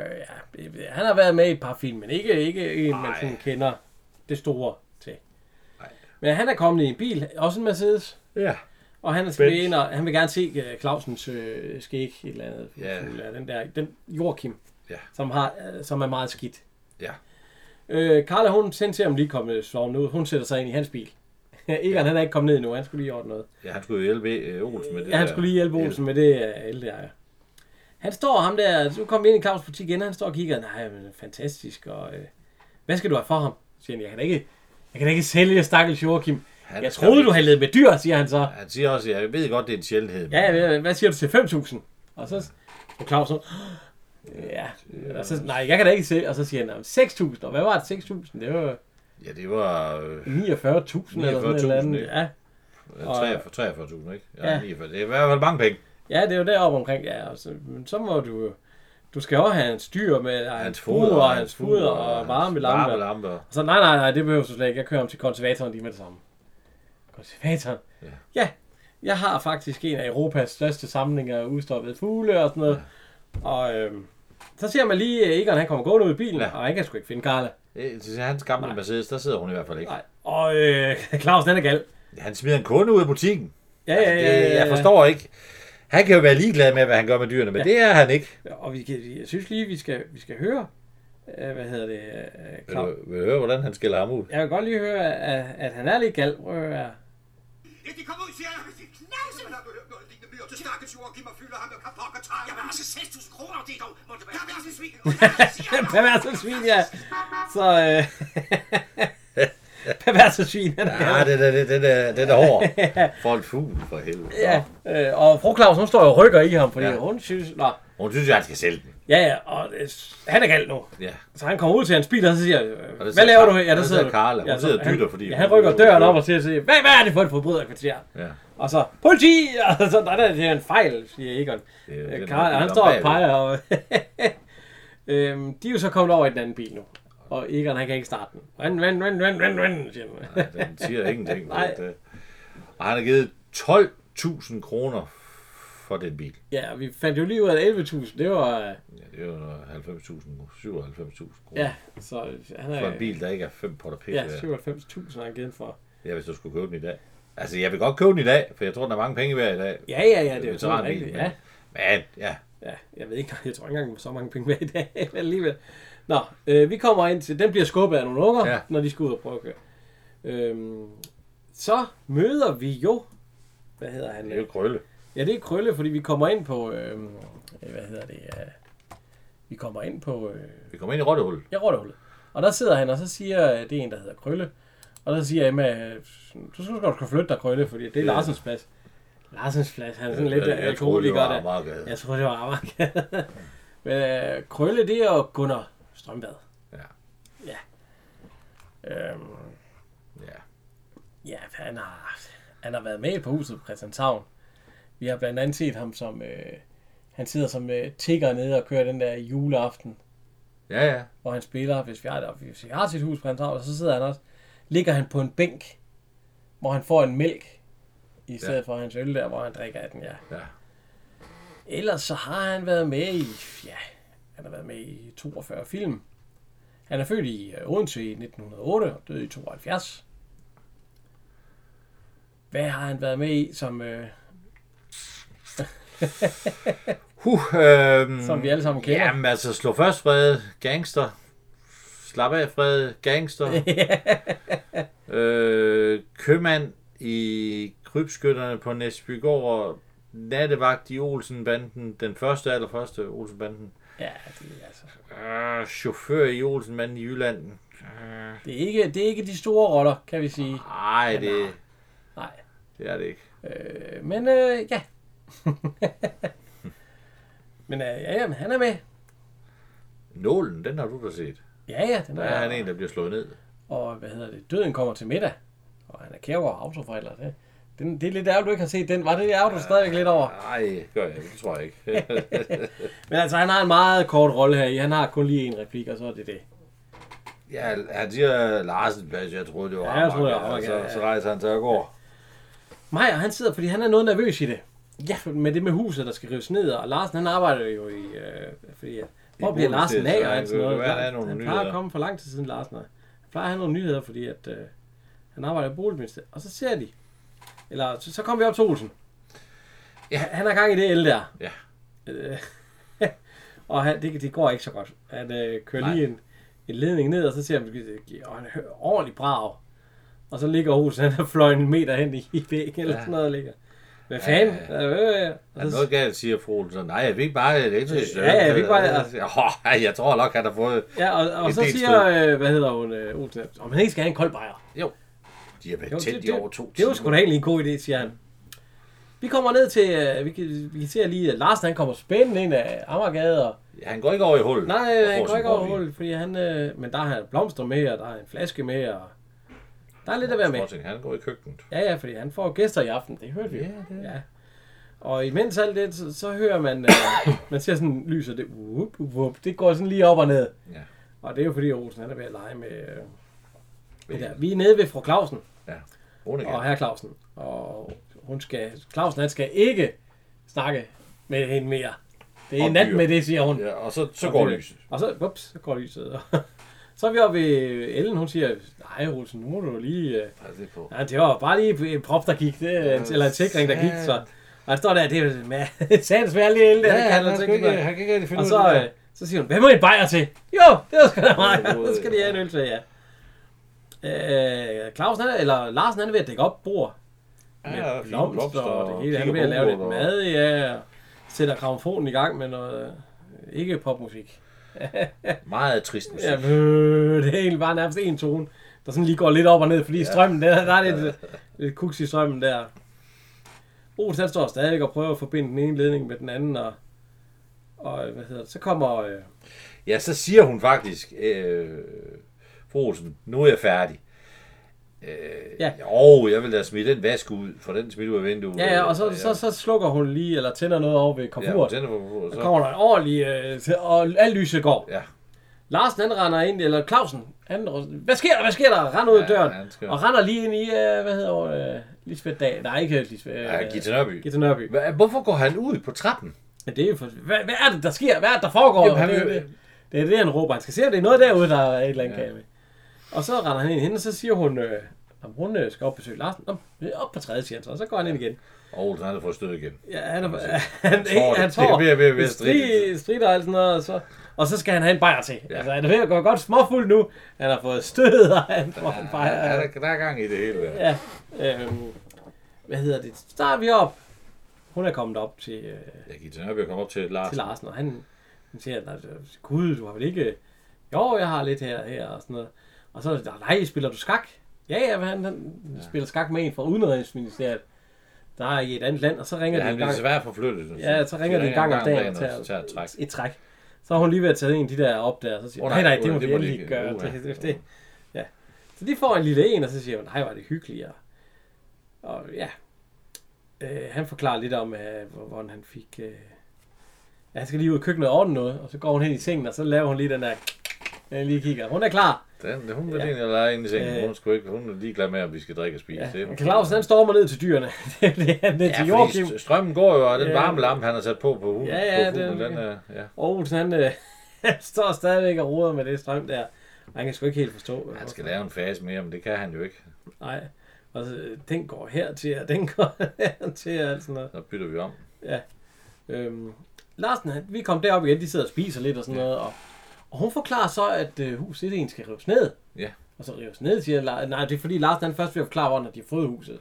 Øh, ja. det ved jeg. Han har været med i et par film, men ikke, ikke en, man Nej. sådan kender det store til. Nej. Men han er kommet i en bil, også en Mercedes, Ja. og han er Spændt. spænder. Han vil gerne se uh, Clausens øh, skæg, et eller andet. Ja. Eller den der, den Joachim, Ja. som, har, øh, som er meget skidt. Ja. Øh, Carla, hun sendte til ham lige kommet sovende ud. Hun sætter sig ind i hans bil. Egon, ja. han er ikke kommet ned endnu. Han skulle lige ordne noget. Ja, han skulle jo hjælpe uh, Olsen med det Ja, han der. skulle lige hjælpe Olsen med det øh, alle der. Han står ham der, nu kom vi ind i Claus butik igen, og han står og kigger, nej, men fantastisk, og øh, hvad skal du have for ham? Siger han, jeg kan da ikke, jeg kan da ikke sælge stakkels Joachim. Han Jeg skal troede, vel- du handlede med dyr, siger han så. Han siger også, jeg ved godt, det er en sjældenhed. men- Ja, ja, hvad siger du til 5.000? Og så og Claus sådan, ja, og så, nej, jeg kan da ikke se. Og så siger han, "Nå, 6.000, og hvad var det 6.000? Det var ja, det var øh, 49.000 eller sådan et eller 49.000, andet. ikke? Ja, 43 43.000, ikke? Ja, Ja. ja. 49. Det er i hvert fald mange penge. Ja, det er jo deroppe omkring, ja. Altså, men så må du jo... Du skal også have en styr med hans, hans foder, og hans foder, og varme lamper. Varme lamper. Så nej, nej, nej, det behøver du slet ikke. Jeg kører ham til konservatoren lige med det samme. Konservatoren? Ja. Ja. ja. Jeg har faktisk en af Europas største samlinger af udstoppede fugle og sådan noget. Ja. Og øhm, så ser man lige, at Egon han kommer gående ud i bilen, ja. Ja. og han kan sgu ikke finde Carla. Det det er hans gamle Nej. Mercedes, der sidder hun i hvert fald ikke. Nej. Og øh, Claus, den er gal. Han smider en kunde ud af butikken. Ja, Altså, det, jeg forstår ikke. Han kan jo være ligeglad med, hvad han gør med dyrene, men Ja. ja. det er han ikke. Og vi kan, jeg synes lige, vi skal, vi skal høre, øh, hvad hedder det, øh, Vil Claus. du, vil du høre, hvordan han skiller ham ud? Jeg vil godt lige høre, at, at han er lidt gal. Prøv at høre her. Ja, de kommer ud, siger jeg. Knavse! Man har du hørt noget lignende mere til stakkels jord, giv mig fylder ham med kapok og træk. Jamen altså, 6.000 kroner, det er dog, må det være. altså, Perversen Perverse svin! svin, ja. Så, øh... Perverse svin, han er Ja, gal. det er det, det, det, det er hård. For en fugl, for helvede. Ja, øh, og fru Claus, hun står jo og rykker i ham, fordi ja. Ja. hun synes... Nå, Hun synes jo, han skal sælge den. ja, ja, og øh, han er gal nu. Ja. Så han kommer ud til hans bil, og så siger jeg, øh, hvad sidder laver du Kar- her? Ja, der der sidder sidder Karla. Hun så sidder og han- dytter, fordi Ja, hun- han rykker døren op og siger, siger hvad, hvad er det for et forbryderkvarter? ja. Og så, politi! Og så, nej, nej, det er en fejl, siger Egon. Det er jo Øh, den, Karl, der han er står og bagved. peger. Og øhm, de er jo så kommet over i den anden bil nu. Og Egon, han kan ikke starte den. Vand, vand, vand, vand, vand, vand, siger han. Nej, den siger ingenting. Nej. Nej. Det. Og han har givet 12.000 kroner for den bil. Ja, og vi fandt jo lige ud af at 11.000. Det var... øh, Ja, det er jo noget 90.000, 97.000 kroner. Ja, så han er... For en bil, der ikke er 5 potter pisse. Ja, Ja, 97.000 har han givet for. ja, hvis du skulle købe den i dag. Altså, jeg vil godt købe den i dag, for jeg tror, der er mange penge værd i dag. Ja, ja, ja, det er jo Veteranbil, sådan rigtigt. men- Ja, Men, ja. ja, jeg ved ikke, jeg tror ikke engang, så mange penge med i dag, men alligevel. Nå, øh, vi kommer ind til, den bliver skubbet af nogle unger, ja. Ja. når de skal ud og prøve at køre. Øhm, så møder vi jo, hvad hedder han? Det er jo krølle. Ja, det er Krølle, fordi vi kommer ind på... Øh, hvad hedder det? Øh, vi kommer ind på... Øh, Vi kommer ind i rottehullet. ja, Rottehullet. Og der sidder han, og så siger... øh, Det er en, der hedder Krølle. Og der siger Emma, øh, du skal godt kunne flytte dig, Krølle, fordi det er Ja. Larsens plads. Larsens plads, han er sådan lidt Jeg- jeg alkoholiker. troede, det var der. Amagergade. Jeg tror, det var Amagergade. Men øh, Krølle, det er jo Gunnar Strømbad. Ja. Øhm, Ja. Ja, han har, han har været med på huset på Christianshavn. Vi har blandt andet set ham som... Øh, han sidder som øh, tigger nede og kører den der juleaften, Ja, ja. hvor han spiller, hvis vi har, det, hvis vi har sit hus på Christianshavn, og så sidder han også... Ligger han på en bænk, hvor han får en mælk, i stedet ja. for hans øl der, hvor han drikker af den, ja. Ja. Ellers så har han været med i... Ja, han har været med i 42 film. Han er født i øh, Odense i 1908 og døde i 72. Hvad har han været med i, som, øh, Huh, øhm, som vi alle sammen kender? Jamen altså, slå først fred, gangster. Slap af fred, gangster. øh, købmand i krybskytterne på Næsbygård og nattevagt i Olsenbanden. Den første allerførste Olsenbanden. Ja, det, er, altså, Øh, chauffør i Olsenbanden i Jylland. det, er ikke, det er ikke de store roller, kan vi sige. Nej, det, Nej. det er det ikke. Øh, men øh, ja. men øh, ja, jamen, han er med. Nålen, den har du da set. Ja, ja, den Der er, er han en, der bliver slået ned. Og hvad hedder det? Døden kommer til middag. Og han er kære og autoforælder. Det, Den, det er lidt ærgerligt, du ikke har set den. Var det det ærgerligt, du stadigvæk lidt over? Nej, gør jeg ikke. Det tror jeg ikke. Men altså, han har en meget kort rolle her i. Han har kun lige en replik, og så er det det. ja, han siger Larsen, Bas, jeg troede, det var Ja, ham, jeg troede, det var og ham, så, ja, ja. så rejser han sig og går. Maja, han sidder, fordi han er noget nervøs i det. Ja, med det med huset, der skal rives ned, og Larsen, han arbejder jo i... Øh, fordi, hvor bliver Larsen af boligstedet, og alt så sådan noget? han kan jo være, han er nogle han plejer nyheder. at komme for lang tid siden, Larsen. er. Han plejer at have nogle nyheder, fordi at, øh, han arbejder i boligministeriet. Og så ser de... Eller, så, så kommer vi op til Olsen. Ja. Han har gang i det el der. Ja. Øh, og han, det, det går ikke så godt. Han øh, kører Nej. lige en, en ledning ned, og så ser han, og han hører ordentligt brav. Og så ligger Olsen, han er fløjet en meter hen i i væggen, eller Ja. sådan noget ligger. Hvad fanden? Ja, ja, ja. Er der Og så- noget galt, siger fru Olsen. Nej, jeg fik bare et ekstra søvn. Ja, jeg fik bare- Åh, jeg tror nok, han har fået Ja, og, og Et så delt siger, øh, hvad hedder hun, øh, Olsen, om han ikke skal have en kold bajer. De har været Jo, jo, tæt det- i det- over to Det var sgu da egentlig en god idé, siger han. Vi kommer ned til, øh, vi, kan, vi kan se lige, at Larsen han kommer spændende ind af Amagergade, og Ja, han går ikke over i hullet. Nej, øh, Og får han går sin ikke over påvirkning. hullet, fordi han... Øh, men der har han blomster med, og der er en flaske med, og... Der er lidt at være med. Småting, Han går i køkkenet. Ja, ja, fordi han får gæster i aften, det hørte vi jo. Ja, det ja. Og imens alt det, så, så hører man... Øh, man ser sådan lyser det... Whoop, whoop, det går sådan lige op og ned. Ja. Og det er jo fordi Olsen, han er ved at lege med... Øh, det der. Vi er nede ved fru Clausen Ja. Rune og kan. herr Clausen. Og hun skal... Clausen, han skal ikke snakke med hende mere. Det er Og nat dyr. med det, siger hun. Ja, og så, så går det- lyset. Og så, ups, så går lyset. så er vi oppe ved Ellen, hun siger, nej Olsen, nu må du lige... øh, Pas lidt på. Nej, det var bare lige en prop, der gik, det, øh, eller en sikring, der gik, så... Og han står der, det er jo med sands med alle de el, der, det kan han altså ikke. noget. kan ikke rigtig Og så, øh, så siger hun, hvad må en bajer til? Jo, det var sgu da mig, så skal de have en øl til, ja. Øh, Clausen, han er, eller Larsen, han er ved at dække op bord med ja, blomster og det hele. Han er ved at lave lidt mad, ja. og Sætter gramofonen i gang med noget, øh, ikke popmusik. Meget trist musik. Ja, øh, det er egentlig bare nærmest en tone, der sådan lige går lidt op og ned, fordi ja. strømmen, der, der er lidt, lidt kuks i strømmen der. Olsen han står stadigvæk og prøver at forbinde den ene ledning med den anden, og, og øh, hvad hedder det, så kommer... Øh, Ja, så siger hun faktisk, øh, fru Olsen, nu er jeg færdig. Øh, Ja. ja. Jo, jeg vil da smide den vask ud, for den smidt ud af vinduet. ja, ja, og så, så, så slukker hun lige, eller tænder noget over ved ja, hun komfuret. tænder på komfuret, så så, kommer der en ordentlig... Øh, til- og alt lyset går. Ja. Larsen han render ind, eller Clausen, han, hvad sker der, hvad sker der? Render ud af Ja, døren, han skal- og render lige ind i, øh, hvad hedder hun, øh, Lisbeth Dahl, nej ikke Lisbeth, øh, ja, Gita Nørby. Gita Nørby. Hva- Hvorfor går han ud på trappen? Men det er jo for... hvad, hvad er det, der sker? Hvad er det, der foregår? Jamen, han det, er jo vil- det, det er det, han råber. Han skal se, om det er noget derude, der er et eller andet ja. galt med. Og så render han ind i hende, og så siger hun, øh, om hun øh, skal op og besøge Larsen. Nå, det er op på tredje, siger han så. Og så går han ind igen. Og Olsen, han har fået stød igen. Ja, han er... Han, tror tror, det. han Det er ved at- ved at- ved at stri, stride. strider og alt sådan noget, og så... Og så skal han have en bajer til. Ja. Ja. Altså, han er ved at gå godt småfuld nu. Han har fået stød, og han får en Ja, bajer. der, der er gang i det hele. Ja. Ja. Øhm, hvad hedder det? Så er vi op. Hun er kommet op til... Øh, Jeg gik til Nørby og kom op til Lars. til Larsen, og han, han siger, "Nej, gud, du har vel ikke... Jo, jeg har lidt her og her og sådan noget. Og så er det, nej, spiller du skak? Ja, ja, men han, han ja. spiller skak med en fra Udenrigsministeriet, der er i et andet land, og så ringer ja, det Ja, han en blev gang. desværre forflyttet. Ja, så ringer det en gang om dagen og og tager tager et træk. et træk. Så har hun lige ved at tage en af de der op der, og så siger Åh, oh, nej, nej, nej, det uh, må det vi må endelig de ikke ikke. gøre. Uh, Det, det, uh. det. Ja. Så de får en lille en, og så siger hun, nej, var det hyggeligt. Og, og ja, øh, han forklarer lidt om, øh, hvor- hvordan han fik... Øh, ja, han skal lige ud i køkkenet og ordne noget, og så går hun hen i sengen, og så laver hun lige den der... Jeg lige kigger. Hun er klar. Den, hun vil egentlig lege ind i sengen. Øh. Hun, skulle ikke, hun er ligeglad med, om vi skal drikke og spise. Ja. Det- Claus, han stormer ned til dyrene. det bliver ned Ja, til fordi Joachim. st- strømmen går jo, og den Ja. varme lampe, han har sat på på hunden, Ja, ja, på fuglen, den- den, er... Ja. Og Olsen, han øh, står stadigvæk og roder med det strøm der. Og han kan sgu ikke helt forstå. Han skal lave en fase mere, men det kan han jo ikke. Nej. Og så, øh, den går her til, og den går her til, og alt sådan noget. Så bytter vi om. Øhm, Larsen, han, vi kom derop igen, de sidder og spiser lidt og sådan noget, og, og hun forklarer så, at øh, huset et en skal rives ned. Ja. Og så rives ned, siger La- Nej, det er fordi Larsen han først vil forklare, hvordan de har fået huset.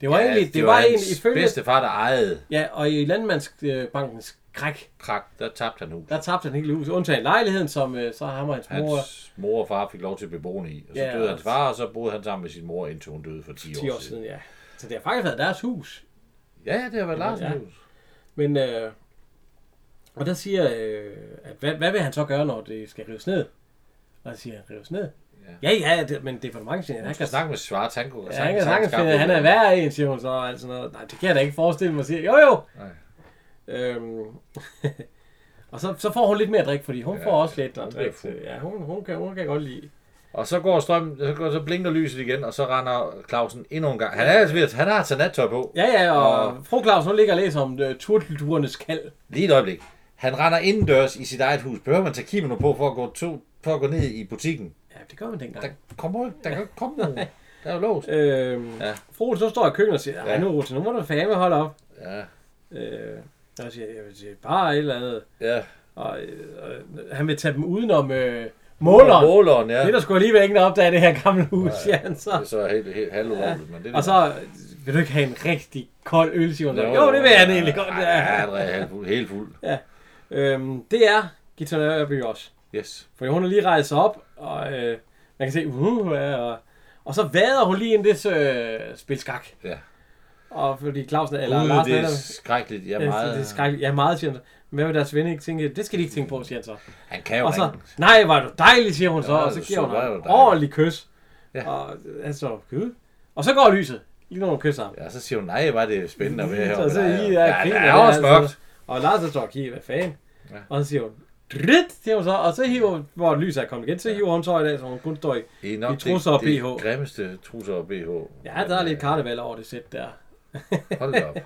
Det var Ja, ja, egentlig, det, det var, hans egentlig ifølge... Bedste. bedste far, der ejede Ja, og i Landmandsbankens kræk, krak, der tabte han huset. der tabte han hele huset, undtagen lejligheden, som øh, så ham og hans mor... Hans mor og far fik lov til at beboende i. Og så Ja, døde og- hans far, og så boede han sammen med sin mor, indtil hun døde for 10, 10 år siden, ja. Så det har faktisk været deres hus. Ja, ja, det har været Larsen Ja. hus. Men, øh, og der siger, øh, at hvad, hvad vil han så gøre, når det skal rives ned? Og så siger han, rives ned. Ja. Ja, ja, det, men det er for mange ting. Han Jeg skal kan snakke med Schwarz, han kunne Ja, han kan sagtens finde, at han er værre en, siger hun så. og alt sådan noget. Nej, det kan jeg da ikke forestille mig, siger jeg. Jo, jo. Nej. Øhm. og så, så får hun lidt mere drik, fordi hun Ja, ja, får også lidt hun noget er drik. fuld. Ja, hun, hun, kan, hun kan godt lide. Og så går strømmen, så, går, så blinker lyset igen, og så render Clausen endnu en gang. Han er altså ved at, han har et nattøj på. Ja, ja, og Og- fru Claus, hun ligger og læser om uh, turtelduernes kald. Lige et øjeblik. Han render indendørs i sit eget hus. Behøver man tage kimono på for at gå, to, for at gå ned i butikken? Ja, det gør man dengang. Der kommer der kan ikke komme nogen. Der er jo låst. Øhm, Ja. ja. Fru, så står i køkkenet og siger, nej Ja. nu, Rosa, nu må du fandme holde op. Ja. Øh, og jeg siger, jeg vil sige, bare et eller andet. Ja. Og, øh, øh, han vil tage dem udenom øh, måleren. Måleren, ja. Det er der skulle alligevel ingen opdage i det her gamle hus, siger han så. Det er så helt, helt halvulovligt, men det er Og så øh, vil du ikke have en rigtig kold øl, siger hun. så. Jo, det vil jeg egentlig godt. Ja, Ja. han er helt fuld. Helt fuld. Øhm, det er Gita Nørby også. Yes. For hun har lige rejst sig op, og øh, man kan se, uh, ja, og, og så vader hun lige ind det øh, spil skak. Ja. Og fordi Clausen eller Gud, Larsen, det han er er- skrækkeligt. Ja, Ja, meget. Øh, det er skrækkeligt. Ja, meget, siger han. Men Hvad vil deres ven ikke tænke? Det skal de ikke tænke på, siger han så. Han kan jo Og så, ringe. nej, var du dejlig, siger hun så, Ja, og så du giver hun så- var du ham et dejlig. ordentligt kys. Ja. Ja. Og han så, gud. Og så går lyset, lige når hun kysser ham. Ja, så siger hun, nej, var det spændende at være her. Så med så dig." I ja, er altså. det kvinder, er også mørkt. Og Lars der står og kigger, hvad fanden. Ja. Ja. Og så siger hun, dridt, siger hun så, og så hiver hun, hvor lyset er kommet igen, så hiver hun så i dag, så hun kun står i. Det er nok I trusser og det, det BH. grimmeste trusser og BH. Ja, der er lidt karneval over det sæt der. Hold da op.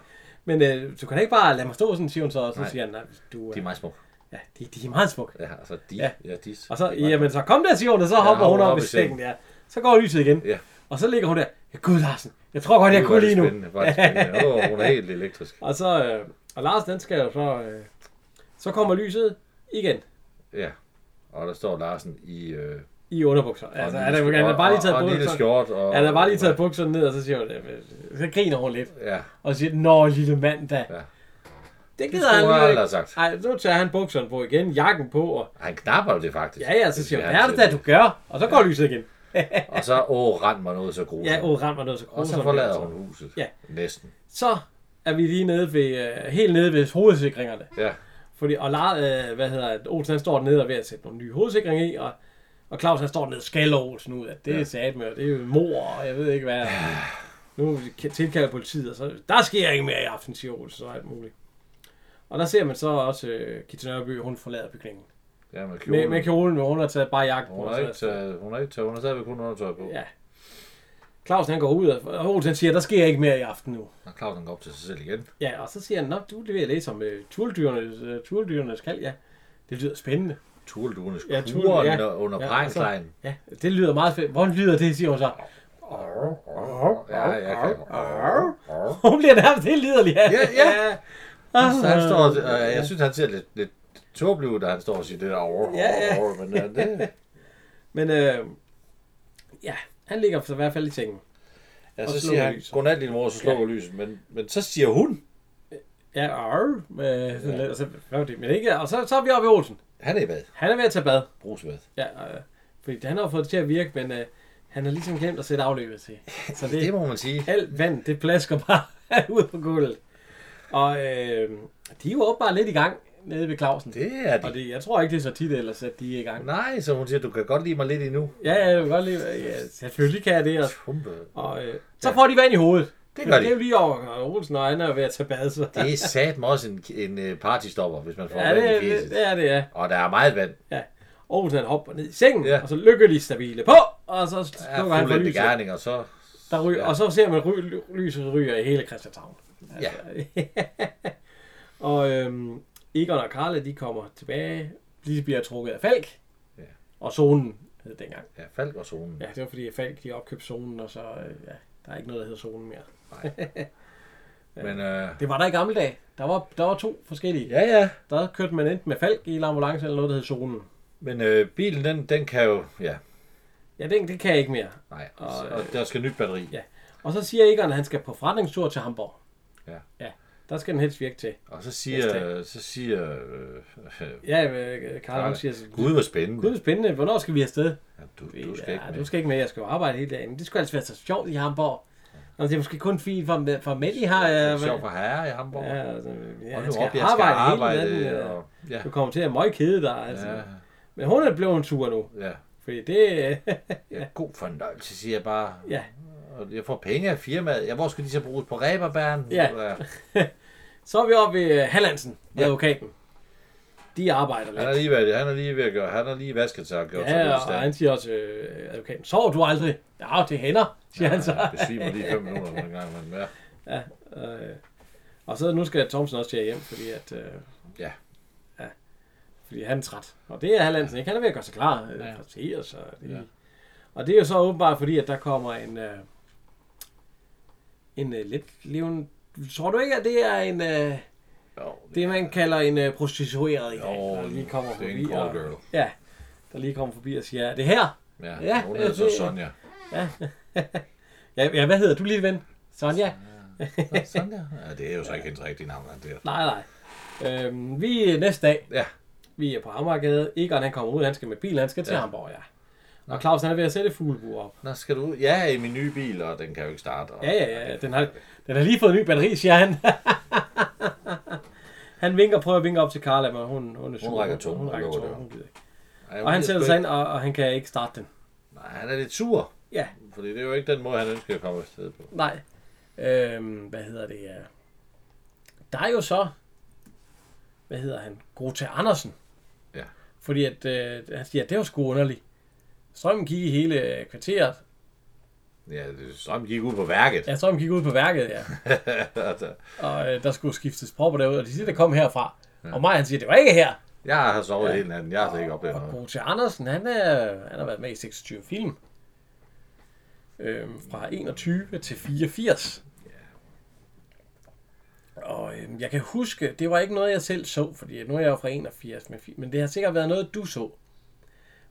Men øh, du kan da ikke bare lade mig stå sådan, siger hun så, og så Nej. nej. siger han, nej, du er, De er meget smukke. ja, de, de er meget smukke. Ja, altså de. Ja, Ja. ja dis. Og så, jamen så kom der, siger hun, og så hopper hopper hun op, op i i sengen, ja. Så går lyset igen. Ja. Og så ligger hun der, ja, gud Larsen, jeg tror godt, jeg kunne lige nu. Var det spændende. Åh, hun er helt elektrisk. Og så, øh, og Lars, den skal jo så, øh, så kommer lyset igen Ja. Og der står Larsen i... Øh, i underbukser. og en Altså, lille han er, han skjort- er bare lige taget og, og, og en lille bukserne- skjort. Og, Han har bare lige taget bukserne ned, og så siger hun, øh, så griner hun lidt, Ja, og siger, Nå, lille mand da. Ja. Det det gider skulle jeg han aldrig ikke. have sagt. Ej, nu tager han bukserne på igen, jakken på, og Han knapper jo det faktisk. ja, ja, så siger Det hun, han hvad er det til. da, du gør? Og så går lyset igen. Og så, åh, rend mig noget så grusomt. Ja, åh, rand mig noget så og så grusomt. altså. forlader hun huset. Ja. Næsten. Så er vi lige nede ved, øh, helt nede ved hovedsikringerne. Ja. Fordi, og Lars, øh, hvad hedder det, Olsen han står dernede og er ved at sætte nogle nye hovedsikringer i, og, og Claus han står dernede og skælder Olsen ud, at det ja. er sat med, det er jo mor, og jeg ved ikke hvad. Nu tilkalder politiet, og så, der sker ikke mere i aften, siger Olsen, og alt muligt. Og der ser man så også øh, Kitty Nørby, hun forlader bygningen. Ja, med kjolen. Med, med kjolen, hvor hun har taget bare jakken på. Hun og har så- ikke taget, hun har ikke taget, hun har stadigvæk kun undertøj på. Ja. Claus han går ud, og og Olsen han siger, der sker ikke mere i aften nu. Og Clausen går op til sig selv igen. Ja, og så siger han, nå, du er ved at læse om øh, turldyrenes, øh, turldyrenes kald, ja. Det lyder spændende. Tulduenes ja, Ja, kuren Tulle, ja. ja. under, under Ja, ja, og Pejnklein. Ja, det lyder meget fedt. Hvordan lyder det, siger hun så. Ja, ja, ja. Hun bliver nærmest helt liderlig. Ja, ja. Ah. Så han står, ja, og jeg synes, han ser lidt, lidt tåbelig ud, da han står og siger det der over, Ja, ja. over, men øh, det, Men øh, ja, han ligger så i hvert fald i sengen. ja, Og så slukker siger han, lyset. godnat, lille mor, og så slukker lyset, men, men så siger hun, Ja, arv, med, sådan lidt, og så, hvad var det? Men ikke, og så, så er vi oppe i Olsen. han er i bad, Han er ved at tage bad. brugsbad. Ja, øh, fordi han har jo fået det til at virke, men øh, han har ligesom glemt at sætte afløbet til. Så det, Det må man sige. alt vand, det plasker bare ud på gulvet. Og øh, de er jo åbenbart lidt i gang nede ved Clausen. Det er Og det. det, jeg tror ikke, det er så tit ellers, at de er i gang. Nej, så hun siger, du kan godt lide mig lidt endnu. Ja, ja, jeg vil godt lide. Ja, selvfølgelig kan jeg det. Og, Tumpe. og øh, så får de vand i hovedet. Det Men gør Det de. er jo lige over og Olsen og Anna er ved at tage bad, så. Det er satme også en, en øh, partystopper, hvis man får Ja, vand i det, det, fjeset. det er det, ja. Og der er meget vand. ja. Olsen han hopper ned i sengen, Ja. ja. og så lykkelig stabile på, og så Der slukker er han for fuldendte lyset. gerning, og så... Der ryger, Ja. Og så ser man, at lyset ryger i hele Christianshavn. Ja, og øhm, Egon og Karla, de kommer tilbage. De bliver trukket af Falk. Ja. Ja. Og zonen hed det dengang. ja Falk og zonen. Ja, det var fordi, at Falk de opkøbte zonen, og så øh, ja, der er ikke noget, der hedder zonen mere. Men øh, Det var der i gamle dage. Der var, der var to forskellige. Ja. ja, ja. Der kørte man enten med Falk i en ambulance eller noget, der hed zonen. Men øh, bilen, den, den kan jo... Ja, Ja, det, det kan jeg ikke mere. nej. Og, Og, og der skal nyt batteri. Ja. Og så siger Egon, at han skal på forretningstur til Hamburg. Ja. Ja, der skal den helst virke til. Og så siger... Så siger øh, øh, Ja, øh, Karla, hun siger, Gud, hvor spændende. gud, spændende, hvornår skal vi afsted? Ja, du, du skal ja, ikke med. du skal ikke med, jeg skal jo arbejde hele dagen. Det skulle altså være så sjovt i Hamburg. Og det er måske kun fint for, for mænd, I har... Det Ja, er sjovt for herre i Hamburg. ja, Ja, altså, ja, og han nu skal, op, jeg skal arbejde, arbejde. hele natten. og, ja, ja. Du kommer til at møgkede dig, altså. ja, Men hun er blevet en tur nu, ja. Fordi det... øh, Ja. God fornøjelse, siger jeg bare. ja. Og Jeg får penge af firmaet. Ja, hvor skal de så bruges på ræberbæren? Ja. Så er vi oppe ved øh, Hallandsen, Ja. advokaten. De arbejder Han lidt. er lige ved, han er lige ved at gøre, han har lige vasket sig og gjort sig Ja, lidt og han stand. siger også, øh, advokaten, sover du aldrig? Ja, det hænder, siger han så. Jeg besvimer lige fem minutter nogle gange, men ja. Øh, og så nu skal Thomsen også til at hjem, fordi at... Øh, Ja. ja. Fordi han er træt. Og det er Hallandsen ikke. Han er ved at gøre sig klar. Øh, ja. sig, det, ja. Ja. Og det er jo så åbenbart fordi, at der kommer en... Øh, en øh, lidt levende... Tror du ikke, at det er en... Øh, Jo, det, man kalder en øh, prostitueret i dag, Jo, der lige kommer det er en forbi. call og, girl. Ja, der lige kommer forbi og siger, er det her? ja, Ja, ja hun hedder så det- Sonja. Ja, ja hvad hedder du, lille ven? Sonja? Nå, Sonja? Ja, det er jo så ikke hendes rigtige navn, men det er. Nej, nej. Øhm, vi er næste dag. Ja, Vi er på Amagergade. Egon han kommer ud, han skal med bil, han skal til ja. Ja. Hamburg, ja. Og Claus han er ved at sætte fuglebur op. Nå, skal du ud? Ja, i min nye bil, og den kan jo ikke starte. Og... Ja, ja, ja, ja. Den har, den har lige fået en ny batteri, siger han. han vinker, prøver at vinke op til Carla, men hun, hun er sur. rækker tungen Hun og rækker lukker tungen, døren. hun gider ikke. Ej, hun Og han er sætter sgu sig ikke- ind, og, og, han kan ikke starte den. Nej, han er lidt sur, Ja, fordi det er jo ikke den måde, han ønsker at komme afsted på. nej. Øhm, hvad hedder det? øh? Der er jo så, hvad hedder han? Grota Andersen. Ja. Fordi at, øh, han siger, at det var sgu underligt. Strømmen gik i hele øh, kvarteret. Ja, det er som gik ud på værket. Ja, strømmen gik ud på værket, ja. altså, Og øh, der skulle skiftes propper derud, og de siger, det kom herfra. Ja. Og mig, han siger, det var ikke her. jeg har sovet ja. hele natten, jeg har slet ikke oplevet Og noget. Brute Andersen, han, er, han har været med i 26 film. Øhm, fra 21 til 84. Og øhm, jeg kan huske, det var ikke noget, jeg selv så, fordi nu er jeg jo fra 81, men, fi- men det har sikkert været noget, du så.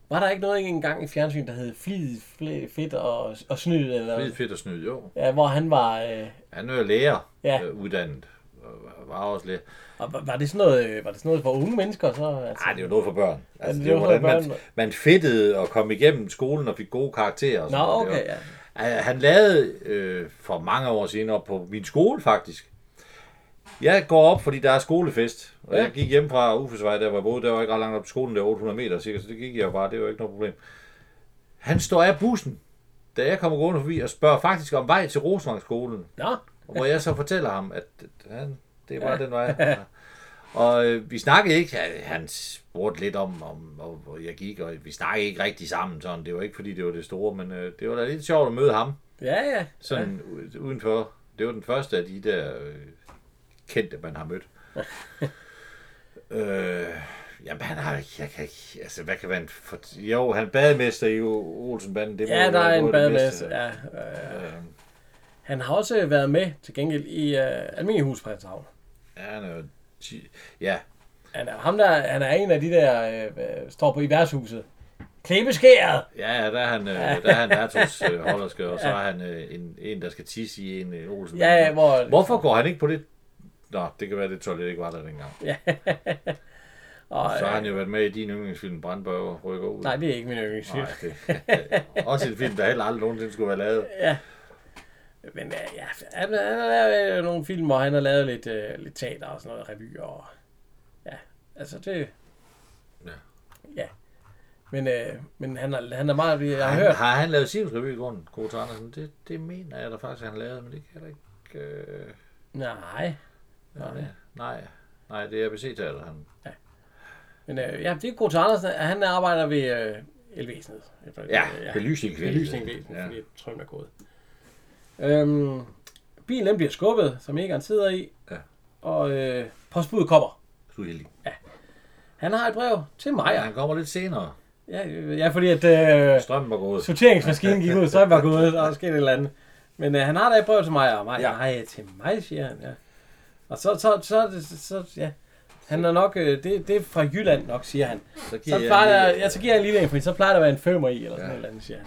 Var der ikke noget engang i fjernsyn, der hed Flid, Fl- Fedt og, og Snyd? Eller, Fedt, fedt og snyd, jo. ja, hvor han var... Øh, Han er jo lærer, Ja. ja. øh, uddannet. og var- Var også lærer. og var, var, det sådan noget, øh, var det sådan noget for unge mennesker? Så, altså, Nej, det er jo noget for børn. Altså, det det er jo, er noget for hvordan man, børn. man fedtede og kom igennem skolen og fik gode karakterer. Og Nå, sådan noget. Det okay, var- ja. Ah, Han lavede øh, for mange år siden op på min skole, faktisk. Jeg går op, fordi der er skolefest. Og Ja. ja. jeg gik hjem fra Ufesvej, der hvor jeg boede. Der var ikke ret langt op til skolen, der var 800 meter cirka, så det gik jeg jo bare. Det var ikke noget problem. Han står af bussen, da jeg kommer gående forbi, og spørger faktisk om vej til Rosenvangskolen. Nå, Og Hvor jeg så fortæller ham, at han, det var den vej. Og øh, vi snakkede ikke, ja, han spurgte lidt om, om, om, hvor jeg gik, og vi snakkede ikke rigtig sammen. Sådan. Det var ikke, fordi det var det store, men øh, det var da lidt sjovt at møde ham ja, ja. sådan ja. udenfor. Det var den første af de der øh, kendte, man har mødt. øh, jamen, han har ikke, jeg kan ikke, altså hvad kan man, for, jo, han er bademester i O- Olsenbanden. Det må Ja, jo der være er en noget af det bademasse. bedste. Ja, øh, Øh, han har også øh, været med til gengæld i øh, almindelig hus på Christianshavn. ja, han er jo ti- ja, Han er, ham der, han er en af de der, øh, øh, står på i værtshuset. Klebeskæret! ja, ja, der er han, øh, der er han Ertos øh, holderske, og så er han øh, en, en, der skal tisse i en øh, Olsenbanden. Ja, hvor- Hvorfor går han ikke på det? Nå, det kan være, det toilet ikke var der dengang. Og, Så har øh, han jo været med i din yndlingsfilm, Brandbørger rykker ud. nej, det er ikke min yndlingsfilm. Nej, det, også en film, der heller aldrig nogensinde skulle være lavet. Men øh, ja, han, han har lavet øh, nogle film, hvor han har lavet lidt, øh, lidt teater og sådan noget, revy og... Ja, altså det... Ja. Ja. Men, øh, men han, er, han er meget... Jeg har Han, hørt... har han lavet Sivs Revy i grunden, Gode Andersen? Det, det mener jeg da faktisk, at han lavede, men det kan jeg da ikke... Øh, Nej. nej. nej. Nej, det er abc teater han. Men øh, ja, det er Grote Andersen. Han arbejder ved øh, elvæsenet. Efter- belysning. belysning væsenet, ja. Ja. fordi trømmen er gået. Øhm, bilen den bliver skubbet, som Egon sidder i, Ja. og øh, postbuddet kommer. Du er heldig. Han har et brev til Ja, mig. han kommer lidt senere. Ja, øh, ja fordi at øh, Strømmen var gået. sorteringsmaskinen gik ud, så var gået, og der skete et eller andet. Men øh, han har da et brev til mig, og mig, ja. Ja. nej, til mig, siger han. Ja. Og så, så, så, så, så ja. Han er nok, øh, det, det er fra Jylland nok, siger han. Så Så, plejer der, ja, så giver jeg en lille en, fordi så plejer der at være en femmer i, eller sådan ja. Ja. et eller andet, siger han.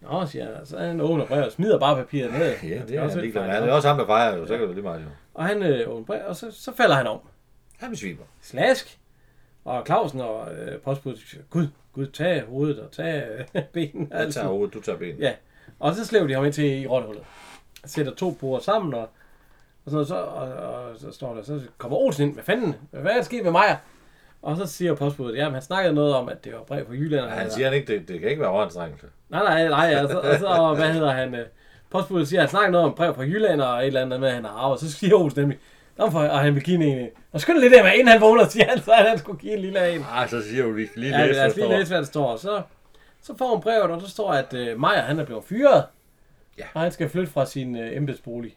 Nå, siger han, og så han åbner brevet og smider bare papiret ned. Ja, det skal er også han lidt ligeglad med. fejl, Det er også ham, der fejrer jo. Så kan det jo lige meget jo. Og han øh, åbner brevet, og så, så falder han om. Han besvimer. Slask! Og Clausen og øh, postbuddet siger, Gud, Gud, tag hovedet og tag øh, benene. Jeg Altså. tager hovedet, du tager benet. Ja. Og så slæver de ham ind til i rottehullet. Sætter to borer sammen, og, og, sådan noget, så, og, og, så står der, så kommer Olsen ind, hvad fanden, hvad er der sket med mig? Og så siger postbuddet, ja, men han snakkede noget om, at det var brev fra Jylland. og Ja, han- han siger han ikke, det, det kan ikke være overanstrengelse. Nej, nej, nej, altså, og så, og hvad hedder han, øh, postbuddet siger, at han snakker noget om brev fra Jylland og et eller andet med, at han har arvet, så siger Olsen nemlig, Nå, for, og han vil give en en. Og skynd lidt af med, inden han vågner, siger han, så at han skulle give en lille af en. Ah, så siger hun, vi skal lige Ja, læse, lad ja, os lige læse, hvad der står. Så, så får hun brevet, og der står, at øh, Maja, han er blevet fyret. Ja. Og han skal flytte fra sin øh, embedsbolig.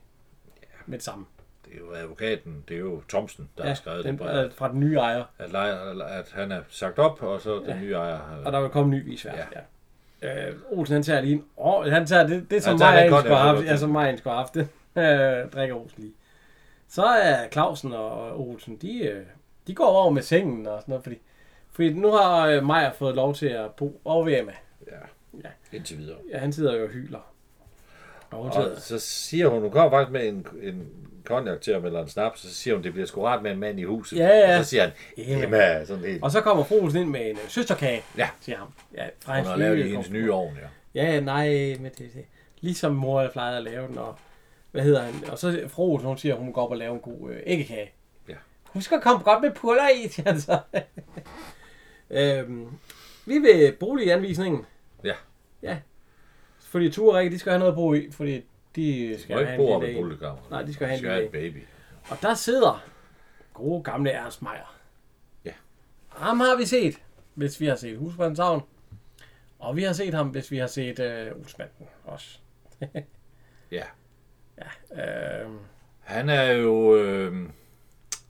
Med det samme. Det er jo advokaten, det er jo Thomsen, der ja, har skrevet den, det brev. øh, fra den nye ejer. At, lejer, at han er sagt op, og så den nye ejer... øh, Og der vil komme en ny isværd. Ja. ja. Øh, Olsen, han tager lige en år. Han tager det, det som tager Maja den ikke godt skulle efter, have haft. okay. Ja, som Maja ikke skulle have haft. Det øh, drikker Olsen lige. Så er Clausen og Olsen, de, øh, de går over med sengen og sådan noget, fordi, fordi nu har øh, Maja fået lov til at bo over ved Emma. Ja. Ja. Indtil videre. Ja, han sidder jo og hyler. Og hun sidder, Og så siger hun, hun kommer faktisk med en, en cognac til ham, eller en snaps, så siger hun, det bliver sgu rart med en mand i huset. Ja, ja. Og så siger han, Emma. Emma, sådan helt. Og så kommer frosen ind med en øh, søsterkage Ja. til ham. Ja, fra Hun har lavet i hendes konfekt. nye ovn, ja. Ja, nej, men det, det. ligesom mor plejede at lave den. Og, hvad hedder han? Og så frosen, hun siger, at hun går op og laver en god øh, æggekage. Ja. Husk at komme godt med puller i, siger han så. øhm, vi er ved boliganvisningen. Ja. Ja. Fordi Ture og Rikke, de skal have noget at bo i, fordi de Hun skal har have ikke en bo op lille i en. bullekammer. Nej, de skal have en have lille en baby. Og der sidder gode gamle Ernst Meier. Ja. Ham har vi set, hvis vi har set Husmandshavn. Og vi har set ham, hvis vi har set øh, Olsmanden også. Ja. Øh, Han er jo... Øh,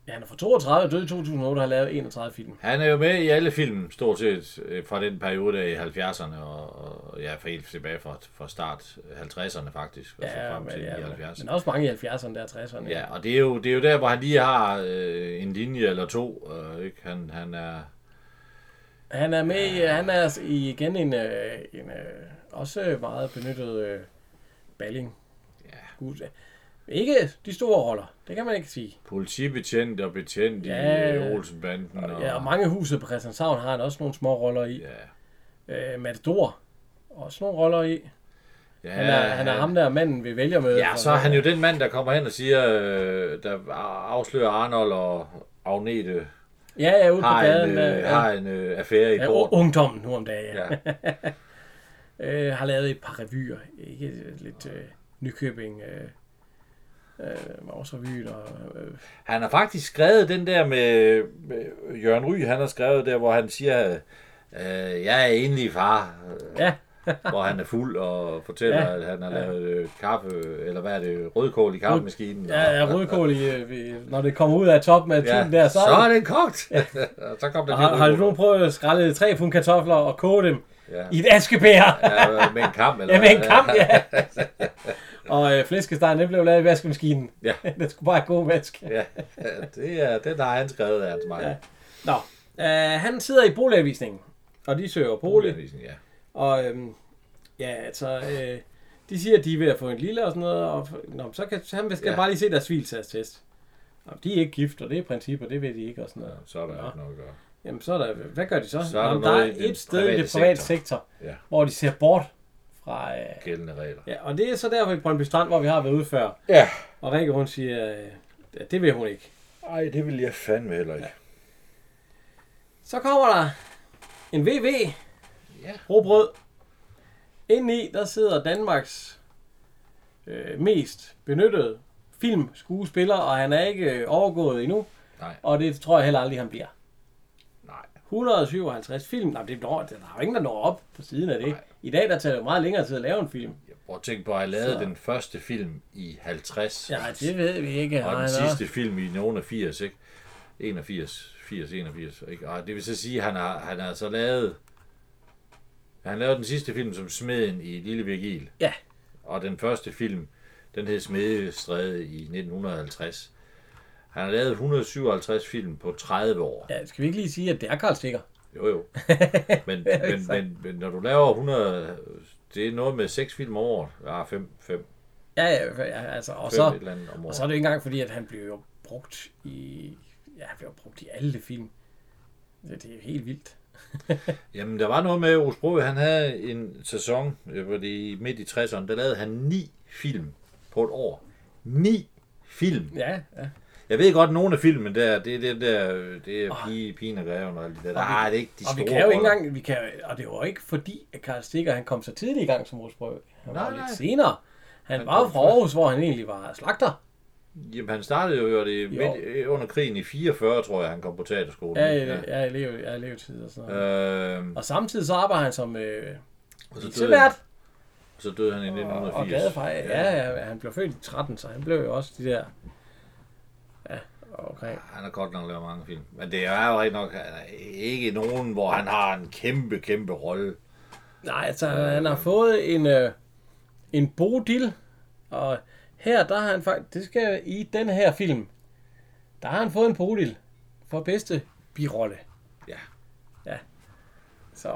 ja, han er fra 32, død i 2008 og har lavet 31 film. han er jo med i alle film, stort set, øh, fra den periode der i 70'erne, og, og ja, fra helt tilbage fra, fra start 50'erne faktisk, og så frem til ja, men- 70'erne. men også mange i 70'erne, der 60'erne. Ja, og det er jo, det er jo der, hvor han lige har øh, en linje eller to. Øh, ikke? Han, han er... Han er med, ja. han er i igen en, øh, en øh, også meget benyttet øh, balling. Ja. Hus. Ikke de store roller, det kan man ikke sige. politibetjent og betjent Ja. ja, i øh, Olsenbanden. Og, Ja, og mange huse på Christianshavn har han også nogle små roller i. ja. øh, Matador. Også nogle roller i. Ja, Han er, han er ham der manden vi vælger med. Ja, så er han jo den mand, der kommer hen og siger, øh, der afslører Arnold og Agnete Ja, ja, ude på har en, gaden. øh, øh, har en øh, affære i ja, oh, porten. ungdommen nu om dagen. Ja. Ja. Øh, har lavet et par revyer. Ikke øh, lidt øh, Nykøbing. Øh, øh, Mors Revyen og... Øh, Han har faktisk skrevet den der med, med Jørgen Ry, han har skrevet der, hvor han siger, øh, jeg er enlig far, øh, ja, hvor han er fuld og fortæller, Ja. ja. at han har lavet øh, kaffe, eller hvad er det, rødkål i kaffemaskinen. ja, ja, rødkål i, øh, ved- når det kommer ud af toppen af ja, Ja, der, så, så er den kogt. Ja. så kom der har, lidt har du rødkål. nu prøvet at skrælle tre pund kartofler og koge dem Ja. i et askebær? Ja, øh, med en kamp, eller Ja, med en hvad? kamp, ja. og øh, flæskestegen, den blev lavet i vaskemaskinen. Ja. den skulle bare gå og vaske. Ja, det er, den har han skrevet af mig. Ja. Nå, øh, han sidder i boliganvisningen, og de søger bolig. ja. Og øhm, ja, altså, øh, de siger, at de er ved at få en lille og sådan noget, og nå, men så kan, så han skal ja. Ja. bare lige se deres svilsagstest. Nå, de er ikke gift, og det er principper, det ved de ikke og sådan noget. Så er der Nå. ikke noget at gøre. Jamen, så er der, hvad gør de så? Så er der Jamen, noget i der er den et sted i private det private sektor, sektor. sektor Ja, hvor de ser bort fra... Øh, gældende regler. ja, og det er så derfor i Brøndby Strand, hvor vi har været ude før. Ja. Og Rikke, hun siger, øh, ja, det vil hun ikke. Ej, det vil jeg fandme heller ikke. Så kommer der en VV, Ja. robrød. Indeni, der sidder Danmarks øh, mest benyttede filmskuespiller, og han er ikke øh, overgået endnu, Nej, og det tror jeg heller aldrig, han bliver. nej. 157 157 film, nej, det når, der er jo ingen, der når op på siden af det. I dag, der tager det jo meget længere tid at lave en film. Jeg prøver at tænke på, at jeg lavede den første film i 50. Ja, det ved vi ikke. Og nej, den nej. sidste film i nogen af 80, ikke? 81, 80, 81, ikke? Og det vil så sige, at han har, han har så lavet... Han lavede den sidste film som Smeden i Lille Virgil. Ja, Og den første film, den hed Smedestræde i 1950. Han har lavet 157 film på 30 år. ja, skal vi ikke lige sige, at det er Karl Stikker? Jo jo. Men, men, men, men når du laver 100... Det er noget med 6 film om året. Ja, 5, 5, Ja, ja, ja, altså, og 5 så, så... et eller andet om Og så er året. det jo ikke engang fordi, at han blev jo brugt i... Ja, han blev jo brugt i alle film. Det, det er jo helt vildt. Jamen, der var noget med Osbro, han havde en sæson, øh, hvor det midt i 60'erne, der lavede han 9 film på et år. 9 film! Ja, ja. Jeg ved godt, at nogle af filmen der, det er det der, øh, det er pige, pigen og greven og alt det der. Nej, det er ikke de Og store vi kan jo ikke roller. engang, vi kan, og det var ikke fordi, at Karl Stikker han kom så tidligt i gang som ordsprøve. Han var Nej, nej, lidt nej. senere. Han, Han han var jo kom fra først. Aarhus, hvor han egentlig var slagter. Jamen, han startede jo, jo, det, midt, øh, under krigen i 44, tror jeg, han kom på teaterskolen. Ja, ja, ja, elev, ja elevtid og sådan noget. Øh, Og samtidig så arbejder han som øh, og, så døde, han- vicevært og så døde han i og, 1980. og gadefar. Ja, ja, han blev født i 13, så han blev jo også de der... Ja, okay. Han har godt nok lavet mange film. Men det er jo rigtig nok han er ikke nogen, hvor han har en kæmpe, kæmpe rolle. Nej, altså han har fået en, øh, en bodil, og her, der har han faktisk, det skal i den her film, der har han fået en bodil for bedste birolle. Ja. Ja. Så,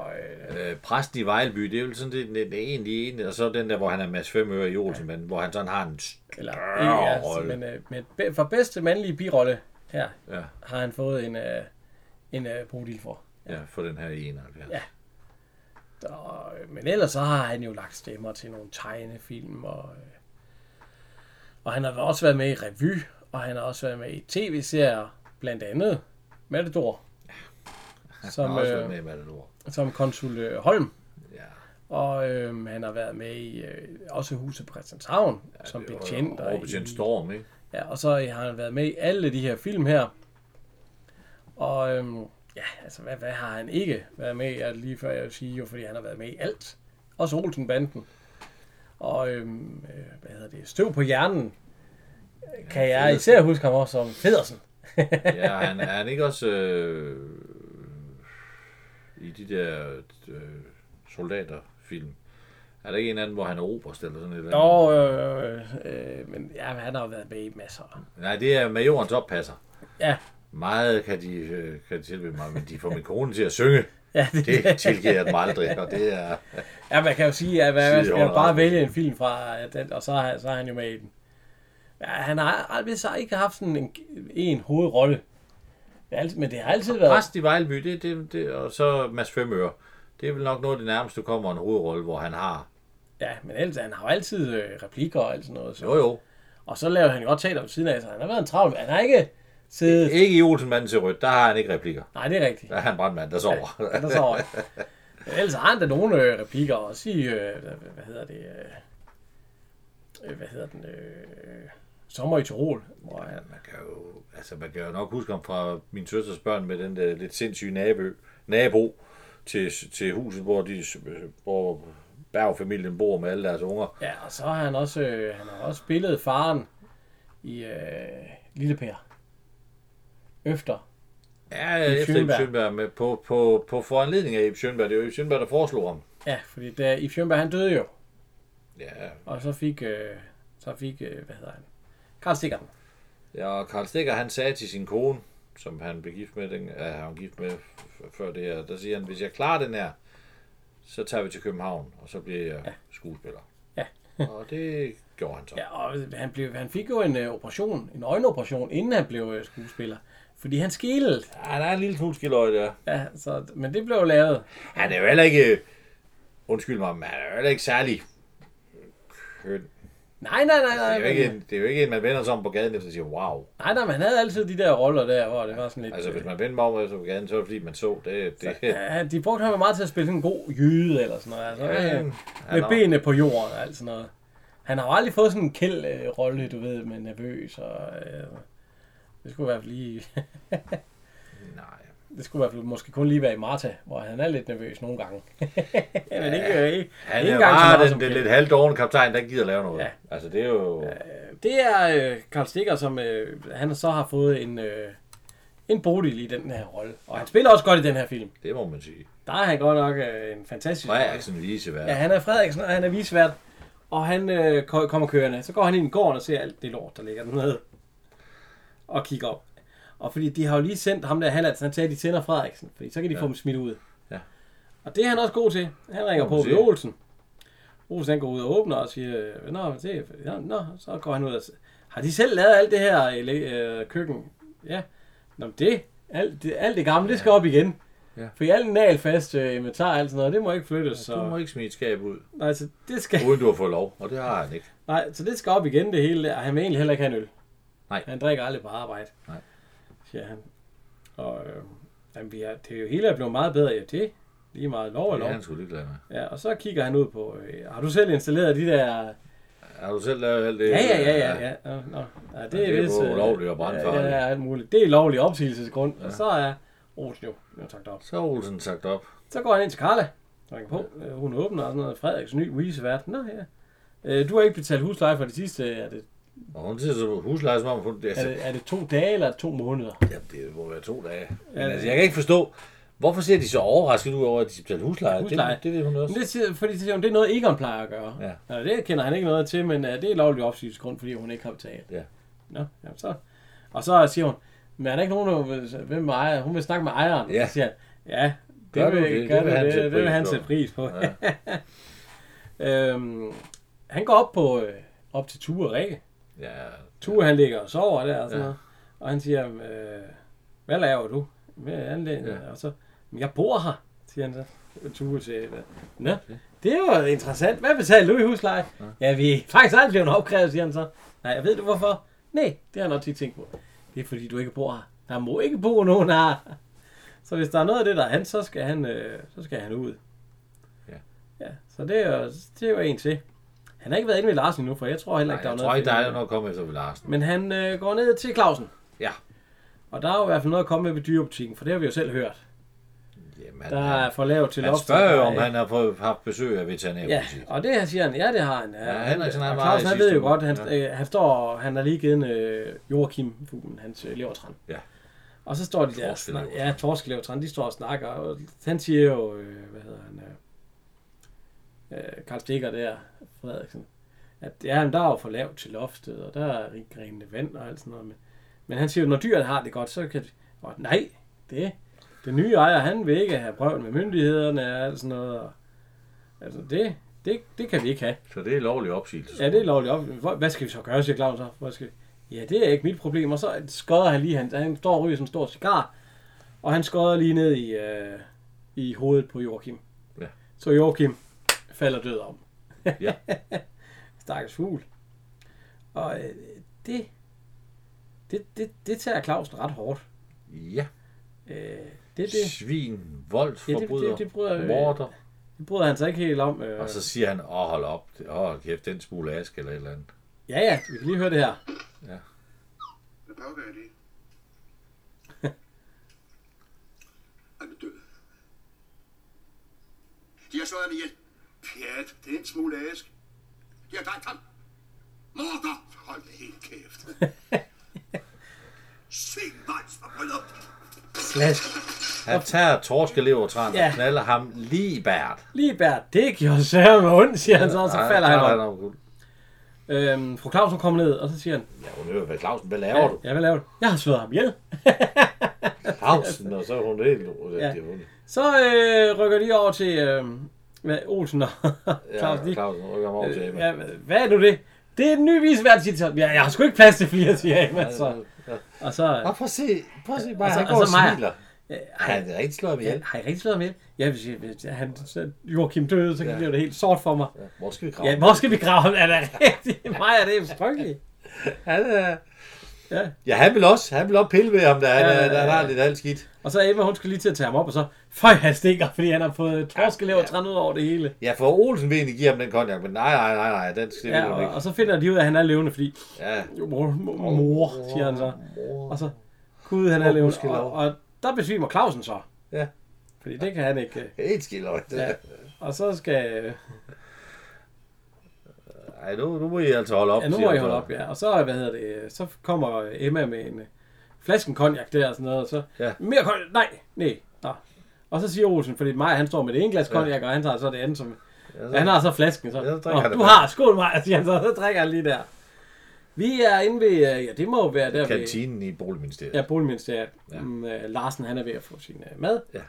øh, Øh, præsten i Vejleby, det er jo sådan det, det, det egentlig ene. Og så den der, hvor han er Mads Femøre i Olsenmanden, hvor han sådan har en... st- eller, Større ja, så, rolle. men, øh, men be- for bedste mandlige birolle her, Ja, har han fået en, øh, en øh, bodil for. ja, for den her altså. i 71. Ja. Og, øh, men ellers så har han jo lagt stemmer til nogle tegnefilm, og, øh, og han har også været med i revy, og han har også været med i tv-serier, blandt andet Matador, Han som, har også været med øh, i Matador. som konsul øh, Holm. Ja. Og øh, han har været med i øh, også huset på Christianshavn, ja, som betjent. Og, og i- betjent Storm, ikke? Ja, og så har han været med i alle de her film her. Og øhm, ja, altså hvad, hvad har han ikke været med i? Ja, Lige før jeg vil sige jo, fordi han har været med i alt. Også Olsenbanden. Og øhm, øh, hvad hedder det? Støv på hjernen. Kan jeg Feddersen. især huske ham også som Federsen. Ja, han, er han ikke også øh, i de der øh, soldaterfilm? Er der ikke en anden, hvor han er oberst eller sådan et eller andet? Nå, øh, øh, øh, men ja, men han har jo været med i masser. Nej, det er majorens oppasser. Ja, Meget kan de, øh, kan de tilbyde mig, men de får min kone til at synge. ja det, Det tilgiver jeg dem aldrig, og det er... Ja, man kan jo sige, at man, man skal jo Sideordnet bare arbejde. vælge en film fra, øh, den, og så, er- så er han jo med i den. Ja, han har aldrig så ikke haft sådan en, en hovedrolle. Det er altid, men det har altid været... Præst i Vejleby, det, det, det, og så Mads Femøre. Det er vel nok noget af det nærmeste, du kommer en hovedrolle, hvor han har... Ja, men ellers, han har jo altid øh, replikker og alt sådan noget. Så. Jo jo, Og så laver han jo godt teater ved siden af, så han har været en travl. Han har ikke siddet... ikke i Olsenmanden til Rødt, der har han ikke replikker. Nej, det er rigtigt. Der er han brandmand, der sover. Han er så over. Men ellers har han da nogle øh, replikker også i... Øh, hvad, hvad hedder det? Øh, øh, hvad hedder den? Øh, Sommer i Tirol. Hvor han, Man kan jo, altså man kan jo nok huske ham fra min søsters børn med den der lidt sindssyge nabo, nabo til, til huset, hvor, de, hvor Berg-familien bor med alle deres unger. Ja, og så har han også, øh, han har også spillet faren i øh, Lille Per. Efter. Ja, efter Ib Schønberg. Schønberg med, på, på, på foranledning af Ib Schønberg. Det var Ib Schønberg, der foreslog ham. Ja, fordi da i Fjernberg, han døde jo. Ja, Og så fik, øh, så fik øh, hvad hedder han? Karl Stikker. ja og Karl Stikker, han sagde til sin kone, som han blev gift med, den, ja, han var gift med f- før det her, der siger han, hvis jeg klarer den her, så tager vi til København, og så bliver jeg skuespiller. Ja. og det gjorde han så. Ja, og han, blev, han fik jo en øh, operation, en øjenoperation, inden han blev øh, skuespiller. Fordi han skilede. Ja, der er en lille smule skiløj der. Ja, så, men det blev lavet. Han er jo heller ikke... Undskyld mig, men han er jo heller ikke særlig køn. Nej, nej, nej, Det nej. er, jo ikke Men, en, det er jo ikke en, man vender sig om på gaden efter og siger, wow. nej, nej, men han havde altid de der roller der, hvor det var sådan lidt... Altså, hvis øh, man vender mig om efter på gaden, så er det fordi, man så det. det. Ja, de brugte ham jo meget til at spille sådan en god jyde eller sådan noget. Altså, Ja, ja, med han har- benene på jorden og alt sådan noget. Han har jo aldrig fået sådan en kæld øh, rolle, du ved, med nervøs og... Øh, det skulle i hvert fald lige... Nej. det skulle i hvert fald måske kun lige være i Marta, hvor han er lidt nervøs nogle gange. Men ikke, øh, ikke, Han ikke er engang så meget bare som den, den Kjeld. lidt halvdårne kaptajn, der ikke gider lave noget. Ja. Altså, det er jo... Det er øh, Karl Stikker, som øh, han så har fået en, øh, en bodil i den her rolle. Og han spiller også godt i den her film. Det må man sige. Der er han godt nok øh, en fantastisk Frederiksen vise Ja, værd. han er Frederiksen, og han er visvært. Og han øh, ko- kommer kørende. Så går han ind i gården og ser alt det lort, der ligger dernede. Og kigger op. Og fordi de har jo lige sendt ham der Hallands, han sagde, at de sender Frederiksen. Fordi så kan de ja. få dem smidt ud. Ja. Og det er han også god til. Han ringer Må på man ved sige. Olsen. Olsen han går ud og åbner og siger, øh, Nå, men det, er- nå, nå, så går han ud og siger, har de selv lavet alt det her i le- øh, køkken? Ja. Nå, men det, alt det, alt det gamle, det skal op igen. Ja. For alt nalfast øh, inventar og alt sådan noget, det må ikke flyttes. Du Så... må ikke smide et skab ud, Nej, så det skal... uden du har fået lov. Og det har han ikke. Nej, så det skal op igen det hele. der. Han vil egentlig heller ikke have en øl. Nej. Han drikker aldrig på arbejde. Nej. Siger han. Og øh, jamen, vi er, det er jo hele er blevet meget bedre i det. Lige meget lov og Det lov. er han sgu ligeglad med. Ja, og så kigger han ud på, øh, har du selv installeret de der... Har du selv lavet alt det? Ja, ja, ja, ja. ja. Nå, nå. Ja, det, det er vist, både øh, ulovligt og brandfarligt. Ja, ja, alt muligt. Det er lovlig opsigelsesgrund. Ja. Og så er Olsen jo, jo takt op. Så er Olsen sagt op. Så går han ind til Carla, ringer på, øh, hun åbner og sådan noget, Frederiks ny visevært. Nå ja, øh, du har ikke betalt husleje for de sidste, øh, er det, Og hun siger så husleje, som om hun... Det, er altså, det, er det to dage eller to måneder? jamen, det må være to dage. Men Ja. altså, jeg kan ikke forstå, hvorfor ser de så overrasket ud over, at de betaler husleje? Husleje. Det, det ved hun også. Men det, siger- fordi så siger hun, det er noget Egon plejer at gøre. Ja. Nå, det kender han ikke noget til, men øh, det er lovlig opsigelsesgrund, fordi hun ikke har betalt. Ja. Nå, ja, så. Og så siger hun, men er der ikke nogen, der vil, hvem med ejer? hun vil snakke med ejeren? Ja. Så siger han, ja, det, Gør gør du vil, det? det, gør det, det, det, vil han sætte pris på. Ja. øhm, han går op på øh, op til Ture Rikke. ja. Ture han ligger og sover der og sådan Ja. ja. noget. Og han siger, øh, hvad laver du? Hvad er anledningen? Ja. Ja. Og så, "Men jeg bor her, siger han så. Ture siger, øh, Nå, det er jo interessant. Hvad betaler du i husleje? Ja, vi er faktisk aldrig blevet opkrævet, siger han så. Nej, jeg ved du hvorfor? Nej, det har jeg nok ikke tænkt på. Det er fordi, du ikke bor her. Der må ikke bo nogen her. Så hvis der er noget af det, der er han, så skal han, øh, så skal han ud. Ja. Ja, så det er, jo- det er jo en til. Han har ikke været inde ved Larsen endnu, for jeg tror heller Nej, ikke, der er jeg noget. tror at ikke, der finde er ud af. noget at komme efter ved Larsen. Men han øh, går ned til Clausen. Ja. Og der er jo i hvert fald noget at komme med ved dyrebutikken, for det har vi jo selv hørt. Jamen, Der er for lavt til han loftet. spørger jo, Der er om ikke- han har fået, haft besøg af veterinær. Ja, og det her siger han, ja det har han. Ja, Henriksen, han og var Claus, i han sidste ved jo uge. godt, han, Ja. ja. han står, og han har lige givet en øh, Joachim fuglen, hans øh, levertræn. Ja. Og så står de der, Torskelevertræn. snak- ja, torskelevertræn, de står og snakker, og han siger jo, øh, hvad hedder han, øh, øh, Karl Stikker der, Frederiksen, at ja, men der er jo for lavt til loftet, og der er ikke renende vand og alt sådan noget. Men, men han siger jo, når dyrene har det godt, så kan de, og nej, det, den nye ejer, han vil ikke have prøven med myndighederne og alt sådan noget. Og, altså, det, det, det kan vi ikke have. Så det er lovlig opsigelse. Ja, det er lovligt op. Hvor- Hvad skal vi så gøre, siger Claus så. Hvor skal vi? Ja, det er ikke mit problem. Og så skodder han lige, han, han står og ryger sådan en stor cigar, og han skodder lige ned i, øh, i hovedet på Joachim. Ja. Så Joachim falder død om. Ja. Stakkels fugl. Og øh, det, det, det, det tager Clausen ret hårdt. Ja. Øh, det, det, Svin, voldsforbryder, Ja, det- det- det bryder- morder. det bryder han sig ikke helt om. Øh. Og så siger han, åh, hold op. Åh, kæft, den smule ask eller et eller andet. Ja, ja, vi kan lige høre det her. Hvad pokker er det? Han er død. De har slået ham ihjel. Pjat, det er en smule ask. De har dræbt ham. Morder! Hold helt kæft. Sving, voldsforbryder! Slask. Han tager torskelevertræn ja. Ja. og knaller ham lige i bært. Lige Bert, det gjorde sørme ondt, siger han så, og så Nej, falder han om. om. guld. Øhm, fru Clausen kommer ned, og så siger han, Ja, hun hører, hvad Clausen, hvad laver du? Ja, hvad laver du? Jeg har slået ham ihjel. Clausen, og så er hun helt... Ja. Det er hun. Så øh, rykker de over til øh, hvad, Olsen og Claus. Ja, Ja, Clausen rykker ham over til Emma. ja, hvad er nu det? Det er en ny visvært, siger de så. ja, jeg har sgu ikke plads til flere, siger Emma. Så. Ja. Og så, øh, Og prøv at se, prøv at se, bare, Og så- han og går og så Maja. smiler. ej, Han er rigtig slået ham ja, ihjel. har I rigtig slået ham ihjel? Ja, hvis, jeg- hvis han, så Joachim døde, så bliver det helt sort for mig. Hvor skal vi grave? Ja, hvor skal vi grave ham? Er det rigtigt? Maja, det er frygteligt. han er... Ja. Ja, han vil også, han vil også pille ved ham, der, ja, Ja, der, ja, der, ja. der er lidt alt skidt. Og så Emma, hun skal lige til at tage ham op, og så føj, han stikker, fordi han har fået torskelever ja, ud over det hele. Ja, for Olsen vil egentlig give ham den konjak, men nej, nej, nej, nej, den skal Ja, ja, og, og ikke. så finder de ud af, at han er levende, fordi Ja, Jo, mor, mor, mor, siger han så. Og så, gud, han Mor, er levende. Og, gudskelov. og der besvimer Clausen så. Ja. Fordi det kan han ikke. øh. helt skildrøjt. Ja. Ja. Og så skal... øh, Ej, nu, nu må I altså holde op. Ja, nu siger må I han holde så. op, ja. Og så, hvad hedder det, øh, så kommer øh, Emma med en øh, flasken konjak der og sådan noget. Og så, Ja. mere konjak, nej, nej, nej. Og så siger Olsen, fordi Maja, han står med det ene glas konjak, og han tager så det andet, som... Ja, Ja, han har så flasken, så. Ja, så Ja, drikker han Nå, det du bare." har, skål Maja, siger han så, så drikker han lige der. Vi er inde ved, øh, ja, det må jo være der ved... Kantinen i Boligministeriet. Ja, Ja. boligministeriet. Ja. Mm, øh, Larsen, han er ved at få sin øh, mad. Ja.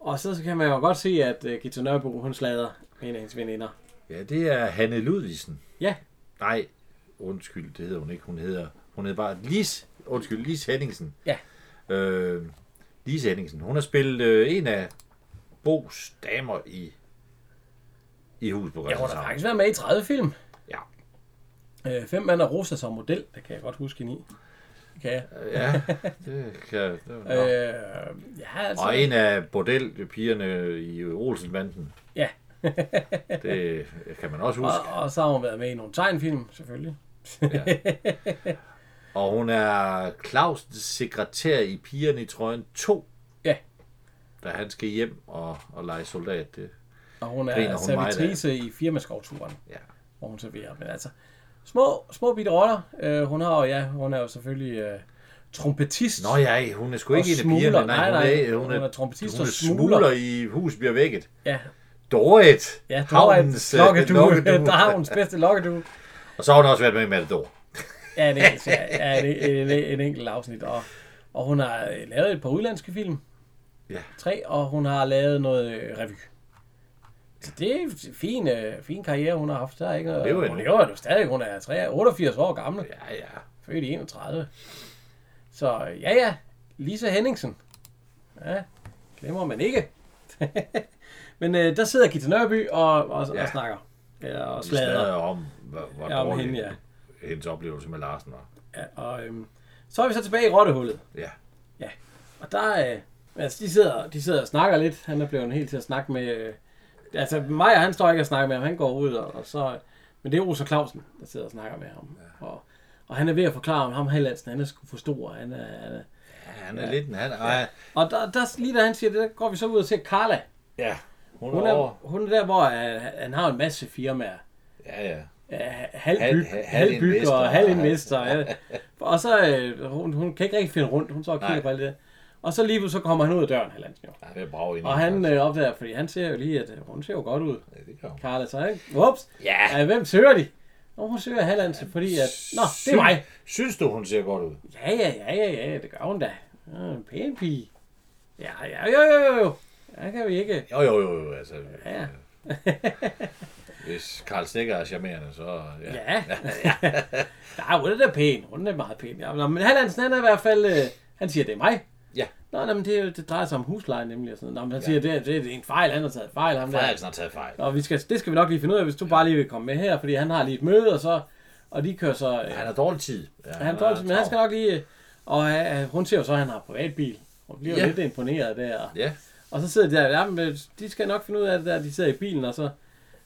Og så kan man jo godt se, at øh, Gita Nørrebro, hun slader med en af hendes veninder. ja, det er Hanne Ludvigsen. Ja, Nej, undskyld, det hedder hun ikke. Hun hedder, hun hedder bare Lis, undskyld, Lis Henningsen. Ja. Øh, Lis Henningsen. Hun har spillet øh, en af Bo's damer i, i hus på jeg har Christianshavn. da faktisk været med i 30 film. Ja. Øh, fem mand og Rosa som model, der kan jeg godt huske hende i. kan jeg. Ja, det kan... Det, nå. Øh, ja, altså, Og en af bordelpigerne i Olsenbanden, ja. det kan man også huske. og, og, så har hun været med i nogle tegnfilm, selvfølgelig. Og hun er Clausens sekretær i Pigerne i Trøjen 2, Ja, da han skal hjem og, og lege soldat. Det, og hun Griner er hun meget af? servitrice i firmaskovturen. ja. hvor hun serverer. Men altså, små, små bitte roller. Øh, hun har jo, ja, hun er jo selvfølgelig øh, trompetist. Nå ja, ej, hun er sgu ikke en af smugler. pigerne. Nej, Nej, hun nej, er, hun er trompetist hun og er smugler. smugler i Hus bliver vækket. Ja, Dorit, ja der var havnens en øh, lokkedue. lokkedue. Der har hun bedste lokkedue. Og så har hun også været med i Matador. Ja, en enkelt, ja, ja, en, en, en, en enkelt afsnit. Og, og hun har øh, lavet et par udlandske film. Ja. Tre, og hun har lavet noget øh, revy. Så det er en fin, øh, fin karriere, hun har haft. Der er ikke noget, Det er jo hun en- lever jo stadig. Hun er 83, 88 år gammel. Ja, ja. Født i 31. Så øh, ja, ja. Lisa Henningsen. Ja, glemmer man ikke. Men øh, der sidder Gita Nørby og, og, ja. Ja. og snakker. Ja, og Vi snakker slader. om, hvor, hvor Ja, om dårlig hende, ja. hendes oplevelse med Larsen var. Ja, og, øhm, så er vi så tilbage i Rottehullet. Ja. Ja. Og der øh, altså, de sidder, de sidder og snakker lidt. Han er blevet helt til at snakke med... Øh, altså, Maja, han står ikke og snakker med ham. Han går ud, og, og så... øh, Men det er Rosa Clausen, der sidder og snakker med ham. Ja. Og, og han er ved at forklare, om ham Hallandsen, han er sgu for stor. Han er, han er, Ja, Han er lidt en... Han, ja. Og der, der, lige da han siger det, der går vi så ud og ser Carla. ja. Hun, Hun er, over. er, hun er der, hvor øh, han har en masse firmaer. Ja, ja. Øh, Halv- Halvbyg, halv- halvbyg halvinvestor. og halvinvestor. Ja. Og så, øh, hun, hun kan ikke rigtig finde rundt. Hun så og kigger Nej. på alt det der. Og så lige pludselig så kommer han ud af døren, Hallandsen jo. Han er brav ind. Og han øh, opdager, fordi han ser jo lige, at øh, hun ser jo godt ud, Ja, det gør hun. Carla. Så han, ups, Ja. øh, hvem søger de? Og hun søger Hallandsen, fordi at, nå, det er mig. Synes du, hun ser godt ud? Ja, ja, ja, ja, ja, det gør hun da. Ja, en pæn pige. Ja, ja, jo, jo, jo, jo. Der kan vi ikke. Jo, jo, jo, jo, altså... Ja. Hvis Karl Stikker er charmerende, så... Ja. ja. Ja. Nej, hun er da pæn. Hun er meget pæn. Ja, nå, men Hallandsen, han er i hvert fald... Øh, han siger, det er mig. ja. Nå, nej, men det, er jo- det drejer sig om huslejen nemlig. Og sådan. noget. Nå, men han siger, det, er- det, er- det er en fejl. Han har taget fejl. Ham der. Frederiksen har taget fejl. Og vi skal, det skal vi nok lige finde ud af, hvis du bare lige vil komme med her. Fordi han har lige et møde, og så... Og de kører så... Øh, Han har dårlig tid. Ja, han, han, men han travlt. skal nok lige... øh, Og øh, hun ser jo så, at han har privatbil. Hun bliver Ja. ja. lidt imponeret der. Ja. Og så sidder de der, ja, men øh, de skal nok finde ud af det der, de sidder i bilen, og så,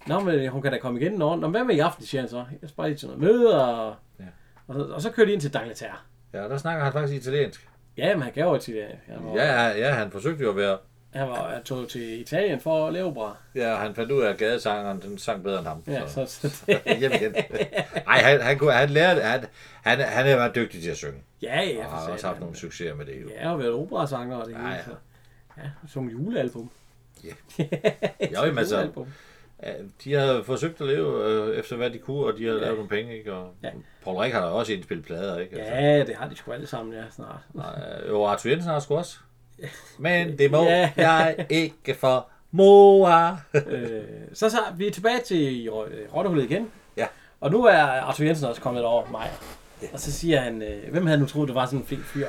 nå, men øh, hun kan da komme igen i morgen. Nå, men hvad med i aften, siger han så? Jeg skal bare lige til noget møde, og, Ja. ja. og, så, og så kører de ind til Dangleterre. ja, der snakker han faktisk italiensk. Ja, men han gav jo til det. Han var, Ja, ja. ja, ja, han forsøgte jo at være... han, var, han tog til Italien for at lave bra. Ja, og han fandt ud af, at gadesangeren den sang bedre end ham. Ja, så, så Hjem igen. Ej, han, han, kunne, han lærte... Han, han, han er meget dygtig til at synge. ja, ja, Og for har satan. også haft nogle succeser med det. Jo. Ja, og været operasanger og det hele. Ja, Ja, ja. ja. Så, ja, som julealbum. Jo, jamen, altså, Ja, de havde forsøgt at leve øh, efter, hvad de kunne, og de havde ja. lavet nogle penge, ikke? Og ja. Ja. Paul Rick har da også indspillet plader, ikke? Altså, Ja, det har de sgu alle sammen, ja, snart. Øh, Jo, Arthur Jensen har sgu også. Men det må Ja. jeg ikke for mor. øh, så, så vi er tilbage til Rå- Rottehullet igen. Ja. Og nu er Arthur Jensen også kommet over mig. Ja. Og så siger han, øh, hvem havde nu troet, du var sådan en flink fyr?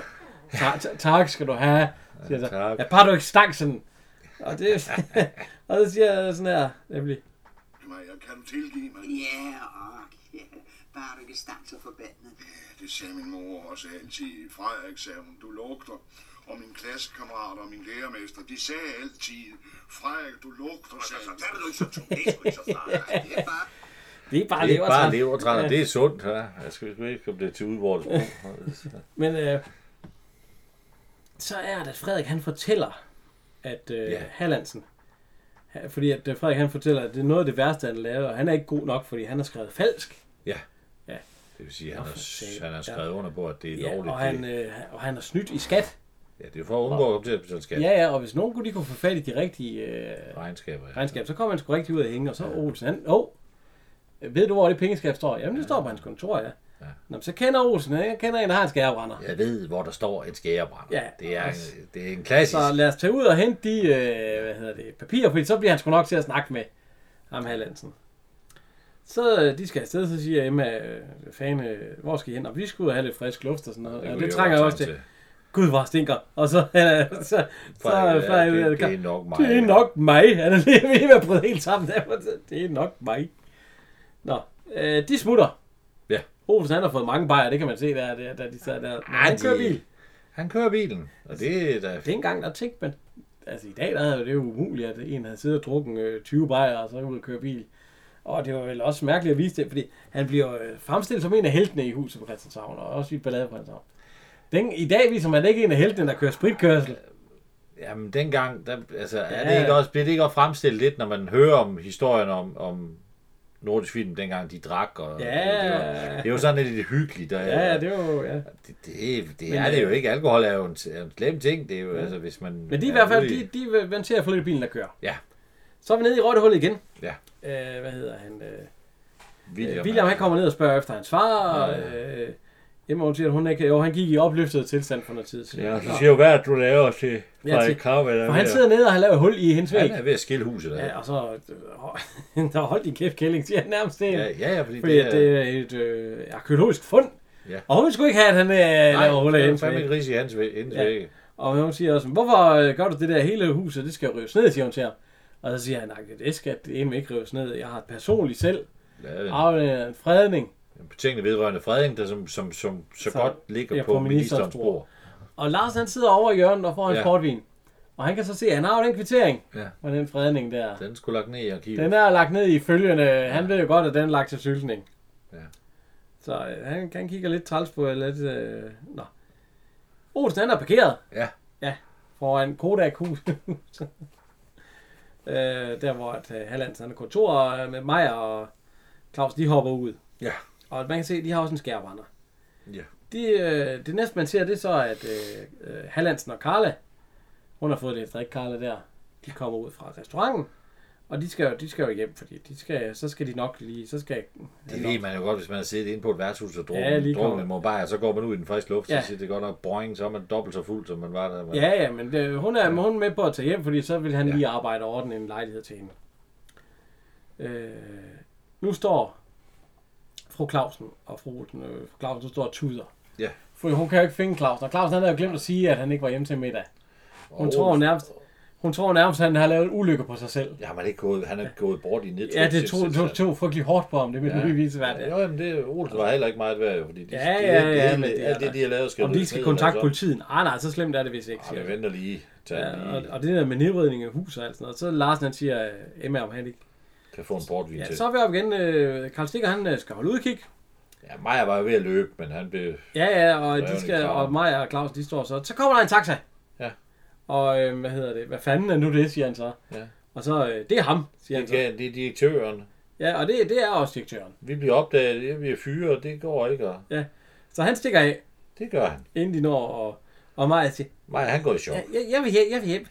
"Ta- ta- Tak skal du have. Siger så. tak. Ja, bare du ikke stank sådan. Og, det, og så siger jeg sådan her, nemlig. Maja, kan du tilgive mig? Ja, og ja. bare du ikke stank så forbandet. Det sagde min mor også altid. Frederik, sagde hun, du lugter. Og min klassekammerater og min lærermester, de sagde altid, Frederik, du lugter, Så, sagde så de. tager du ikke så tungt, det er sgu ikke så farligt. Det er bare Det er bare Det er levertræn." bare levertræner. Det er sundt, ja. Jeg skal sgu ikke komme det til udvortes. Men øh, så er det, at Frederik han fortæller, at øh, Ja. yeah. Hallandsen, ha- fordi at øh, Frederik han fortæller, at det er noget af det værste, han lavede, og han er ikke god nok, fordi han har skrevet falsk. Ja. Ja. Det vil sige, at han Nå, for har, satan. han har skrevet under på, at det er Ja, lovligt. og, han, det, øh, og han har snydt i skat. ja, det er for at undgå at komme til at betale skat. Ja, ja, og hvis nogen kunne de kunne få fat i de rigtige øh, Regnskaber. Ja. regnskaber, så kom han sgu rigtig ud af hænge, og så Olsen, han, åh, oh, ved du, hvor det pengeskab står? Jamen, det står på hans kontor, ja. ja. Nå, men så kender Olsen, han. jeg kender en, der har en skærebrænder. Jeg ved, hvor der står et skærebrænder. Ja, det, er, også. en, det er en klassisk... Så lad os tage ud og hente de, øh, hvad hedder det, papirer, fordi så bliver han sgu nok til at snakke med ham Hallandsen. Så øh, de skal afsted, så siger Emma, øh, fan, øh, hvor skal I hen? Og vi skal ud og have lidt frisk luft og sådan noget. Det, kunne ja, vi det jo trænger jeg godt også til. trænge Gud, hvor stinker. Og så, øh, så, så, så Frederik, er ja, Frederik det- ud af det det. er nok mig. Det er nok mig. Han er lige ved at bryde helt sammen. der. Det er nok mig. Nå, øh, de smutter. Ja. Ah, Olsen han har fået mange bajer, det kan man se der, der, der de sad der. Men han de- kører bil. Han kører bilen, og det er da... Det er engang, der tænkte man. Altså i dag, der havde det jo umuligt, at en havde siddet og drukket øh, 20 bajer, og så ud og køre bil. Og det var vel også mærkeligt at vise det, fordi han bliver øh, fremstillet som en af heltene i huset på Christianshavn, og også i ballade på Christianshavn. Den, I dag viser man ikke en af heltene, der kører spritkørsel. Jamen, dengang, der, altså, er Ja. det ikke også, bliver det ikke også fremstillet lidt, når man hører om historien om, om nordisk film, dengang de drak, og Ja. det, var, det er jo sådan lidt lidt hyggeligt, og, Ja, det var jo, ja. det, det, det Men, er det jo øh, ikke. Alkohol er jo en, er en slem ting, det er jo, ja. altså, hvis man... Men de er i er hvert fald, ude i- de, de man ser at få lidt bilen, der kører. Ja. Så er vi nede i Rødtehullet igen. Ja. Øh, hvad hedder han? Øh, William, William, øh, William han kommer ned og spørger efter hans far. Og, øh, Emma, hun siger, at hun ikke... Jo, han gik i opløftet tilstand for noget tid siden. Ja, så Nå. siger jo, hvad er det, du laver til Ja, Frederik til- Krav, eller For han hvad? sidder nede og har lavet hul i hendes væg. Han er ved at skille huset. Der. Ja, og så øh, der hold din kæft, Kælling, siger han nærmest det. Ja, ja, ja, fordi, fordi det er, det er et øh, arkeologisk fund. Ja. Og hun skulle ikke have, at han øh, Nej, laver hul i det er hendes fandme væg. en ris i hans væg. hendes Ja. væg. Og hun siger også, hvorfor øh, gør du det der hele huset, det skal jo rives ned, siger hun til ham. Og så siger han, nej, det skal det ikke rives ned. Jeg har personligt selv Lavet en- afleveret en fredning. en Tingene vedrørende fredning, der som, som, som så, Så- så godt ligger ja, på, ministerens bord. Og Lars han sidder over i hjørnet og får en Ja. portvin. Og han kan så se, at han har jo den kvittering Ja. fra den fredning der. Den skulle lagt ned i arkivet. Den er lagt ned i følgende. Han ved jo godt, at den er lagt til syltning. Ja. Så øh, han, han kigger lidt træls på, eller lidt... Øh, nå. Olsen, han er parkeret. Ja. Ja. Foran Kodak hus. øh, der hvor at, øh, Hallands han er kontor og, øh, med mig og Claus, de hopper ud. Ja. Og man kan se, at de har også en skærbrænder. Ja. De, øh, det næste, man ser, det er så, at øh, øh, Hallandsen og Karla, hun har fået det efter, ikke Karla der, de kommer ud fra restauranten. Og de skal, jo, de skal jo hjem, fordi de skal, så skal de nok lige, så skal... Det ved man jo godt, hvis man har siddet inde på et værtshus og Ja, lige drukket ja, kommer. en mobajer, så går man ud i den friske luft, Ja. så siger det godt nok, boing, så er man dobbelt så fuld, som man var der. Ja, ja, men det, hun, er, hun er med på at tage hjem, fordi så vil han ja. lige arbejde og ordne en lejlighed til hende. Øh, nu står fru Clausen og fru, Olsen, øh, fru Clausen, så står og tuder. Ja. For hun kan jo ikke finde Clausen, og Clausen han havde jo glemt at sige, at han ikke var hjemme til middag. Hun Og- tror nærmest, hun tror nærmest, at han har lavet en ulykke på sig selv. Ja, man er ikke gået, han er gået bort i net. Ja, det tog, tog, tog frygtelig hårdt på ham, det med ja. nye visevært. Jo, jamen det, Olsen var heller ikke meget værd, jo, fordi de, Ja, de- ja, det, ja, hele- men det er alt der. det, de har lavet, skal Om de rives skal ned, kontakte eller så- politiet. Ah, nej, så slemt er det vist ikke, Ej, siger vi han. venter lige. Tag ja, ja, Øh, og, lige. og, det der med nedrydning af hus og alt sådan noget. Så Larsen han siger, øh, Emma om han ikke. Kan få en portvin Ja, til. så er vi op igen. Øh, Karl Stikker, han øh, skal holde udkig. Ja, Maja var jo ved at løbe, men han blev... Ja, ja, og, Så de er hun i skal, kraven. og mig og Claus, de står så. Så kommer der en taxa. Ja. Og øh, hvad hedder det? Hvad fanden er nu det, siger han så. Ja. Og så, øh, det er ham, siger han så. Ja, det er direktøren. Ja, og det, det er også direktøren. Vi bliver opdaget, ja, vi er fyre, det går ikke. Og Så han stikker af, det gør han. inden de når, og, og Maja siger, Maja, han går i chok. jeg, jeg, jeg vil hjem, jeg vil hjem.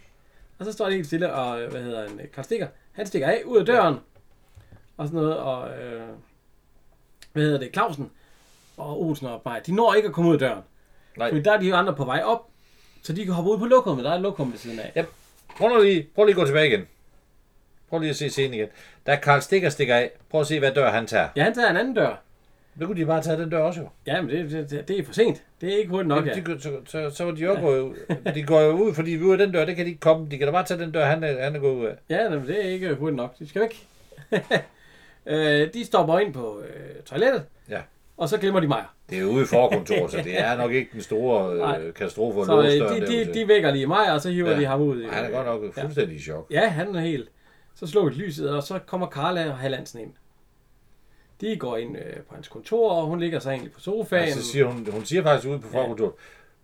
Og så står det helt stille, og øh, hvad hedder han, øh, Karl Stikker, han stikker af ud af døren, og sådan noget, og øh, hvad hedder det, Clausen og Olsen og Bayer, de når ikke at komme ud af døren. Nej. Fordi der er de andre på vej op, så de kan hoppe ud på lokummet, der er et lokum ved siden af. Ja. Prøv, nu lige, prøv lige at gå tilbage igen. Prøv lige at se scenen igen. Da Karl Stikker stikker af, prøv at se, hvad dør han tager. Ja, han tager en anden dør. Nu kunne de bare tage den dør også jo. Ja, men det, det, det- det er for sent. Det er ikke hurtigt nok, Okay. ja. De, kunne- så, så, så var de jo ja. gået ud. De går jo ud, fordi vi er ude af den dør, det kan de ikke komme. De kan da bare tage den dør, han er, han er gået ud af. Ja, nej, men det er ikke hurtigt nok. De skal væk. øh, de stopper ind på øh, toilettet, Ja. og så glemmer de Maja. Det er jo ude i forkontoret, så det er nok ikke den store Nej. øh, katastrofe at Så låse øh, døren de, derud de, til. de vækker lige mig, og så hiver ja. Ja. de ham ud. Ej, Han er godt nok fuldstændig i chok. Ja, han er helt. Så slukker lyset, og så kommer Karla og Hallandsen ind. De går ind øh, på hans kontor, og hun ligger så egentlig på sofaen. Ja, Altså, så siger hun, hun siger faktisk ude på forkontoret,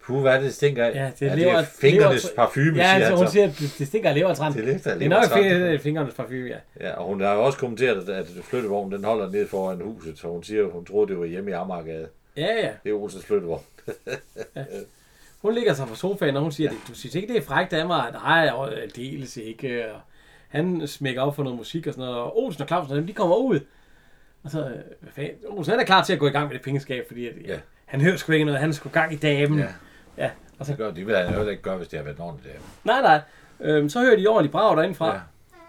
puh, hvad er det, det stinker af? ja, det, er lever, det fingernes lever, parfume, ja, siger så han hun så. siger, at det, det stinker af levertræn. Det lugter af det er nok levertræn. fingre- fingernes parfume, ja. Ja, og hun har jo også kommenteret, at at flyttevognen den holder ned foran huset, så hun siger, hun troede, det var hjemme i Amagergade. Ja, ja. Det er Olsens flyttevogn. Hun ligger sig på sofaen, og hun siger, ja. du synes ikke, det er frækt af mig? Nej, og aldeles ikke. Og han smækker op for noget musik og sådan noget, og Olsen og Clausen, dem, de kommer ud. Og så, øh, hvad fanden, Olsen han er klar til at gå i gang med det pengeskab, fordi at, ja. Ja. han hører sgu ikke noget, han er sgu gang i damen. Ja. Ja. ja. Og så, Det gør, de vil han jo heller ikke gøre, hvis det har været en ordentlig dame. nej, nej. Øhm, så hører de ordentligt brag derindefra. Ja. Ja.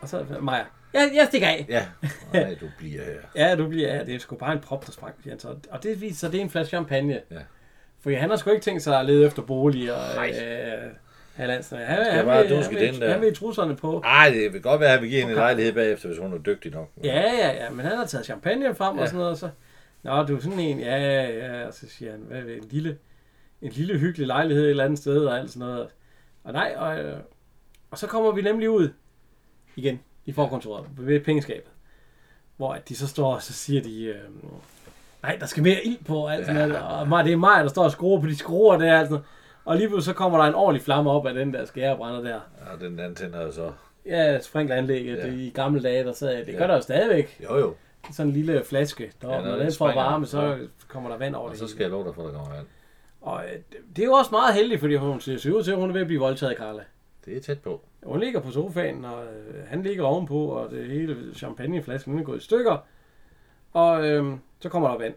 Og så øh, Maja, jeg, jeg stikker af. Ja, nej, du bliver her. Ja, du bliver ja, det er sgu bare en prop, der sprang. siger han så. Og det viser sig, det er en flaske champagne. Ja. For han har sgu ikke tænkt sig at lede efter bolig og... Nej. Øh, Hallandsen. Han, han, bare vil- han, duske vil- den der. han vil i trusserne på. Ej, det vil godt være, at vi giver hende en lejlighed bagefter, hvis hun er dygtig nok. Ja, ja, ja, men han har taget champagne frem ja. og sådan noget, og så Nå, du er sådan en, ja, ja, ja, og så siger han, hvad ved, en lille, en lille hyggelig lejlighed et eller andet sted, og alt sådan noget. Og nej, og, øh, og så kommer vi nemlig ud igen i forkontoret ved pengeskabet, hvor at de så står, og så siger de, øh, nej, der skal mere ild på, og alt sådan noget, og Maja- det er mig, der står og skruer på de skruer der, og alt sådan noget. Og lige pludselig så kommer der en ordentlig flamme op af den der skærebrænder der. Ja, den anden tænder jo så. Ja, sprinkleranlægget ja. Ja. i gamle dage, der sad jeg. Det Ja. gør der jo stadigvæk. Jo jo. Sådan en lille flaske, der Ja, ja, når når den den får springer, varme, så- så kommer der vand over Og det så hele. skal jeg love dig for, at der kommer vand. Og øh, det- det er jo også meget heldigt, fordi hun ser ser ud til, at hun er ved at blive voldtaget, Carla. Det er tæt på. Hun ligger på sofaen, og øh, han ligger ovenpå, og det hele champagneflasken den er gået i stykker. Og øh, så kommer der vand.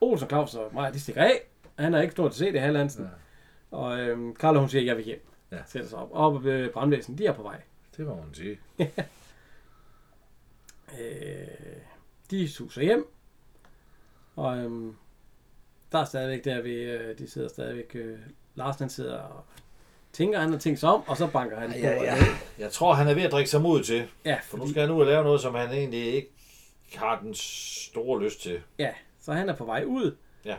Olsen, Claus og Maja, de stikker af. Han har ikke stort at se det, Hallandsen. Ja. Og øh, Carla, hun siger, jeg vil hjem. Ja. Ja. Sætter sig op. Og øh, brandvæsenet, de er på vej. Det må man sige. Øh, de suser hjem. Og øhm, der er stadigvæk der ved, øh, de sidder stadigvæk, øh, Larsen han sidder og tænker, han har tænkt sig om, og så banker han på. øh, Jeg tror, han er ved at drikke sig mod til. ja, For nu fordi, skal han ud og lave noget, som han egentlig ikke har den store lyst til. ja, så han er på vej ud. Ja.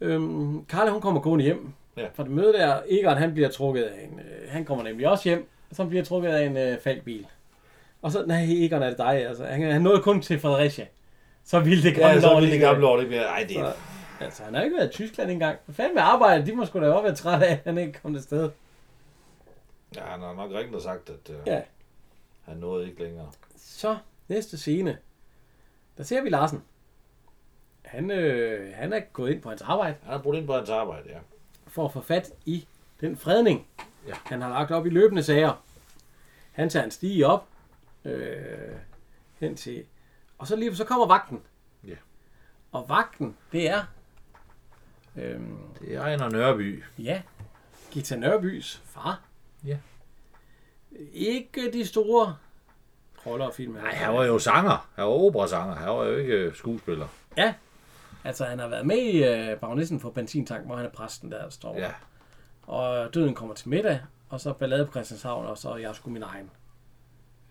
Øhm, Carla, hun kommer gående hjem Ja. fra det møde der. Egon, han bliver trukket af en, øh, han kommer nemlig også hjem, som bliver trukket af en øh, faldbil. Og så, nej, Egon er det dig, altså. Han, han nåede kun til Fredericia. Så ville det gamle Ja, så lort vil det ikke- gamle år, det bliver... Ej, det er... Altså, han har jo ikke været i Tyskland engang. Hvad fanden med arbejde? De må sgu da også være trætte af, at han ikke kom til sted. Ja, han har nok rigtigt sagt, at øh, Ja. han nåede ikke længere. Så, næste scene. Der ser vi Larsen. Han, øh, han er gået ind på hans arbejde Han har brugt ind på hans arbejde, ja. for at få fat i den fredning, Ja. han har lagt op i løbende sager. Han tager en stige op øh, hen til... Og så lige så kommer vagten. Ja. Og vagten, det er... Øh, Det er Ejner Nørby. Ja. Gita Nørbys far. Ja. Ikke de store roller film. Nej, han var jo sanger. Han var operasanger. Han var jo ikke øh, skuespiller. Ja. Altså, han har været med i øh, Bagnæssen for Benzintank, hvor han er præsten der, der står. Ja. Og Døden kommer til middag, og så Ballade på Christianshavn, og så Jeg skulle min egen.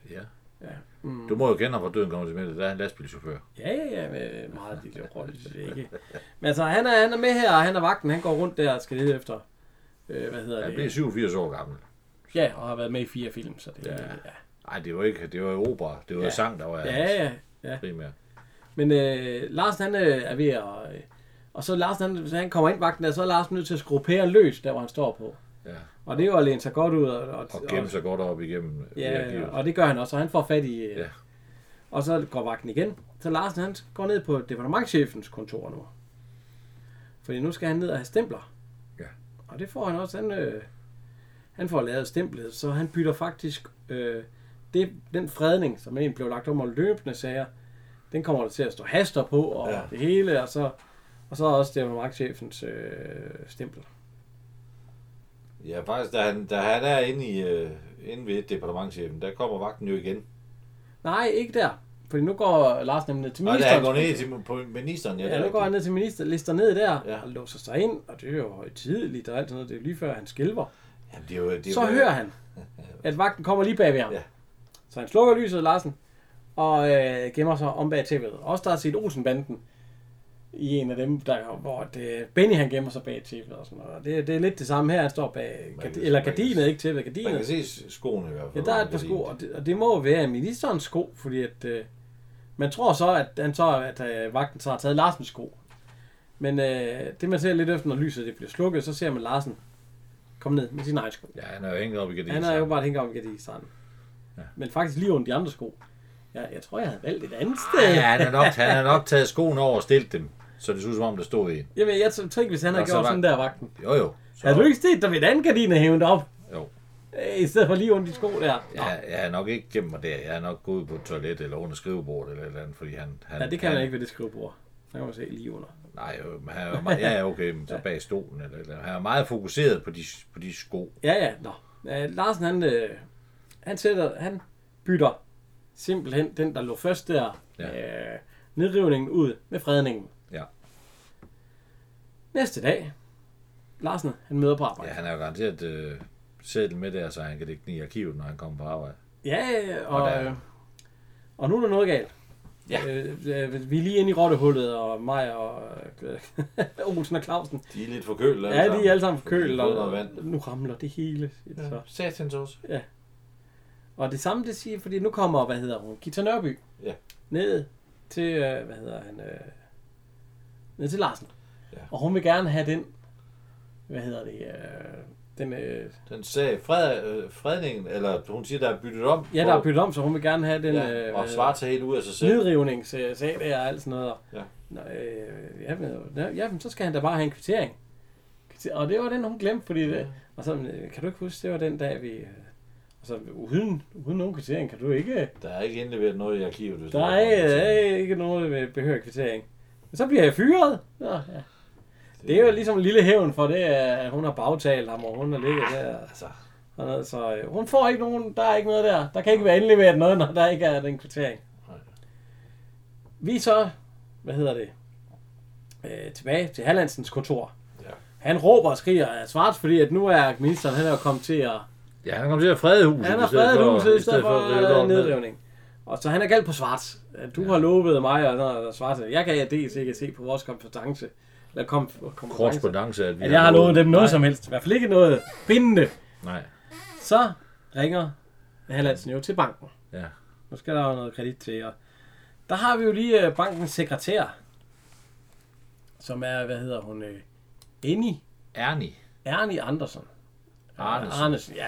ja. Mm. Du må jo kende ham fra døden kommer til middag. Der er en lastbilchauffør. Ja, ja, ja, med meget lille rolle, synes jeg ikke. Men altså, han er, han er med her, og han er vagten, han går rundt der og skal lede efter, øh, hvad hedder Han det? blev 87 år gammel. Ja, og har været med i fire film, så det er... Ja, Nej, det var ikke, det var jo opera. Det var ja. Ja. sang, der var ja, ja. ja, ja. primært. Men øh, Larsen han øh, er ved at... Øh, og så Larsen, han, så han kommer ind vagten, og så er Larsen nødt til at skrue pæren løs, der hvor han står på. Ja. Og det er jo at læne sig godt ud. Og, og, Og gemme sig godt op igennem. øh, ja, arkivet. og det gør han også, og han får fat i... Øh, Ja. ja. Og så går vagten igen. Så Larsen han går ned på departementchefens kontor nu. Fordi nu skal han ned og have stempler. Ja. Og det får han også. Han, øh, han får lavet stemplet, så han bytter faktisk... Øh, det, den fredning, som egentlig blev lagt om og løbende sager, den kommer der til at stå haster på og Ja. ja. det hele, og så, og så også departementchefens øh, stempel. Ja, faktisk, da han, da han er inde, i, øh, inde ved departementchefen, der kommer vagten jo igen. Nej, ikke der. Fordi nu går Lars nemlig ned til Og da han ministeren. går ned til på ministeren, ja, det er Ja, nu går han rigtigt. ned til minister, lister ned der, Ja. ja. og låser sig ind, og det er jo højtideligt og alt sådan noget. Det er jo lige før, han skælver. Jamen, det er jo, det er Så jo, hører han, at vagten kommer lige bag ved ham. Ja. Ja. Så han slukker lyset, Larsen, og øh, gemmer sig om bag tv'et. Også der har set Olsenbanden i en af dem, der, hvor det, Benny han gemmer sig bag tv'et og sådan noget. Og Det, det er lidt det samme her, han står bag, Man kan- gard, eller man kan- gardinet, ikke tv'et, Man kan gardinet. se skoene i hvert Ja, fald. der er et man par kan sko, se. og det, og det må jo være ministerens sko, fordi at, øh, man tror så, at han så, at øh, vagten så har taget Larsens sko. Men øh, det man ser lidt efter, når lyset det bliver slukket, så ser man Larsen komme ned med sin egen sko. Ja, han er jo hængt op i Han gardinen. er jo så- bare hængt om i stranden. Ja. Men faktisk lige under de andre sko. Ja, jeg tror, jeg havde valgt et andet sted. Ah, Ja, han er nok, han er nok taget skoene over og stillet dem, så det ser ud som om, der stod en. Jamen, jeg tænkte, hvis han havde Og så gjort var- sådan der vagten. Jo, jo. Så, Har du ikke set, der ved et andet gardin er hævet op? Jo. Øh, I stedet for lige under de sko der. Ja, jeg er nok ikke gemt mig der. Jeg er nok gået ud på et toilet eller under skrivebordet eller et eller andet, fordi han... han Ja, det kan han, man ikke ved det skrivebord. Der kan man se lige under. Nej, jo, men han er jo meget, ja, okay, men så bag stolen eller, et eller andet. Han er meget fokuseret på de, på de sko. Ja, ja, nå. Øh, Larsen, han, øh, han, sætter, han bytter simpelthen den, der lå først der, ja. øh, nedrivningen ud med fredningen. Ja. Næste dag, Larsen, han møder på Ja, arbejde. han er jo garanteret øh, sædel med der, så han kan lægge den i arkivet, når han kommer på arbejde. Ja, ja, ja Og og, der- øh, og nu er der noget galt. Ja. Øh, øh, vi er lige inde i rottehullet, og mig og øh, Olsen og Clausen. De er lidt forkølet. alle Ja, de sammen. er alle sammen forkølet, De har fået noget og vand. nu ramler det hele. Så. Satans også. Og det samme, det siger, fordi nu kommer, hvad hedder hun, Gita Nørby. Ja. Ned til, øh, hvad hedder han, øh, ned til Larsen. Ja. Og hun vil gerne have den, hvad hedder det, øh, den, øh, Den sag, fred, øh, fredningen, eller hun siger, der er byttet om. ja, der er byttet om, så hun vil gerne have den, ja, Øh, hvad og svarer til helt ud af sig selv. nedrivningssag der og alt sådan noget. Ja. Nå, øh, ja, men, ja, ja, men så skal han da bare have en kvittering. Kvitter- Og det var den, hun glemte, fordi... Ja. Det, og så, øh, kan du ikke huske, det var den dag, vi... øh, Og så, uden, uden nogen kvittering, kan du ikke... Der er ikke indleveret noget i arkivet. hvis Der man- er øh, ikke noget med behørig kvittering. Men så bliver jeg fyret. Nå, ja. Det er jo ligesom en lille hævn for det, at hun har bagtalt ham, og hun har ligget der. Altså, Og noget, så øh, hun får ikke nogen, der er ikke noget der. Der kan ikke være indleveret noget, når der ikke er den kvittering. Nej. Vi er så, hvad hedder det, øh, tilbage til Hallandsens kontor. Ja. Han råber og skriger af Svarts, fordi at nu er ministeren, han er jo kommet til at... ja, han kommer til at frede huset. Han Altså, i har stedet fredet for- huset i stedet for, at rive det for ned. nedrivning. Og så han er galt på Svarts. Øh, Du ja. har lovet mig, og, og, og Svarts, jeg kan dels ikke se på vores kompetence. Eller kom, kompetence. Korrespondance, at vi At jeg har lovet dem noget Nej, som helst. I hvert fald ikke noget bindende. Nej, Så ringer Hallandsen jo til banken. ja. Nu skal der jo noget kredit til, og der har vi jo lige øh, bankens sekretær, som er, hvad hedder hun, øh, Enni Ernie, Ernie Andersen. Arnesen, Arnesen, ja.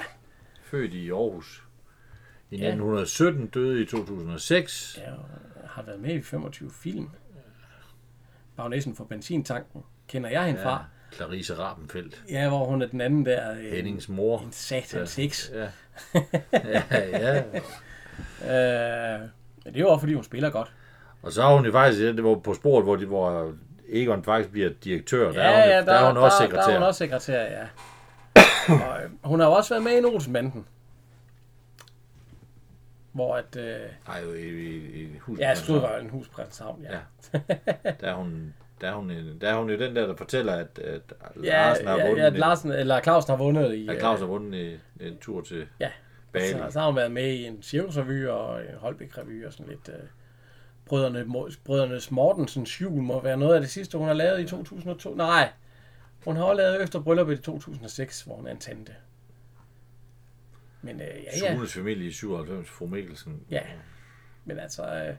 født i Aarhus. I 1917 døde i 2006. ja og har været med i 25 film. Bagnæsen for benzintanken. Kender jeg hende ja. fra? Clarice Rabenfeldt, Ja, hvor hun er den anden der. Øh, Hennings mor. En satans heks. Ja. ja, ja. Øh, men det er jo også, fordi hun spiller godt. Og så har hun jo faktisk i den, hvor på sporet, hvor, de, hvor Egon faktisk bliver direktør. Der ja, er hun, ja, der, er hun også sekretær. Der er hun også sekretær, ja. Og, øh, hun har jo også været med i en Olsenbanden. Hvor at... Øh, Ej, jo, i, i, i huset. ja, Studrøven, Husprinshavn, ja. Ja. ja. Der er hun, der er hun, en- der er hun jo den der, der fortæller, at, at Ja, Larsen har ja, vundet, ja, Larsen, eller Clausen har vundet i... øh, en, at Claus har vundet en, en tur til Ja. Bali. Altså, Så, så har hun været med i en cirkusrevy og en Holbæk-revy og sådan lidt... Øh, Brødrene, Mo- Brødrenes Mortensens jul må være noget af det sidste, hun har lavet i 2002. Nej, hun har også lavet efter brylluppet i 2006, hvor hun er en tante. Men øh, ja, ja. Sunes familie i 97, fru Mikkelsen. Ja, men altså... Øh,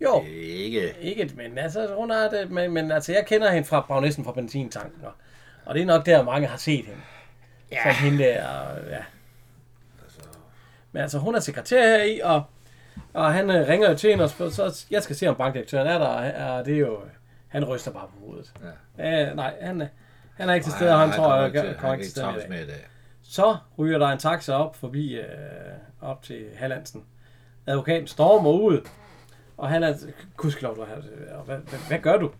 jo, Ikke. ikke et men. Altså, hun har det, men, men altså, jeg kender hende fra Bagnæsten fra Benzintanken, og, og det er nok der, mange har set hende. Ja. Som hende der, og, ja. Men altså, hun er sekretær her i, og, og han øh, ringer jo til hende og spørger, så jeg skal se, om bankdirektøren er der, og, og det er jo... øh, Han ryster bare på hovedet. Ja. Øh, nej, han, er- han er ikke til stede, og han, han tror, jeg jeg kommer kan ikke ikke til stede i trammes dag. med i dag. Så ryger der en taxa op forbi, øh, op til Hallandsen. Advokaten stormer ud, og Hallandsen, kusklov, du har, hvad, hvad, hvad gør du?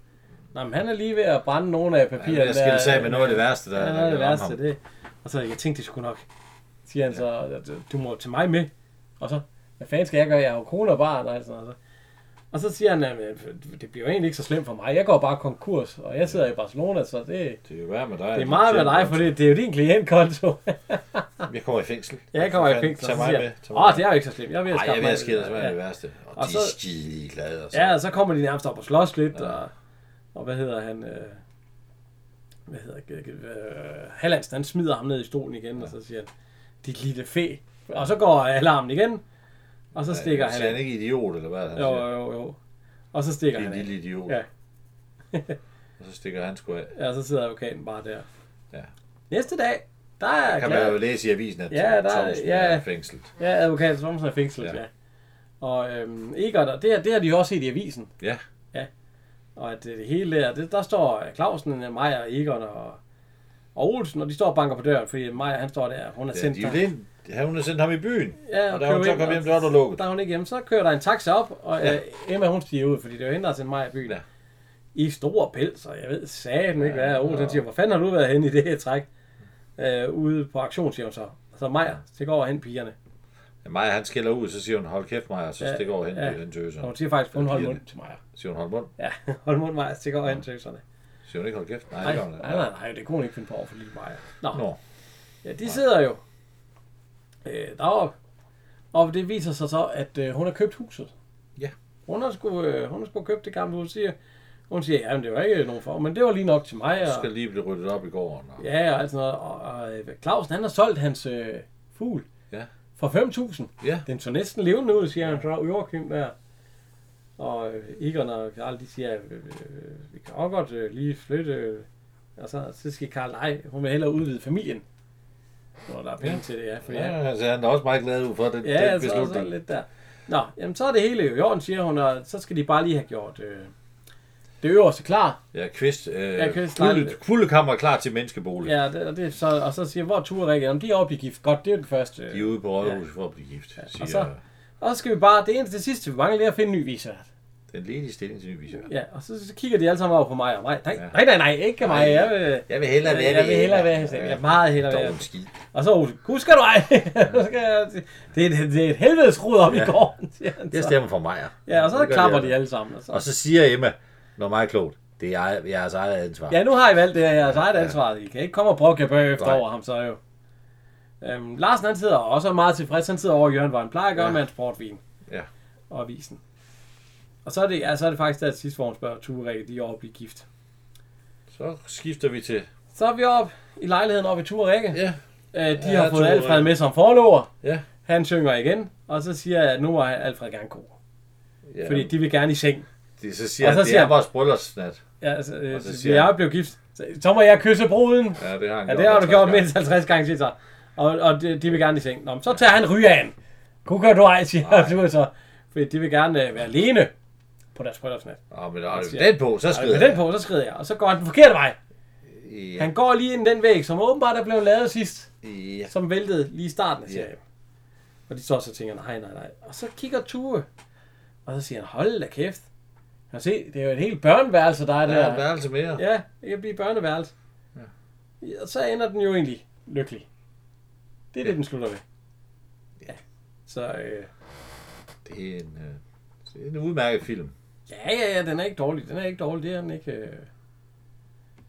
Nej, men han er lige ved at brænde nogle af papirerne. Han er skille sig med noget af det værste, der Ja, noget af det der ramte værste, ham. det. Og så, jeg tænkte, det skulle nok, siger han så, du må til mig med. Og så, hvad fanden skal jeg gøre? Jeg har jo kone og barn, og alt sådan noget. Og så siger han, at det bliver jo egentlig ikke så slemt for mig. Jeg går bare konkurs, og jeg sidder i Barcelona, så det, Det er jo værd med dig. det er meget med dig, for det, det er jo din klientkonto. Jeg kommer i fængsel. Ja, jeg kommer i fængsel. Tag og så mig siger med. jeg, Tag mig Åh, med. det er jo ikke så slemt. Jeg er ved at Ej, jeg skaffe ved at skille sig med det ja. værste. Og, Og de er så- skide glade. Og så. ja, og så kommer de nærmest op og slås lidt. Og, og hvad hedder han? Øh, hvad hedder øh, Hallandsen, han smider ham ned i stolen igen, og så siger han, dit lille fe. Og så går alarmen igen, og så stikker han. Er han han. ikke idiot, eller hvad? Han Jo, siger, jo, jo. Og så stikker det er han. en af. lille idiot. Ja. Og så stikker han sgu af. Ja, og så sidder advokaten bare der. Ja. Næste dag, der er Kan man jo læse i avisen, at Ja, der- Thomsen ja. er fængslet. Ja, advokaten Thomsen er fængslet, ja. Ja. ja. Og øhm, Egon, og det, det har de jo også set i avisen. Ja. Og at øh, det, det hele der, det, der står øh, Clausen, øh, Maja, Egon og, og Olsen, og de står og banker på døren, fordi Maja, han står der, hun er Ja, sendt de er der. jo lidt- han- hun har sendt ham i byen. Ja, og da hun køber så ind, kom og hjem, der var der lukket. Der er hun ikke hjemme, så kører der en taxa op, og ja. Ja. øh, Emma hun stiger ud, fordi det er jo hende, der har sendt Maja i byen. Ja. Ja. I store pels, og jeg ved satan ikke, hvad er. Olsen siger, hvor fanden har du været henne i det her træk? Øh, ude på aktion, siger hun så. Så Maja, stikker over hen pigerne. Ja, Maja, han skælder ud, så siger hun, hold kæft, Maja, og så Ja, stikker over hen ja. til den tøser. Og hun siger faktisk, hun holder pigerne. mund til Maja. Så Siger hun, hold mund. Ja, hold mund, Maja, stikker over hen til økserne. Siger hun ikke, hold kæft. Nej, Nej, det gør hun nej, ikke. nej, nej, det kunne hun ikke finde på over for lille Maja. Nå. Nå. Ja, de sidder jo øh, deroppe. Og det viser sig så, at øh, hun har købt huset. Ja. Hun har sgu, øh, hun har sgu købt det gamle hus, siger. Hun siger, jamen det var ikke nogen for, men det var lige nok til mig. Så Og, skal lige blive ryddet op i gården. Og... ja, og alt sådan noget. Og, og øh, Clausen, han har solgt hans øh, fugl Ja. for 5.000. Ja. Den så næsten levende ud, siger han så Joachim der. Og øh, Egon og Karl, de siger, øh, øh, vi kan også godt øh, lige flytte. øh. Og så, så skal Karl, nej, hun vil hellere udvide familien. Når der er penge ja. til det, ja. For ja, Ja, altså, han er også meget glad ud for den, ja, altså, den den så, så beslutning. lidt der. Nå, jamen så er det hele jo i orden, siger hun, og så skal de bare lige have gjort øh, det øverste klar. Ja, kvist. Øh, Ja, ja, Kvist, kvist nej. kulde, kuldekammer klar til menneskebolig. Ja. Ja, det, og, det, så, og så siger, hvor er Ture og Rikke? Jamen, de er oppe i gift. Godt, det er det første. De er ude på rådhuset ja. for at blive gift, ja. siger og så- Og så skal vi bare, det eneste det sidste, vi mangler, det er at finde en ny visevært. den ledige stilling til nyvisør. Ja, og så, så kigger de alle sammen over på mig og mig. Nej, Ja. nej, nej, nej ikke mig. Jeg vil, Jeg vil hellere være jeg vil hellere være hos Ja. dem. Jeg vil meget hellere være Dog en hos skid. Og så Ole, husker du ej? Nu skal jeg- det, er, et- det er et helvedes rod op ja. i Ja. gården, siger han Jeg så. stemmer for Maja. Ja, og så Det gør klapper jeg. de alle sammen. Og så. Og så siger Emma, når meget klogt, det er jeg, jeres eget ansvar. Ja, nu har I valgt det her jeres eget ansvar. I kan ikke komme og brokke jer bagefter Nej. over ham, så jo. Øhm, Larsen han sidder også og er meget tilfreds. Han sidder over i Jørgen, hvor han plejer at gøre Ja. med hans portvin Ja. og avisen. Og så er det, ja, så er det faktisk der til sidst, hvor hun spørger Ture Rikke, de er over at blive gift. Så skifter vi til... Så er vi oppe i lejligheden oppe i Ture Rikke. Ja, Øh, de Ja, har fået Ture Alfred Rikke. med som forlover. ja. Han synger igen, og så siger jeg, at nu er Alfred gerne god. ja. Fordi de vil gerne i seng. det, så siger Og han, så det siger er han- vores bryllupsnat. Ja, altså, øh, så så siger jeg han- blev gift. Så, så må jeg kysse bruden. Ja, det har han Ja, det har du 50 gjort gange. mindst 50 gange, siger så. Og, og de, de vil gerne i seng. Nå, men så tager han rygeagen. Kunne gøre du ej, siger Nej. du så. Fordi de vil gerne øh, være alene på deres bryllupsnat. Nå, men har du siger- den på, så Og skrider med den på, så skrider jeg. Og så går han den forkerte vej. Ja. Han går lige ind i den væg, som åbenbart er blevet lavet sidst. ja. Som væltede lige i starten af Ja. serien. Og de står så og tænker, nej, nej, nej. Og så kigger Tue. Og så siger han, hold da kæft. Kan du se, det er jo et helt børneværelse, der er Der der. er en værelse mere. Ja, det kan blive børneværelse. Ja. Og så ender den jo egentlig lykkelig. Det er det, den slutter med. Ja. Så øh, Det er en, øh, det er en udmærket film. ja, ja, ja, den er ikke dårlig. Den er ikke dårlig, det er den ikke. Øh,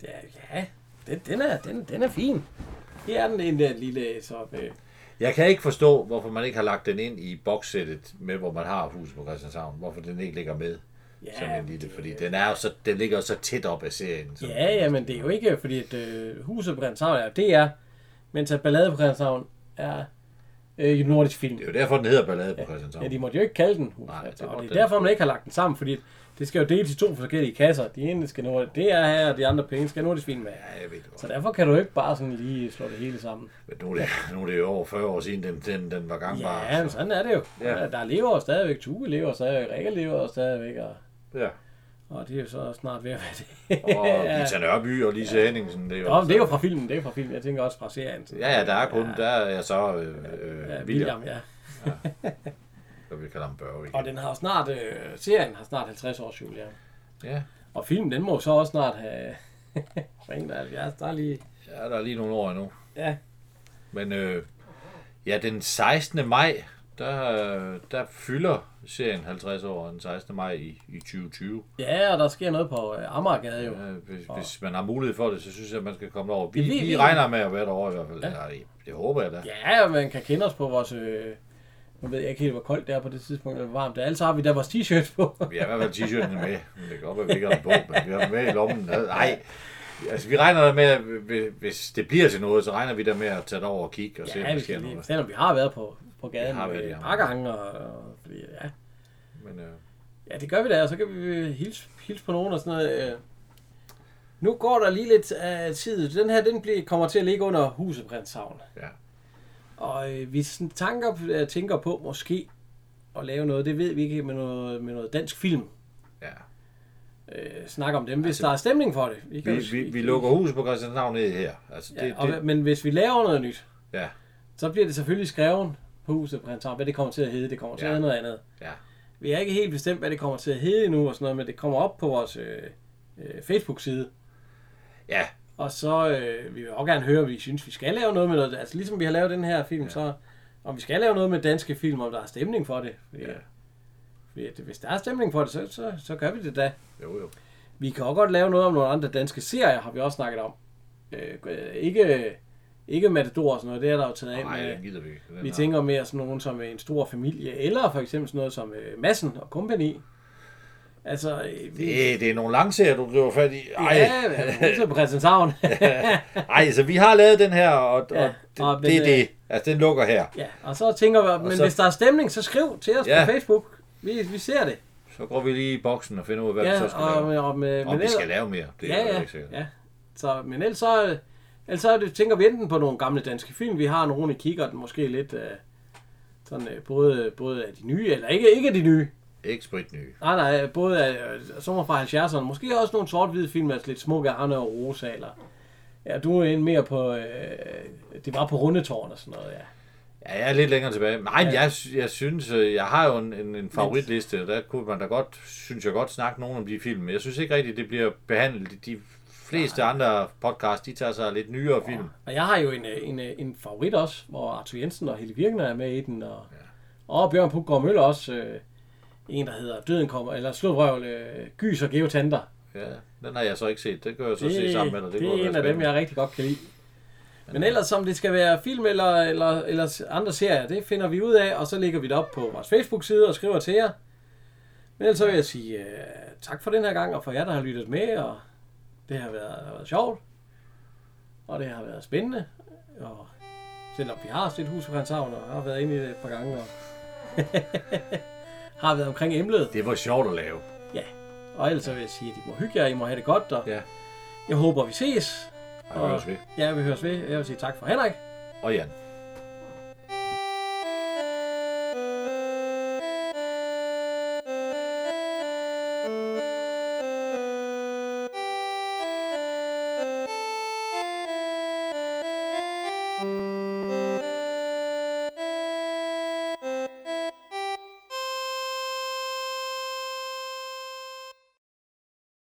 det er, ja, den, den, er, den, den er fin. Her er den en der lille, så øh, Jeg kan ikke forstå, hvorfor man ikke har lagt den ind i bokssættet med, hvor man har huset på Christianshavn. Hvorfor den ikke ligger med ja, ja, som en lille, fordi den, er jo så, den ligger jo så tæt op af serien. Så. Ja, ja, men det er jo ikke, fordi at, øh, huset på Christianshavn er DR, mens at ballade på Christianshavn er øh, nordisk film. Det er jo derfor, den hedder Ballade på Ja, Christianshavn. de måtte jo ikke kalde den hus. Nej, det det og det måtte er den. derfor, man ikke har lagt den sammen, fordi det skal jo deles i to forskellige kasser. De ene skal nå det er her, og de andre penge skal nå det fint med. Ja, jeg ved det Så godt. derfor kan du ikke bare sådan lige slå det hele sammen. Men nu er det, nu er det jo over 40 år siden, den, den, den var altså. gangbar. Ja, altså. men sådan er det jo. Ja. Ja. Der lever jo stadigvæk, Tue lever stadigvæk, Rikke lever jo stadigvæk, og, ja. og det er jo så snart ved at være det. Og Gita Nørby og Lise Henningsen. Det er jo, Nå, men det er jo fra filmen, det er fra filmen. Jeg tænker også fra serien. Ja, ja, der er kun, der er så øh, øh, Ja, ja, William, William, ja. der vi kalder ham Børge igen. Og den har jo snart, øh, serien har snart 50 års jubilæum. Ja. Og filmen, den må jo så også snart have... Ring der er 70, der er lige... ja, der er lige nogle år endnu. Ja, Men øh, ja, den 16. maj, der, øh, der fylder serien 50 år den 16. maj i, i 2020. Ja, og der sker noget på øh, Amagergade jo. Ja. Øh, hvis, hvis man har mulighed for det, så synes jeg, at man skal komme over. Vi, Ja, vi- vi, vi- vi regner med at være derovre i hvert fald. Ja. Det, det håber jeg da. ja, man kan kende os på vores... Øh, nu ved jeg ikke helt, hvor koldt det er på det tidspunkt, eller hvor varmt det er. Ellers har vi da vores t-shirts på. Vi har i hvert fald t-shirten med. Men det kan godt være, vi ikke har den på, men vi har den med i lommen. Nej, altså vi regner da med, at hvi- hvis det bliver til noget, så regner vi der med at tage det over og kigge og se, om ja, der vi sker skal lige, noget. selvom vi har været på, på gaden Vi har været i med Amager. pakkehanger. Og, og, fordi, ja. Men, øh, ja, det gør vi da, og så kan vi øh, hilse, hilse på nogen og sådan noget. Øh. Nu går der lige lidt af tid. Den her, den bliver, kommer til at ligge under huset Prinshavn. ja. Og øh, vi sådan tanker, øh, tænker på måske at lave noget, det ved vi ikke, med noget, med noget dansk film. Ja. øh, snakke om dem, hvis der er stemning for det. kan altså, Vi, jo- vi, vi lukker huset på Christianshavn ned her. Altså, det, Ja, og, det, hva- men hvis vi laver noget nyt, Ja. så bliver det selvfølgelig skrevet på huset Prins Arp, hvad det kommer til at hedde. Det kommer til Ja. at hedde noget andet. Ja. Vi er ikke helt bestemt, hvad det kommer til at hedde endnu, og sådan noget, men det kommer op på vores øh, øh, Facebook-side. ja, Og så øh, vi vil også gerne høre, om vi synes, vi skal lave noget med noget. Altså ligesom vi har lavet den her film, ja. så om vi skal lave noget med danske film, om der er stemning for det. Fordi, ja. Ja. fordi at hvis der er stemning for det, så, så, så gør vi det da. jo jo. Vi kan også godt lave noget om nogle andre danske serier, har vi også snakket om. Øh, øh, ikke, ikke Matador og sådan noget, det er der jo taget af Nej, med. den gider vi ikke. Den øh, Vi har- tænker mere sådan nogen som øh, en stor familie, eller for eksempel sådan noget som øh, Massen og Company. Altså, øh, vi, Det, det er nogle langserier, du griber fat i. Ej, ja, vi sidder på Christianshavn. Ej så vi har lavet den her, og, og, Ja, det, og øh, det er den, det. Altså, den lukker her. ja, og så tænker vi, men så- hvis der er stemning, så skriv til os Ja. på Facebook. Vi, vi ser det. Så går vi lige i boksen og finder ud af, hvad vi så Ja, skal og, lave. og, og med, Om vi skal lave mere, det er ja, jeg ja, ikke sikkert. ja. Så, men ellers så, øh, ellers så er det, tænker vi enten på nogle gamle danske film. Vi har nogle i kikkerten, måske lidt øh, sådan, øh, både, både af de nye, eller ikke, ikke af de nye. Ikke spritny. Nej, nej, både af øh, sommer fra 70'erne. Måske også nogle sort-hvide film, altså lidt smukke Arne og Rosa, eller... Ja, du er en mere på... Øh, det var på rundetårn og sådan noget, ja. Ja, jeg er lidt længere tilbage. Nej, ja. jeg, sy- jeg synes, øh, jeg har jo en, en, en favoritliste, og der kunne man da godt, synes jeg godt, snakke nogen om de film. Men jeg synes ikke rigtigt, det bliver behandlet. De fleste Nej. andre podcast, de tager sig af lidt nyere ja. film. Og jeg har jo en, øh, en, øh, en favorit også, hvor Arthur Jensen og Helle Virkner er med i den, og, ja. og Bjørn Puggaard Møller også. Øh, en, der hedder Døden kommer, eller Slåbrøvl, øh, Gys og Geotanter. Ja, den har jeg så ikke set. Det kan jeg så se sammen med dig. det, det er kunne være en af dem, spændende. jeg rigtig godt kan lide. Men ellers, om det skal være film eller, eller, eller andre serier, det finder vi ud af, og så lægger vi det op på vores Facebook-side og skriver til jer. Men ellers så vil jeg sige uh, tak for den her gang, og for jer, der har lyttet med, og det har været, har været sjovt, og det har været spændende, og selvom vi har set Hus på Christianshavn, og har været inde i det et par gange, og har været omkring emnet, Det var sjovt at lave. ja. Og ellers så vil jeg sige, at I må hygge jer, I må have det godt, og Ja. jeg håber, vi ses. Ej, og... Ja, vi høres ved. Jeg vil sige tak for Henrik. og Jan.